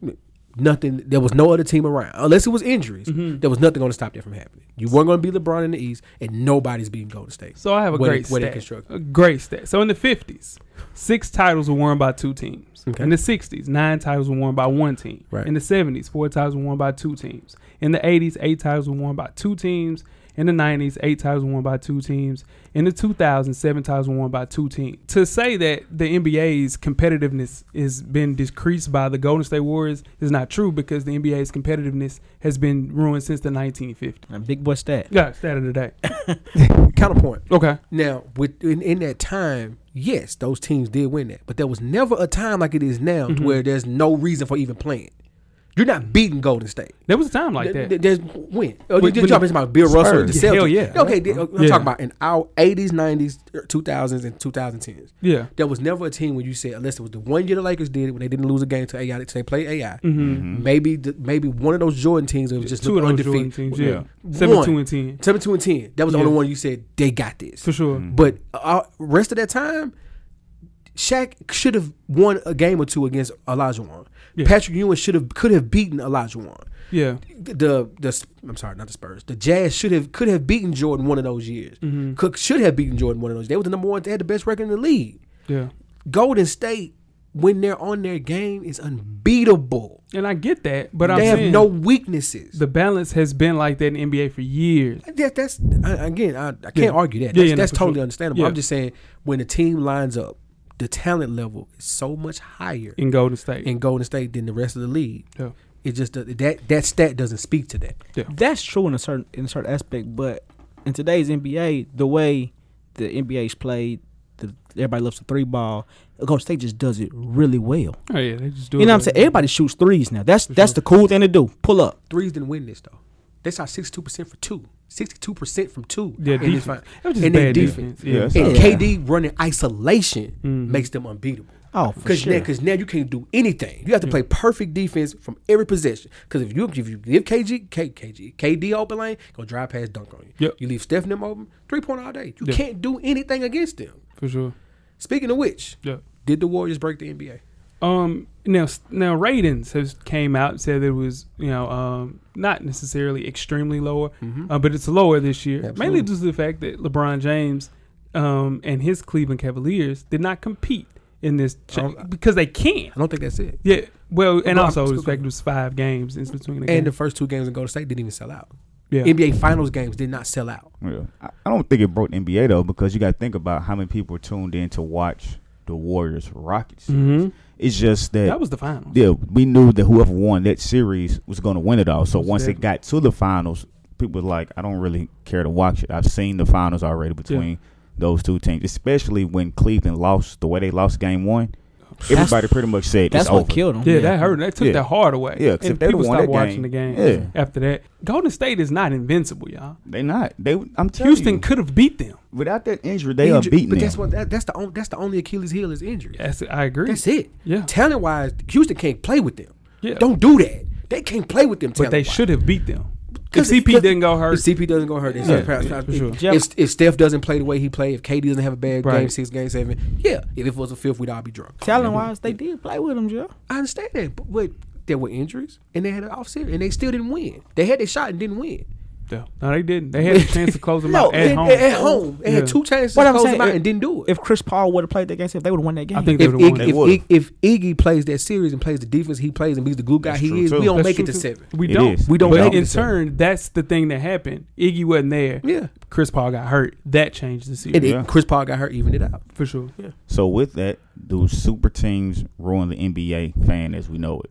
Speaker 3: Hmm. Nothing. There was no other team around unless it was injuries. There was nothing going to stop that from happening. You weren't going to be LeBron in the East, and nobody's beating Golden State.
Speaker 2: So I have a
Speaker 3: Where they-
Speaker 2: great
Speaker 3: where they
Speaker 2: stat.
Speaker 3: construct-
Speaker 2: A great stat. So in the fifties, six titles were won by two teams.
Speaker 3: Okay.
Speaker 2: In the sixties, nine titles were won by one team.
Speaker 3: Right.
Speaker 2: In the seventies, four titles were won by two teams. In the eighties, eight titles were won by two teams. In the nineties, eight titles were won by two teams. In the 2000s, seven titles were won by two teams. To say that the NBA's competitiveness has been decreased by the Golden State Warriors is not true because the NBA's competitiveness has been ruined since the 1950s.
Speaker 5: A big boy stat.
Speaker 2: Yeah, stat of the
Speaker 3: [LAUGHS]
Speaker 2: day.
Speaker 3: Counterpoint.
Speaker 2: Okay.
Speaker 3: Now, with in, in that time, yes, those teams did win that, but there was never a time like it is now
Speaker 2: Mm-hmm.
Speaker 3: to where there's no reason for even playing. You're not beating Golden State.
Speaker 2: There was a time like that.
Speaker 3: Th- There's when.
Speaker 2: When-
Speaker 3: Oh, you
Speaker 2: when
Speaker 3: just talking
Speaker 2: the
Speaker 3: about Bill Russell and the
Speaker 2: Spurs. Yeah,
Speaker 3: Celtics.
Speaker 2: hell yeah.
Speaker 3: Okay, th- I'm
Speaker 2: Yeah.
Speaker 3: talking about in our 80s, 90s, 2000s, and 2010s.
Speaker 2: Yeah.
Speaker 3: There was never a team when you said, unless it was the one year the Lakers did it when they didn't lose a game to AI, they played AI. Maybe the, maybe one of those Jordan teams that was just
Speaker 2: Mm-hmm. two of
Speaker 3: looked
Speaker 2: those Jordan
Speaker 3: undefeated.
Speaker 2: teams,
Speaker 4: Yeah.
Speaker 2: yeah. Seven,
Speaker 3: One.
Speaker 2: two, and ten,
Speaker 3: 72 and 10. That was the
Speaker 2: Yeah.
Speaker 3: only one you said, they got this.
Speaker 2: for sure.
Speaker 5: Mm.
Speaker 3: But uh, rest of that time, Shaq should have won a game or two against Olajuwon.
Speaker 2: Yeah.
Speaker 3: Patrick Ewing should have could have beaten Olajuwon.
Speaker 2: Yeah,
Speaker 3: The the I'm sorry, not the Spurs. The Jazz should have could have beaten Jordan one of those years.
Speaker 2: Mm-hmm.
Speaker 3: Cook should have beaten Jordan one of those. They were the number one. They had the best record in the league.
Speaker 2: yeah.
Speaker 3: Golden State, when they're on their game, is unbeatable.
Speaker 2: And I get that, but I'm
Speaker 3: they have
Speaker 2: saying
Speaker 3: no weaknesses.
Speaker 2: the balance has been like that in NBA for years.
Speaker 3: that, that's I- again, I, I can't
Speaker 2: Yeah.
Speaker 3: argue that.
Speaker 2: Yeah,
Speaker 3: That's,
Speaker 2: yeah, no,
Speaker 3: that's
Speaker 2: for
Speaker 3: totally
Speaker 2: sure.
Speaker 3: understandable.
Speaker 2: Yeah.
Speaker 3: I'm just saying when the team lines up, the talent level is so much higher
Speaker 2: In Golden State,
Speaker 3: in Golden State than the rest of the league.
Speaker 2: Yeah.
Speaker 3: It just that that stat doesn't speak to that.
Speaker 5: That's true in a certain in a certain aspect, but in today's NBA, the way the NBA's played, the, everybody loves the three ball. Golden State just does it really well.
Speaker 2: oh yeah, they just do.
Speaker 5: You
Speaker 2: it
Speaker 5: know what I'm
Speaker 2: like
Speaker 5: saying?
Speaker 2: that.
Speaker 5: Everybody shoots threes now. That's that's the cool thing to do. Pull up.
Speaker 3: Threes didn't win this though. They shot 62 percent for two. 62 percent from two.
Speaker 2: Yeah,
Speaker 3: in
Speaker 2: defense.
Speaker 3: this final.
Speaker 2: It was just
Speaker 3: And
Speaker 2: bad
Speaker 3: their
Speaker 2: defense.
Speaker 3: defense.
Speaker 4: Yeah, that's
Speaker 3: And
Speaker 4: not bad.
Speaker 3: KD running isolation
Speaker 2: Mhm.
Speaker 3: makes them unbeatable.
Speaker 5: Oh, for
Speaker 3: Because
Speaker 5: sure.
Speaker 3: now, cause now you can't do anything. You
Speaker 2: Mm.
Speaker 3: have to play perfect defense from every possession. Because if you if you give KG K, KG KD open lane, go drive past dunk on you.
Speaker 2: Yep.
Speaker 3: You leave Steph and them open, three point all day. You
Speaker 2: Yeah.
Speaker 3: can't do anything against them.
Speaker 2: for sure.
Speaker 3: Speaking of which,
Speaker 2: Yeah.
Speaker 3: did the Warriors break the NBA?
Speaker 2: Um. Now, now ratings has came out and said it was you know um not necessarily extremely lower,
Speaker 5: Mm-hmm.
Speaker 2: uh, but it's lower this year mainly
Speaker 3: Absolutely.
Speaker 2: due to the fact that LeBron James, um, and his Cleveland Cavaliers did not compete in this cha-
Speaker 5: Oh,
Speaker 3: don't-
Speaker 2: because they can't.
Speaker 3: I don't think that's it.
Speaker 2: Yeah. Well, and
Speaker 3: Well, I'm
Speaker 2: also
Speaker 3: just
Speaker 2: the
Speaker 3: gonna-
Speaker 2: fact it was five games in between. The
Speaker 3: And the
Speaker 2: games.
Speaker 3: first two games in Golden State didn't even sell out.
Speaker 2: yeah.
Speaker 3: NBA Finals games did not sell out.
Speaker 4: Yeah. I, I don't think it broke the NBA though, because you got to think about how many people were tuned in to watch the Warriors Rockets.
Speaker 2: Mhm.
Speaker 4: It's just that,
Speaker 2: That was the final.
Speaker 4: yeah, we knew that whoever won that series was going to win it all. So once it
Speaker 2: Exactly.
Speaker 4: got to the finals, people were like, I don't really care to watch it. I've seen the finals already between those two teams, especially when Cleveland lost the way they lost Game One. Everybody pretty much said
Speaker 5: That's
Speaker 4: it's
Speaker 5: what
Speaker 4: over.
Speaker 5: killed them.
Speaker 2: Yeah, that hurt. That took
Speaker 4: Yeah.
Speaker 2: their heart away.
Speaker 4: Yeah, 'cause
Speaker 2: and
Speaker 4: if they'd
Speaker 2: people
Speaker 4: won
Speaker 2: stopped
Speaker 4: that
Speaker 2: watching
Speaker 4: game-
Speaker 2: the game
Speaker 4: Yeah.
Speaker 2: after that. Golden State is not invincible, y'all.
Speaker 4: They not. They. I'm telling
Speaker 2: Houston
Speaker 4: you,
Speaker 2: could have beat them.
Speaker 4: without that injury, they
Speaker 3: Inju-
Speaker 4: are beating
Speaker 3: but
Speaker 4: them.
Speaker 3: that's what that, that's the only, that's the only Achilles heel is injury.
Speaker 2: Yes, I agree.
Speaker 3: That's it.
Speaker 2: Yeah.
Speaker 3: Talent wise, Houston can't play with them.
Speaker 2: Yeah.
Speaker 3: Don't do that. They can't play with them.
Speaker 2: but they
Speaker 3: talent-wise.
Speaker 2: should have beat them. If
Speaker 3: Because
Speaker 2: CP didn't go hurt,
Speaker 3: If CP doesn't go hurt, it's
Speaker 2: Yeah,
Speaker 3: not-
Speaker 2: yeah,
Speaker 3: not-
Speaker 2: for
Speaker 3: if,
Speaker 2: sure.
Speaker 3: if, if Steph doesn't play the way he played, if KD doesn't have a bad game
Speaker 2: Right.
Speaker 3: six, game seven, yeah. If it was a fifth, we'd all be drunk.
Speaker 5: Talent wise, they did play with them, Joe.
Speaker 3: I understand that, but, but there were injuries and they had an off series and they still didn't win. They had their shot and didn't win.
Speaker 2: no, no, they didn't.
Speaker 3: [LAUGHS]
Speaker 2: They had a chance to close them
Speaker 5: No,
Speaker 2: out at
Speaker 5: they-
Speaker 2: home.
Speaker 3: At, at home, they
Speaker 2: Yeah.
Speaker 3: had two chances
Speaker 5: What
Speaker 3: to
Speaker 5: I'm
Speaker 3: close
Speaker 5: saying,
Speaker 3: them out
Speaker 5: if-
Speaker 3: and didn't do it.
Speaker 5: If Chris Paul would have played that game, if they would have won that game.
Speaker 2: I think they
Speaker 3: if,
Speaker 2: would have won.
Speaker 3: Iggy,
Speaker 2: that.
Speaker 4: They
Speaker 3: if, Iggy,
Speaker 4: would've.
Speaker 3: if Iggy plays that series and plays the defense he plays and he's the glue guy
Speaker 4: That's
Speaker 3: he
Speaker 4: true,
Speaker 3: is,
Speaker 4: too.
Speaker 3: we don't
Speaker 2: That's
Speaker 3: make
Speaker 2: true,
Speaker 3: it to
Speaker 2: too.
Speaker 3: seven.
Speaker 2: We
Speaker 4: It
Speaker 2: don't.
Speaker 4: is.
Speaker 3: We don't
Speaker 2: But
Speaker 3: make it
Speaker 2: in
Speaker 3: to seven.
Speaker 2: turn, that's the thing that happened. Iggy wasn't there.
Speaker 3: Yeah.
Speaker 2: Chris Paul got hurt. That changed the series
Speaker 3: And it-
Speaker 4: Yeah.
Speaker 3: Chris Paul got hurt, evened it out.
Speaker 2: for sure.
Speaker 4: So with that, do super teams ruin the NBA fan as we know it?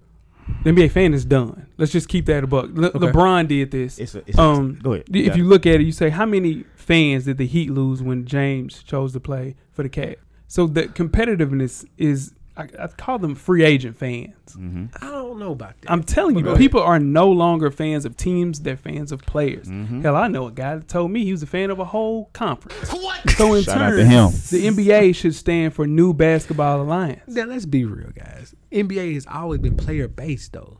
Speaker 2: The NBA fan is done. Let's just keep that a buck. Le-
Speaker 3: Okay.
Speaker 2: LeBron did this.
Speaker 4: It's a, it's
Speaker 2: um,
Speaker 4: a, go ahead.
Speaker 2: if
Speaker 4: got
Speaker 2: you
Speaker 4: it.
Speaker 2: look at it, you say how many fans did the Heat lose when James chose to play for the Cavs? So the competitiveness is I, I call them free agent fans.
Speaker 4: Mm-hmm.
Speaker 3: I don't know about that.
Speaker 2: I'm telling you,
Speaker 3: Right.
Speaker 2: people are no longer fans of teams; they're fans of players.
Speaker 4: Mhm.
Speaker 2: Hell, I know a guy that told me he was a fan of a whole conference. So in
Speaker 4: Shout out
Speaker 2: turn,
Speaker 4: to him.
Speaker 2: the NBA should stand for New Basketball Alliance.
Speaker 3: now let's be real, guys. NBA has always been player based though.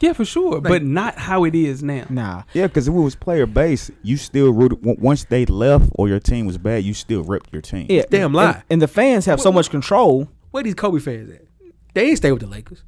Speaker 2: Yeah, for sure, but not how it is now.
Speaker 5: Nah.
Speaker 4: Yeah, because if it was player based, you still rooted. w- Once they left or your team was bad, you still ripped your team.
Speaker 5: Yeah.
Speaker 3: damn
Speaker 5: and-
Speaker 3: lie.
Speaker 5: And the fans have so much control.
Speaker 3: Where these Kobe fans at? They didn't stay with the Lakers.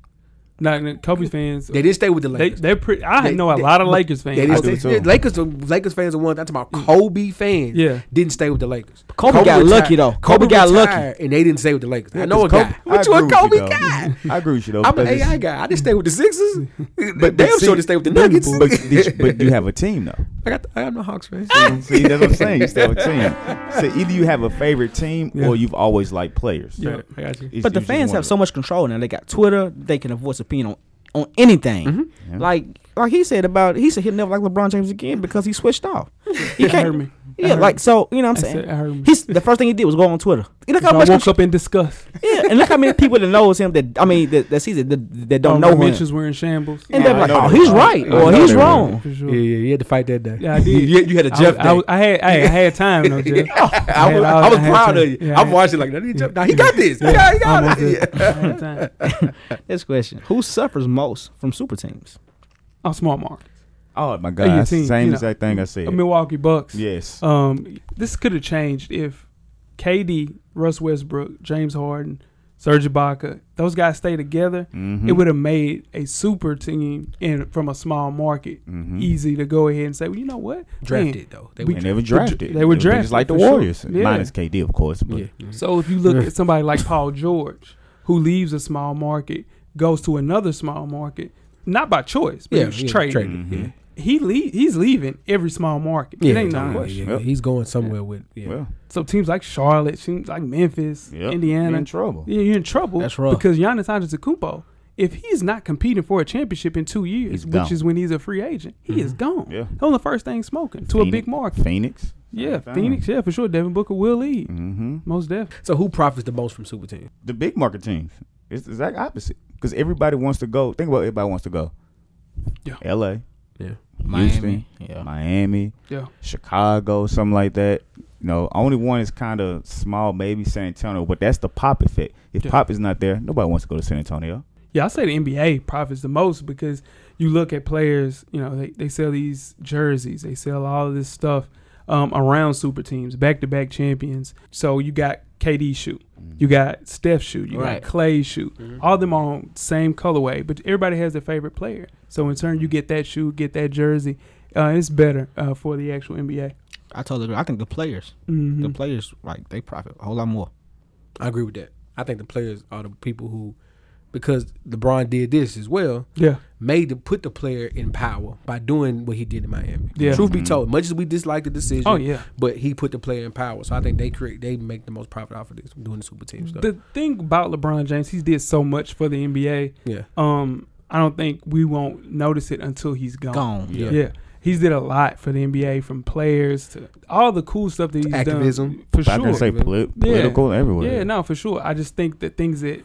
Speaker 2: Not Kobe fans.
Speaker 3: They didn't stay with the
Speaker 2: They,
Speaker 3: Lakers.
Speaker 2: they're pretty. I
Speaker 3: They-
Speaker 2: know a
Speaker 3: they-
Speaker 2: lot of Lakers
Speaker 3: They
Speaker 2: fans.
Speaker 3: didn't
Speaker 4: I do
Speaker 3: stay-
Speaker 4: too.
Speaker 3: Lakers, Lakers fans are one. That's about Kobe fans.
Speaker 2: Yeah.
Speaker 3: didn't stay with the Lakers.
Speaker 5: Kobe got lucky, though. Kobe got lucky.
Speaker 3: lucky, and they didn't stay with the Lakers. I
Speaker 4: Yeah,
Speaker 3: know a
Speaker 4: 'cause Kobe-
Speaker 3: guy. What you
Speaker 4: I
Speaker 3: a
Speaker 4: agree with
Speaker 3: Kobe
Speaker 4: you, though.
Speaker 3: guy?
Speaker 4: [LAUGHS] I agree with you though.
Speaker 3: I'm an
Speaker 4: because it's-
Speaker 3: AI guy. I didn't stay with the Sixers.
Speaker 4: [LAUGHS] but
Speaker 3: damn
Speaker 4: see-
Speaker 3: sure to stay with the Nuggets. [LAUGHS]
Speaker 4: But, did you- but you have a team though.
Speaker 3: I got. The, I am the Hawks fan.
Speaker 4: [LAUGHS] See, that's what I'm saying. You still have a team. [LAUGHS] So either you have a favorite team
Speaker 2: Yeah.
Speaker 4: or you've always liked players.
Speaker 2: Yeah, I got you.
Speaker 4: It's-
Speaker 5: But the
Speaker 4: it's just
Speaker 5: fans
Speaker 4: one
Speaker 5: have
Speaker 4: of
Speaker 5: so much control now. They got Twitter. They can voice opinion on, on anything.
Speaker 4: Yeah.
Speaker 5: Like like he said about he said he'll never like LeBron James again because he switched off.
Speaker 2: [LAUGHS]
Speaker 5: He
Speaker 2: That hurt me. That
Speaker 5: Yeah,
Speaker 2: hurt
Speaker 5: like
Speaker 2: me.
Speaker 5: so you know what I'm
Speaker 2: That said- that
Speaker 5: saying.
Speaker 2: hurt me.
Speaker 5: He's the first thing he did was go on Twitter. You look how
Speaker 2: So I
Speaker 5: much
Speaker 2: woke
Speaker 5: control-
Speaker 2: up in disgust.
Speaker 5: [LAUGHS] yeah, and look how many people that knows him that I mean that, that sees it that, that
Speaker 2: All
Speaker 5: don't
Speaker 2: my
Speaker 5: know him.
Speaker 2: mentions were in shambles.
Speaker 5: And
Speaker 4: Yeah,
Speaker 5: they're
Speaker 4: I
Speaker 5: like,
Speaker 4: know
Speaker 5: oh,
Speaker 4: that.
Speaker 5: he's
Speaker 4: I-
Speaker 5: right
Speaker 4: I
Speaker 5: or
Speaker 4: know
Speaker 5: he's
Speaker 4: that.
Speaker 5: wrong.
Speaker 2: For sure.
Speaker 3: Yeah, yeah, you had to fight that day.
Speaker 2: Yeah, I did.
Speaker 3: you, had, you had a
Speaker 2: I,
Speaker 3: Jeff
Speaker 2: was- I,
Speaker 3: day.
Speaker 2: was- I had, I had, I
Speaker 5: [LAUGHS]
Speaker 2: had time though, Jeff.
Speaker 3: [LAUGHS] I,
Speaker 2: had
Speaker 3: was,
Speaker 2: all-
Speaker 3: I was
Speaker 2: I had
Speaker 3: proud
Speaker 2: to-
Speaker 3: of you.
Speaker 2: yeah, I
Speaker 3: I'm
Speaker 2: had-
Speaker 3: watching like, no, he, jumped. Now he got this. Yeah, he got
Speaker 2: Almost
Speaker 3: it.
Speaker 2: did. I had time.
Speaker 5: Next question: Who suffers most from super teams?
Speaker 2: I'm small mark.
Speaker 4: Oh my
Speaker 2: Hey, your
Speaker 4: God!
Speaker 2: team,
Speaker 4: Same
Speaker 2: you know,
Speaker 4: exact thing I said.
Speaker 2: A Milwaukee Bucks.
Speaker 4: yes.
Speaker 2: Um, this could have changed if KD, Russ Westbrook, James Harden, Serge Ibaka, those guys stay together.
Speaker 3: Mm-hmm.
Speaker 4: Mhm.
Speaker 2: It would have made a super team in from a small market
Speaker 4: Mhm.
Speaker 2: easy to go ahead and say, well, you know what, Man,
Speaker 3: Drafted though. They
Speaker 2: we-
Speaker 4: And they were
Speaker 2: dr-
Speaker 4: drafted.
Speaker 2: they were drafted,
Speaker 4: just like the
Speaker 2: for sure.
Speaker 4: Warriors,
Speaker 2: Yeah.
Speaker 4: minus KD, of course. But
Speaker 3: yeah.
Speaker 2: So if you look
Speaker 3: [LAUGHS]
Speaker 2: at somebody like Paul George, who leaves a small market, goes to another small market, not by choice, but
Speaker 3: Yeah,
Speaker 2: he was
Speaker 3: yeah,
Speaker 2: traded.
Speaker 3: traded,
Speaker 4: Mhm.
Speaker 3: yeah.
Speaker 2: He lea- he's leaving every small market.
Speaker 3: Yeah,
Speaker 2: it ain't no
Speaker 3: yeah,
Speaker 2: question.
Speaker 3: yeah,
Speaker 4: Yep.
Speaker 3: He's going somewhere with. Yeah.
Speaker 4: well,
Speaker 2: So teams like Charlotte, teams like Memphis,
Speaker 4: yep.
Speaker 2: Indiana,
Speaker 4: You're in trouble.
Speaker 2: yeah, you're in trouble.
Speaker 5: That's rough.
Speaker 2: Because Giannis Antetokounmpo, if he's not competing for a championship in two years,
Speaker 4: He's
Speaker 2: which
Speaker 4: gone.
Speaker 2: is when he's a free agent, he is gone.
Speaker 4: Yeah.
Speaker 2: on the first thing smoking to a
Speaker 4: Phoenix-
Speaker 2: big market.
Speaker 4: Phoenix.
Speaker 2: Yeah, Phoenix. Yeah, for sure. Devin Booker will leave.
Speaker 4: Mm-hmm.
Speaker 2: Most definitely.
Speaker 3: So who profits the most from super team?
Speaker 4: The big market teams. It's the exact opposite because everybody wants to go. Think about everybody wants to go.
Speaker 2: Yeah.
Speaker 4: L.A.,
Speaker 3: Yeah.
Speaker 4: Houston,
Speaker 5: yeah.
Speaker 4: Miami,
Speaker 2: Yeah.
Speaker 4: Chicago, something like that. You know, only one is kind of small, maybe San Antonio, but that's the Pop effect. If
Speaker 2: Yeah.
Speaker 4: Pop is not there, nobody wants to go to San Antonio.
Speaker 2: Yeah, I say the NBA profits the most because you look at players, you know, they, they sell these jerseys, they sell all of this stuff um, around super teams, back to back champions. So you got KD shoe, you got Steph shoe, you
Speaker 5: Right.
Speaker 2: got Clay shoe, all them on same colorway, but everybody has their favorite player. So in turn, you get that shoe, get that jersey. Uh, it's better uh, for the actual NBA.
Speaker 5: I totally agree. I think the players,
Speaker 2: Mhm.
Speaker 5: the players, like they profit a whole lot more.
Speaker 3: I agree with that. I think the players are the people who, because LeBron did this as well,
Speaker 2: Yeah,
Speaker 3: made to put the player in power by doing what he did in Miami.
Speaker 2: Yeah.
Speaker 3: Truth be told, much as we dislike the decision,
Speaker 2: Oh, yeah.
Speaker 3: but he put the player in power. So I think they create, they make the most profit off of this doing the super team stuff.
Speaker 2: the thing about LeBron James, he did so much for the NBA.
Speaker 3: yeah,
Speaker 2: Um, I don't think we won't notice it until he's
Speaker 5: Gone.
Speaker 3: yeah,
Speaker 2: Yeah. He's did a lot for the NBA from players to all the cool stuff that he's
Speaker 3: Activism.
Speaker 2: done. For
Speaker 4: But I can
Speaker 2: sure.
Speaker 4: say poli- political everywhere.
Speaker 2: Yeah, no, for sure. I just think that things that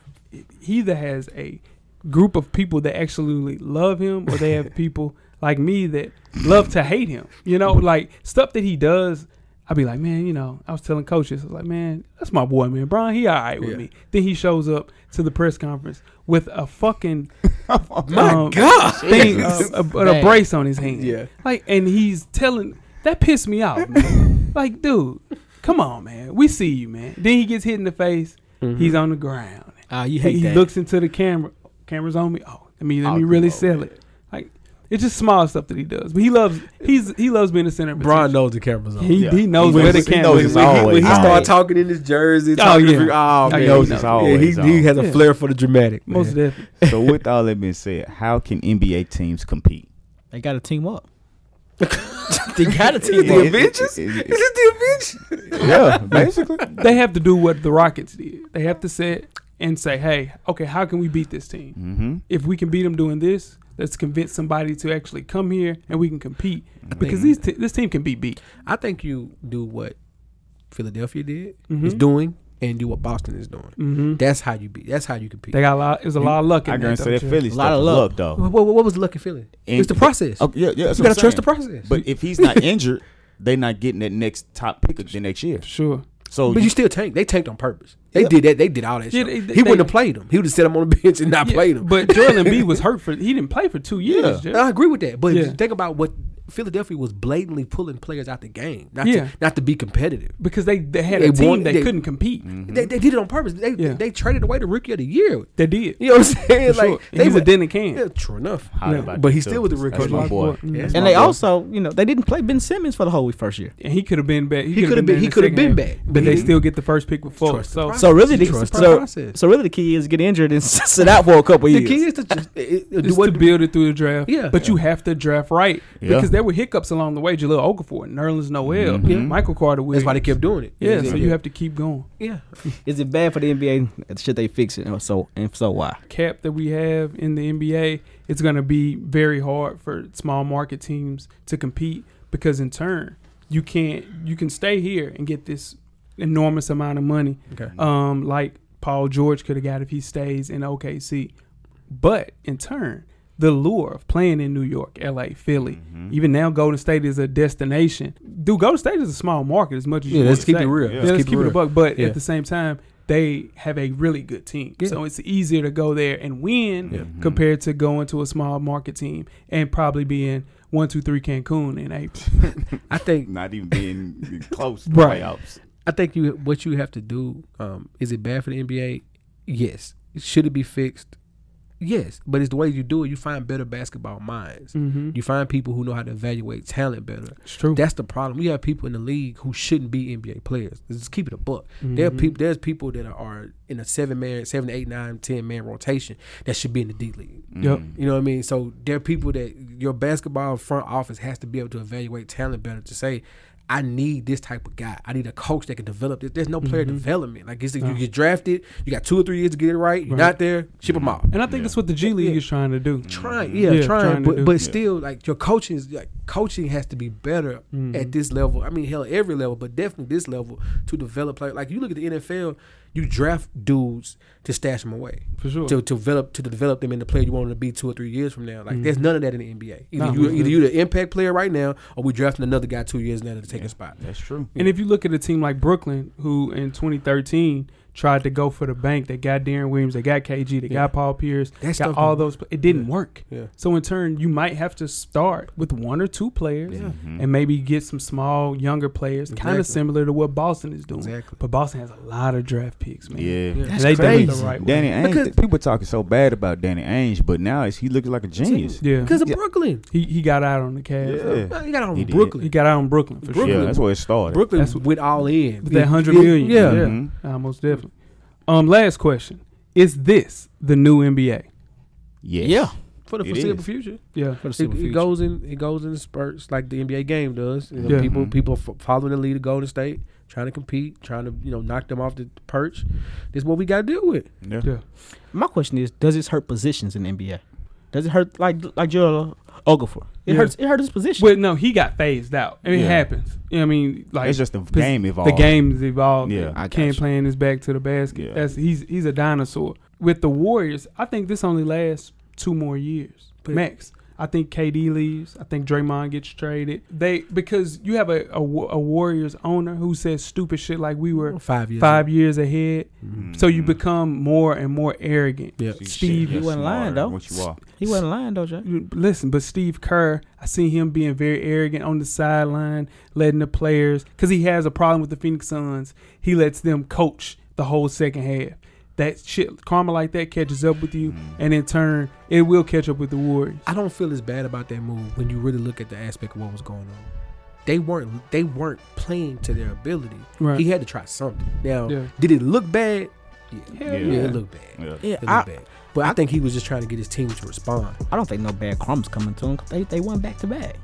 Speaker 2: he either has a group of people that absolutely love him or they have people like me that love to hate him. You know, like stuff that he does I'd be like, man, you know, I was telling coaches, I was like, man, that's my boy, man. Brian, he all right with
Speaker 3: Yeah.
Speaker 2: me. Then he shows up to the press conference with a fucking
Speaker 3: My
Speaker 2: God, thing, uh, a, a,
Speaker 5: Man.
Speaker 2: brace on his hand.
Speaker 3: Yeah.
Speaker 2: [LAUGHS] like, and he's telling that pissed me off. man. like, dude, come on, man. We see you, man. Then he gets hit in the face.
Speaker 3: Mm-hmm.
Speaker 2: He's on the ground.
Speaker 5: Ah, you
Speaker 2: He, he looks into the camera. Camera's on me. Oh, let me let me
Speaker 4: Oh,
Speaker 2: really
Speaker 4: come on,
Speaker 2: sell it. Like, it's just small stuff that he does, but he loves. He's he loves being the center. Of
Speaker 3: LeBron
Speaker 2: attention.
Speaker 3: knows the cameras on.
Speaker 2: He,
Speaker 4: Yeah.
Speaker 2: he knows
Speaker 4: He
Speaker 2: where the
Speaker 4: knows- he
Speaker 2: camera
Speaker 4: knows
Speaker 2: is.
Speaker 4: it's
Speaker 3: when he,
Speaker 4: always
Speaker 3: when he
Speaker 4: on.
Speaker 3: started talking in his jersey, talking
Speaker 2: yeah.
Speaker 3: to, oh, man.
Speaker 2: He
Speaker 4: knows it's
Speaker 3: yeah, he,
Speaker 4: always
Speaker 3: he
Speaker 4: on.
Speaker 3: has a
Speaker 2: Yeah.
Speaker 3: flair for the dramatic.
Speaker 2: Most
Speaker 3: man.
Speaker 2: definitely.
Speaker 4: so with all that being said, how can NBA teams compete?
Speaker 5: They got to team up. they
Speaker 3: [LAUGHS]
Speaker 5: got to
Speaker 3: Is
Speaker 5: team
Speaker 3: this
Speaker 5: up.
Speaker 3: the Avengers?
Speaker 4: it-
Speaker 3: Is
Speaker 4: it-
Speaker 3: this the Avengers?
Speaker 4: Yeah, basically.
Speaker 2: they have to do what the Rockets did. They have to sit and say, "Hey, okay, how can we beat this team?
Speaker 4: mm-hmm.
Speaker 2: If we can beat them doing this, let's convince somebody to actually come here and we can compete because these te- this team can be beat."
Speaker 3: I think you do what Philadelphia did
Speaker 2: Mhm.
Speaker 3: is doing and do what Boston is doing.
Speaker 2: Mm-hmm.
Speaker 3: That's how you beat. That's how you compete.
Speaker 2: They got a lot. It was a lot of luck. In
Speaker 4: I
Speaker 2: there,
Speaker 4: gotta say that
Speaker 2: though, too.
Speaker 4: Philly
Speaker 5: A
Speaker 4: stuff.
Speaker 5: lot of
Speaker 4: is
Speaker 5: luck.
Speaker 4: luck though.
Speaker 3: what, what, what was the lucky feeling?
Speaker 4: And-
Speaker 3: it's the process.
Speaker 4: Oh, yeah, yeah.
Speaker 3: you gotta trust the process. But,
Speaker 4: But if he's not injured, they not getting that next top pick the next year.
Speaker 2: Sure.
Speaker 4: So
Speaker 3: you still tank. They tanked on purpose. They
Speaker 2: Yeah.
Speaker 3: did that. They did all that.
Speaker 2: Yeah,
Speaker 3: shit.
Speaker 2: they- they-
Speaker 3: he wouldn't
Speaker 2: they-
Speaker 3: have played him. He would have set him on the bench and not
Speaker 2: Yeah,
Speaker 3: played him.
Speaker 2: But Joel
Speaker 3: [LAUGHS]
Speaker 2: Embiid was hurt for. He didn't play for two years.
Speaker 4: Yeah.
Speaker 2: Jeff.
Speaker 3: I agree with that. But
Speaker 2: Yeah.
Speaker 3: think about what Philadelphia was blatantly pulling players out the game, not
Speaker 2: Yeah.
Speaker 3: to, not to be competitive.
Speaker 2: because they, they had
Speaker 3: They
Speaker 2: a team
Speaker 3: won-
Speaker 2: that
Speaker 3: they-
Speaker 2: couldn't compete.
Speaker 3: They, they did it on purpose. They
Speaker 2: Mm-hmm. Yeah.
Speaker 3: they traded away the rookie of the year.
Speaker 2: They did.
Speaker 3: You know what I'm saying?
Speaker 2: For sure.
Speaker 3: like
Speaker 2: And he's
Speaker 3: were-
Speaker 2: a den and can.
Speaker 3: Yeah, true enough.
Speaker 4: How
Speaker 2: Yeah,
Speaker 4: about
Speaker 3: but
Speaker 4: the
Speaker 3: he still was a
Speaker 4: Celtics?
Speaker 3: rookie.
Speaker 4: That's my
Speaker 2: Coach
Speaker 4: boy.
Speaker 2: Lockwood. Mm.
Speaker 3: That's
Speaker 5: And
Speaker 3: my
Speaker 5: they
Speaker 3: boy.
Speaker 5: also, you know, they didn't play Ben Simmons for the whole first year.
Speaker 2: And he could have been back. He,
Speaker 3: coulda been-
Speaker 2: in
Speaker 3: he
Speaker 2: the
Speaker 3: coulda
Speaker 2: second
Speaker 3: been
Speaker 2: half.
Speaker 3: back,
Speaker 2: But
Speaker 3: but
Speaker 2: they
Speaker 3: he-
Speaker 2: still get the first pick with four.
Speaker 3: Trust the
Speaker 2: So
Speaker 3: process.
Speaker 5: So really, the,
Speaker 3: Trust the
Speaker 5: so,
Speaker 3: process.
Speaker 5: so really, the key is get injured and [LAUGHS] sit out for a couple
Speaker 3: The
Speaker 5: years.
Speaker 3: key is
Speaker 2: [LAUGHS]
Speaker 3: to just it, it, do
Speaker 2: it's
Speaker 3: what
Speaker 2: to build it through the draft.
Speaker 3: Yeah.
Speaker 2: But you have to draft right.
Speaker 4: Yeah.
Speaker 2: Because there were hiccups along the way. Jaleel Okafor, Nerlens Noel,
Speaker 4: Mhm. Yeah.
Speaker 2: Michael Carter Williams.
Speaker 3: That's why they kept doing it.
Speaker 2: Yeah, so you have to keep going.
Speaker 3: yeah.
Speaker 5: Is it bad for the NBA? The shit they fix it, and so and so why?
Speaker 2: Cap that we have in the NBA, it's going to be very hard for small market teams to compete because in turn, you can't you can stay here and get this enormous amount of money.
Speaker 3: Okay.
Speaker 2: Um like Paul George could have got if he stays in OKC. But in turn, the lure of playing in New York, LA, Philly, even now Golden State is a destination. Dude, Golden State is a small market as much as you
Speaker 3: Yeah,
Speaker 2: want
Speaker 3: let's
Speaker 2: to
Speaker 3: keep
Speaker 2: say.
Speaker 3: it real.
Speaker 4: Yeah,
Speaker 2: Yeah, let's keep, it a buck. But
Speaker 3: Yeah.
Speaker 2: at the same time, they have a really good team.
Speaker 3: Yeah.
Speaker 2: So it's easier to go there and win
Speaker 3: Yeah.
Speaker 2: compared to going to a small market team and probably being one, two, three Cancun in April.
Speaker 3: I think
Speaker 4: Not even being [LAUGHS] close to
Speaker 2: Right.
Speaker 4: playoffs.
Speaker 3: I think you what you have to do. Um, is it bad for the NBA? Yes. Should it be fixed? Yes. But it's the way you do it. You find better basketball minds.
Speaker 2: Mm-hmm.
Speaker 3: You find people who know how to evaluate talent better.
Speaker 2: It's true.
Speaker 3: That's the problem. We have people in the league who shouldn't be NBA players. Let's Just keep it a buck. There are
Speaker 2: Mm-hmm.
Speaker 3: people. There's people that are in a seven man, seven, eight, nine, ten man rotation that should be in the D league.
Speaker 2: Yep.
Speaker 3: You know what I mean? So there are people that your basketball front office has to be able to evaluate talent better to say, I need this type of guy. I need a coach that can develop this. There's no player
Speaker 2: Mm-hmm.
Speaker 3: development. Like it's, you get drafted, you got two or three years to get it right. You're
Speaker 2: Right.
Speaker 3: not there, ship them off.
Speaker 2: And I think that's what the G League is trying to do.
Speaker 3: Trying, yeah,
Speaker 2: Yeah, trying
Speaker 3: trying,
Speaker 2: to
Speaker 3: but,
Speaker 2: do-
Speaker 3: but still, like your coaching is like coaching has to be better
Speaker 2: Mm-hmm.
Speaker 3: at this level. I mean, hell, every level, but definitely this level to develop. Like, like you look at the NFL, you draft dudes to stash them away
Speaker 2: For sure.
Speaker 3: to, to develop to develop them in the player you want them to be two or three years from now. Like
Speaker 2: Mm-hmm.
Speaker 3: there's none of that in the NBA. Either
Speaker 2: No,
Speaker 3: you
Speaker 2: we-
Speaker 3: either you the impact player right now, or we drafting another guy two years later to take a spot.
Speaker 4: That's true.
Speaker 2: And if you look at a team like Brooklyn, who in 2013 tried to go for the bank, they got Darren Williams, they got KG, they
Speaker 3: Yeah.
Speaker 2: got Paul Pierce,
Speaker 3: That
Speaker 2: got
Speaker 3: stuff
Speaker 2: all
Speaker 3: don't
Speaker 2: those. It didn't work.
Speaker 3: Yeah.
Speaker 2: So in turn, you might have to start with one or two players, and maybe get some small younger players, kind
Speaker 3: Mm-hmm. Exactly.
Speaker 2: of similar to what Boston is doing.
Speaker 3: Exactly.
Speaker 2: But Boston has a lot of draft picks, man.
Speaker 4: Yeah.
Speaker 2: And they done it the right way.
Speaker 4: Danny Ainge,
Speaker 3: Because-
Speaker 4: people talking so bad about Danny Ainge, but now it's, he looks like a genius.
Speaker 2: Yeah.
Speaker 3: Because of
Speaker 4: Yeah.
Speaker 3: Brooklyn,
Speaker 2: He he got out on the Cavs.
Speaker 4: Yeah.
Speaker 3: Man, you got on
Speaker 4: He did.
Speaker 2: He
Speaker 3: Brooklyn.
Speaker 2: got out on Brooklyn for
Speaker 3: Brooklyn.
Speaker 4: Yeah,
Speaker 2: sure.
Speaker 4: that's where it started.
Speaker 3: Brooklyn
Speaker 2: That's-
Speaker 3: went all in.
Speaker 2: With that
Speaker 3: It-
Speaker 2: hundred
Speaker 3: it-
Speaker 2: million. Mm-hmm.
Speaker 3: Yeah. Mm-hmm.
Speaker 4: Mhm.
Speaker 2: yeah. Most definitely. Um, last question: Is this the new NBA?
Speaker 4: Yes.
Speaker 5: Yeah.
Speaker 3: for the
Speaker 4: It
Speaker 3: foreseeable
Speaker 4: is.
Speaker 3: future.
Speaker 2: Yeah.
Speaker 5: For the
Speaker 3: It,
Speaker 5: super
Speaker 3: it
Speaker 5: future.
Speaker 3: goes in it goes in spurts like the NBA game does. You know,
Speaker 2: Yeah. Mm-hmm.
Speaker 3: People
Speaker 4: Mhm.
Speaker 3: people f- following the lead of Golden State, trying to compete, trying to you know knock them off the perch. This is what we got to deal with.
Speaker 4: Yeah.
Speaker 2: Yeah.
Speaker 5: My question is, does this hurt positions in the NBA? Does it hurt like like Joel Okafor? It
Speaker 2: Yeah.
Speaker 5: hurts. It hurts his position.
Speaker 2: Well, no, he got phased out. I mean, it
Speaker 4: Yeah.
Speaker 2: happens. You know what I mean, like
Speaker 4: It's just the
Speaker 2: pos-
Speaker 4: game evolved.
Speaker 2: The game's evolved.
Speaker 4: Yeah, I
Speaker 2: I
Speaker 4: got
Speaker 2: can't
Speaker 4: you.
Speaker 2: play in his back to the basket.
Speaker 4: Yeah.
Speaker 2: That's he's he's a dinosaur. With the Warriors, I think this only lasts two more years
Speaker 3: But-
Speaker 2: max. I think KD leaves. I think Draymond gets traded. They because you have a a, Wa- a Warriors owner who says stupid shit like we were
Speaker 3: Five years.
Speaker 2: five years ahead.
Speaker 4: Mhm.
Speaker 2: So you become more and more arrogant.
Speaker 3: Yeah.
Speaker 4: See, shit,
Speaker 2: Steve,
Speaker 4: you're
Speaker 5: you wasn't lying,
Speaker 4: smarter
Speaker 5: though.
Speaker 4: than What you are.
Speaker 5: he wasn't lying though, Jay.
Speaker 2: Listen, but Steve Kerr, I seen him being very arrogant on the sideline, letting the players, because he has a problem with the Phoenix Suns. He lets them coach the whole second half. That shit, karma like that catches up with
Speaker 3: Mm.
Speaker 2: you, and in turn, it will catch up with the Warriors.
Speaker 3: I don't feel as bad about that move when you really look at the aspect of what was going on. They weren't they weren't playing to their ability.
Speaker 2: Right.
Speaker 3: He had to try something. Now,
Speaker 2: Yeah.
Speaker 3: did it look bad? Yeah,
Speaker 2: Hell
Speaker 3: yeah,
Speaker 2: yeah.
Speaker 3: it looked bad.
Speaker 4: Yeah.
Speaker 5: Yeah,
Speaker 3: It looked
Speaker 5: I,
Speaker 3: bad. But I think he was just trying to get his team to respond.
Speaker 5: I don't think no bad crumbs coming to him. 'cause They they won back to back.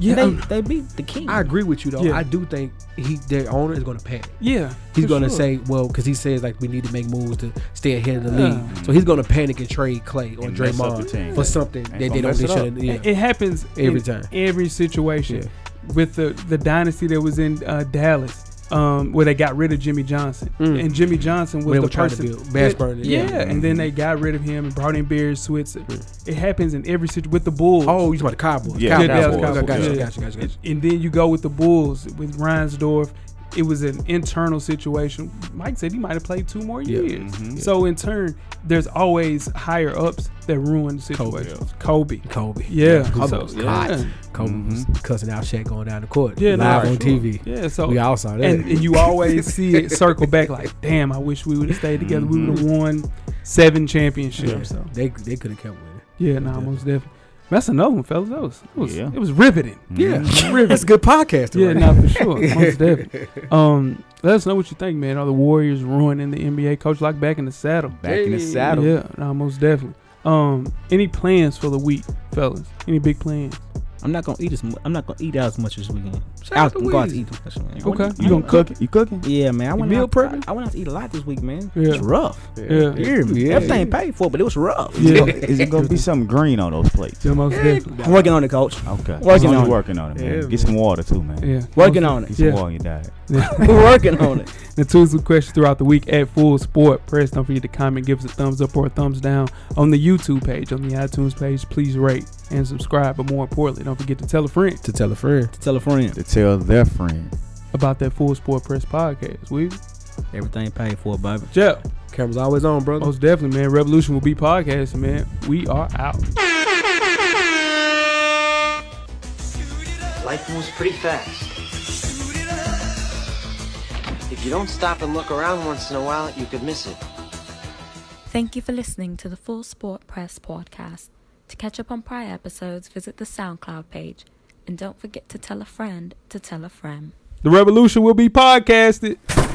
Speaker 2: Yeah,
Speaker 5: they,
Speaker 2: um,
Speaker 5: they beat the King.
Speaker 3: I agree with you though.
Speaker 2: Yeah.
Speaker 3: I do think he their owner is going to panic.
Speaker 2: yeah.
Speaker 3: He's
Speaker 2: for
Speaker 3: gonna
Speaker 2: sure.
Speaker 3: say, well, because he says like we need to make moves to stay ahead of the
Speaker 2: Yeah.
Speaker 3: league. So he's gonna panic and trade Clay or
Speaker 4: And mess up the team.
Speaker 3: Draymond for something
Speaker 4: And
Speaker 3: that
Speaker 4: gonna
Speaker 3: they don't
Speaker 4: mess it
Speaker 3: they shouldn't.
Speaker 4: up.
Speaker 3: Yeah.
Speaker 2: it happens
Speaker 3: Every
Speaker 2: in
Speaker 3: time.
Speaker 2: every situation. With the the dynasty that was in uh, Dallas, um, where they got rid of Jimmy Johnson,
Speaker 3: Mm.
Speaker 2: and Jimmy Johnson was
Speaker 3: They
Speaker 2: the
Speaker 3: were trying to
Speaker 2: person.
Speaker 3: build- Bass
Speaker 2: that-
Speaker 3: Burner,
Speaker 2: yeah.
Speaker 3: yeah.
Speaker 2: and then they got rid of him and brought in Barry Switzer. It happens in every situation with the Bulls.
Speaker 3: Mm. Oh, you talking about the Cowboys?
Speaker 4: Yeah,
Speaker 3: Cowboys.
Speaker 4: Dallas
Speaker 3: Cowboys.
Speaker 4: Cowboys,
Speaker 3: Gotcha,
Speaker 2: yeah.
Speaker 3: gotcha, gotcha,
Speaker 2: And,
Speaker 3: gotcha.
Speaker 2: and then you go with the Bulls with Reinsdorf. It was an internal situation. Mike said he might have played two more
Speaker 3: Yeah.
Speaker 2: years. So in turn, there's always higher ups that ruin the
Speaker 3: Kobe.
Speaker 2: situation. Kobe.
Speaker 3: Kobe.
Speaker 2: Yeah.
Speaker 3: Kobe
Speaker 2: So-
Speaker 3: was hot.
Speaker 2: yeah.
Speaker 3: Kobe was cussing out Shaq going down the court.
Speaker 2: Yeah, no,
Speaker 3: live
Speaker 2: for
Speaker 3: on
Speaker 2: sure.
Speaker 3: TV.
Speaker 2: Yeah. So
Speaker 3: we all saw that.
Speaker 2: and, and you always see it circle back like, damn, I wish we would have stayed together. We would have won seven championships.
Speaker 3: Yeah.
Speaker 2: So
Speaker 3: they they could have kept winning.
Speaker 2: yeah, nah, most definitely. That's another one, fellas. That was, it was,
Speaker 4: Yeah.
Speaker 2: it was riveting.
Speaker 3: Yeah, [LAUGHS] that's a good podcast.
Speaker 2: Yeah,
Speaker 3: right?
Speaker 2: not for sure. Most definitely. Um, let us know what you think, man. Are the Warriors ruining the NBA? Coach Lock back in the saddle.
Speaker 4: Mm-hmm. Back in the
Speaker 3: Hey.
Speaker 4: saddle.
Speaker 2: Yeah, nah, most definitely. Um, any plans for the week, fellas? Any big plans?
Speaker 5: I'm not gonna eat as mu- I'm not gonna eat out as much this weekend.
Speaker 3: Shout
Speaker 5: Out,
Speaker 3: out to
Speaker 5: I'm going out to
Speaker 3: Weezy.
Speaker 5: eat too much, man.
Speaker 2: Okay.
Speaker 4: You gonna cook it? You
Speaker 5: [LAUGHS]
Speaker 4: cooking?
Speaker 5: Yeah, man. I went
Speaker 2: meal
Speaker 5: out,
Speaker 2: prepping?
Speaker 5: I, I went out to eat a lot this week, man.
Speaker 2: Yeah.
Speaker 5: It's rough.
Speaker 2: Yeah.
Speaker 5: You hear me?
Speaker 3: Yeah.
Speaker 5: Everything paid for, but it was rough.
Speaker 4: Is,
Speaker 2: Yeah.
Speaker 4: it gonna, is it gonna be something green on those plates?
Speaker 2: Yeah, most definitely.
Speaker 5: I'm working on it, coach.
Speaker 4: Okay.
Speaker 5: Working on
Speaker 4: you
Speaker 5: it.
Speaker 4: working on it, man.
Speaker 3: Yeah,
Speaker 4: Get some water too, man.
Speaker 2: Yeah,
Speaker 5: Working on
Speaker 4: Get
Speaker 5: it.
Speaker 4: some
Speaker 2: Yeah.
Speaker 4: water in your diet.
Speaker 5: working on it.
Speaker 2: And tweet us with questions throughout the week at Full Sport Press. Don't forget to comment, give us a thumbs up or a thumbs down on the YouTube page, on the iTunes page. Please rate and subscribe. But more importantly, don't forget to tell a friend
Speaker 3: to tell a friend.
Speaker 5: To tell a friend.
Speaker 4: To tell their friend.
Speaker 2: about that Full Sport Press podcast. We,
Speaker 5: Everything paid for, baby.
Speaker 2: Jeff,
Speaker 3: Camera's always on, brother.
Speaker 2: most definitely, man. Revolution will be podcasting, man. We are out.
Speaker 7: Life moves pretty fast. If you don't stop and look around once in a while, you could miss it.
Speaker 1: Thank you for listening to the Full Sport Press podcast. To catch up on prior episodes, visit the SoundCloud page. And don't forget to tell a friend to tell a friend.
Speaker 2: The revolution will be podcasted.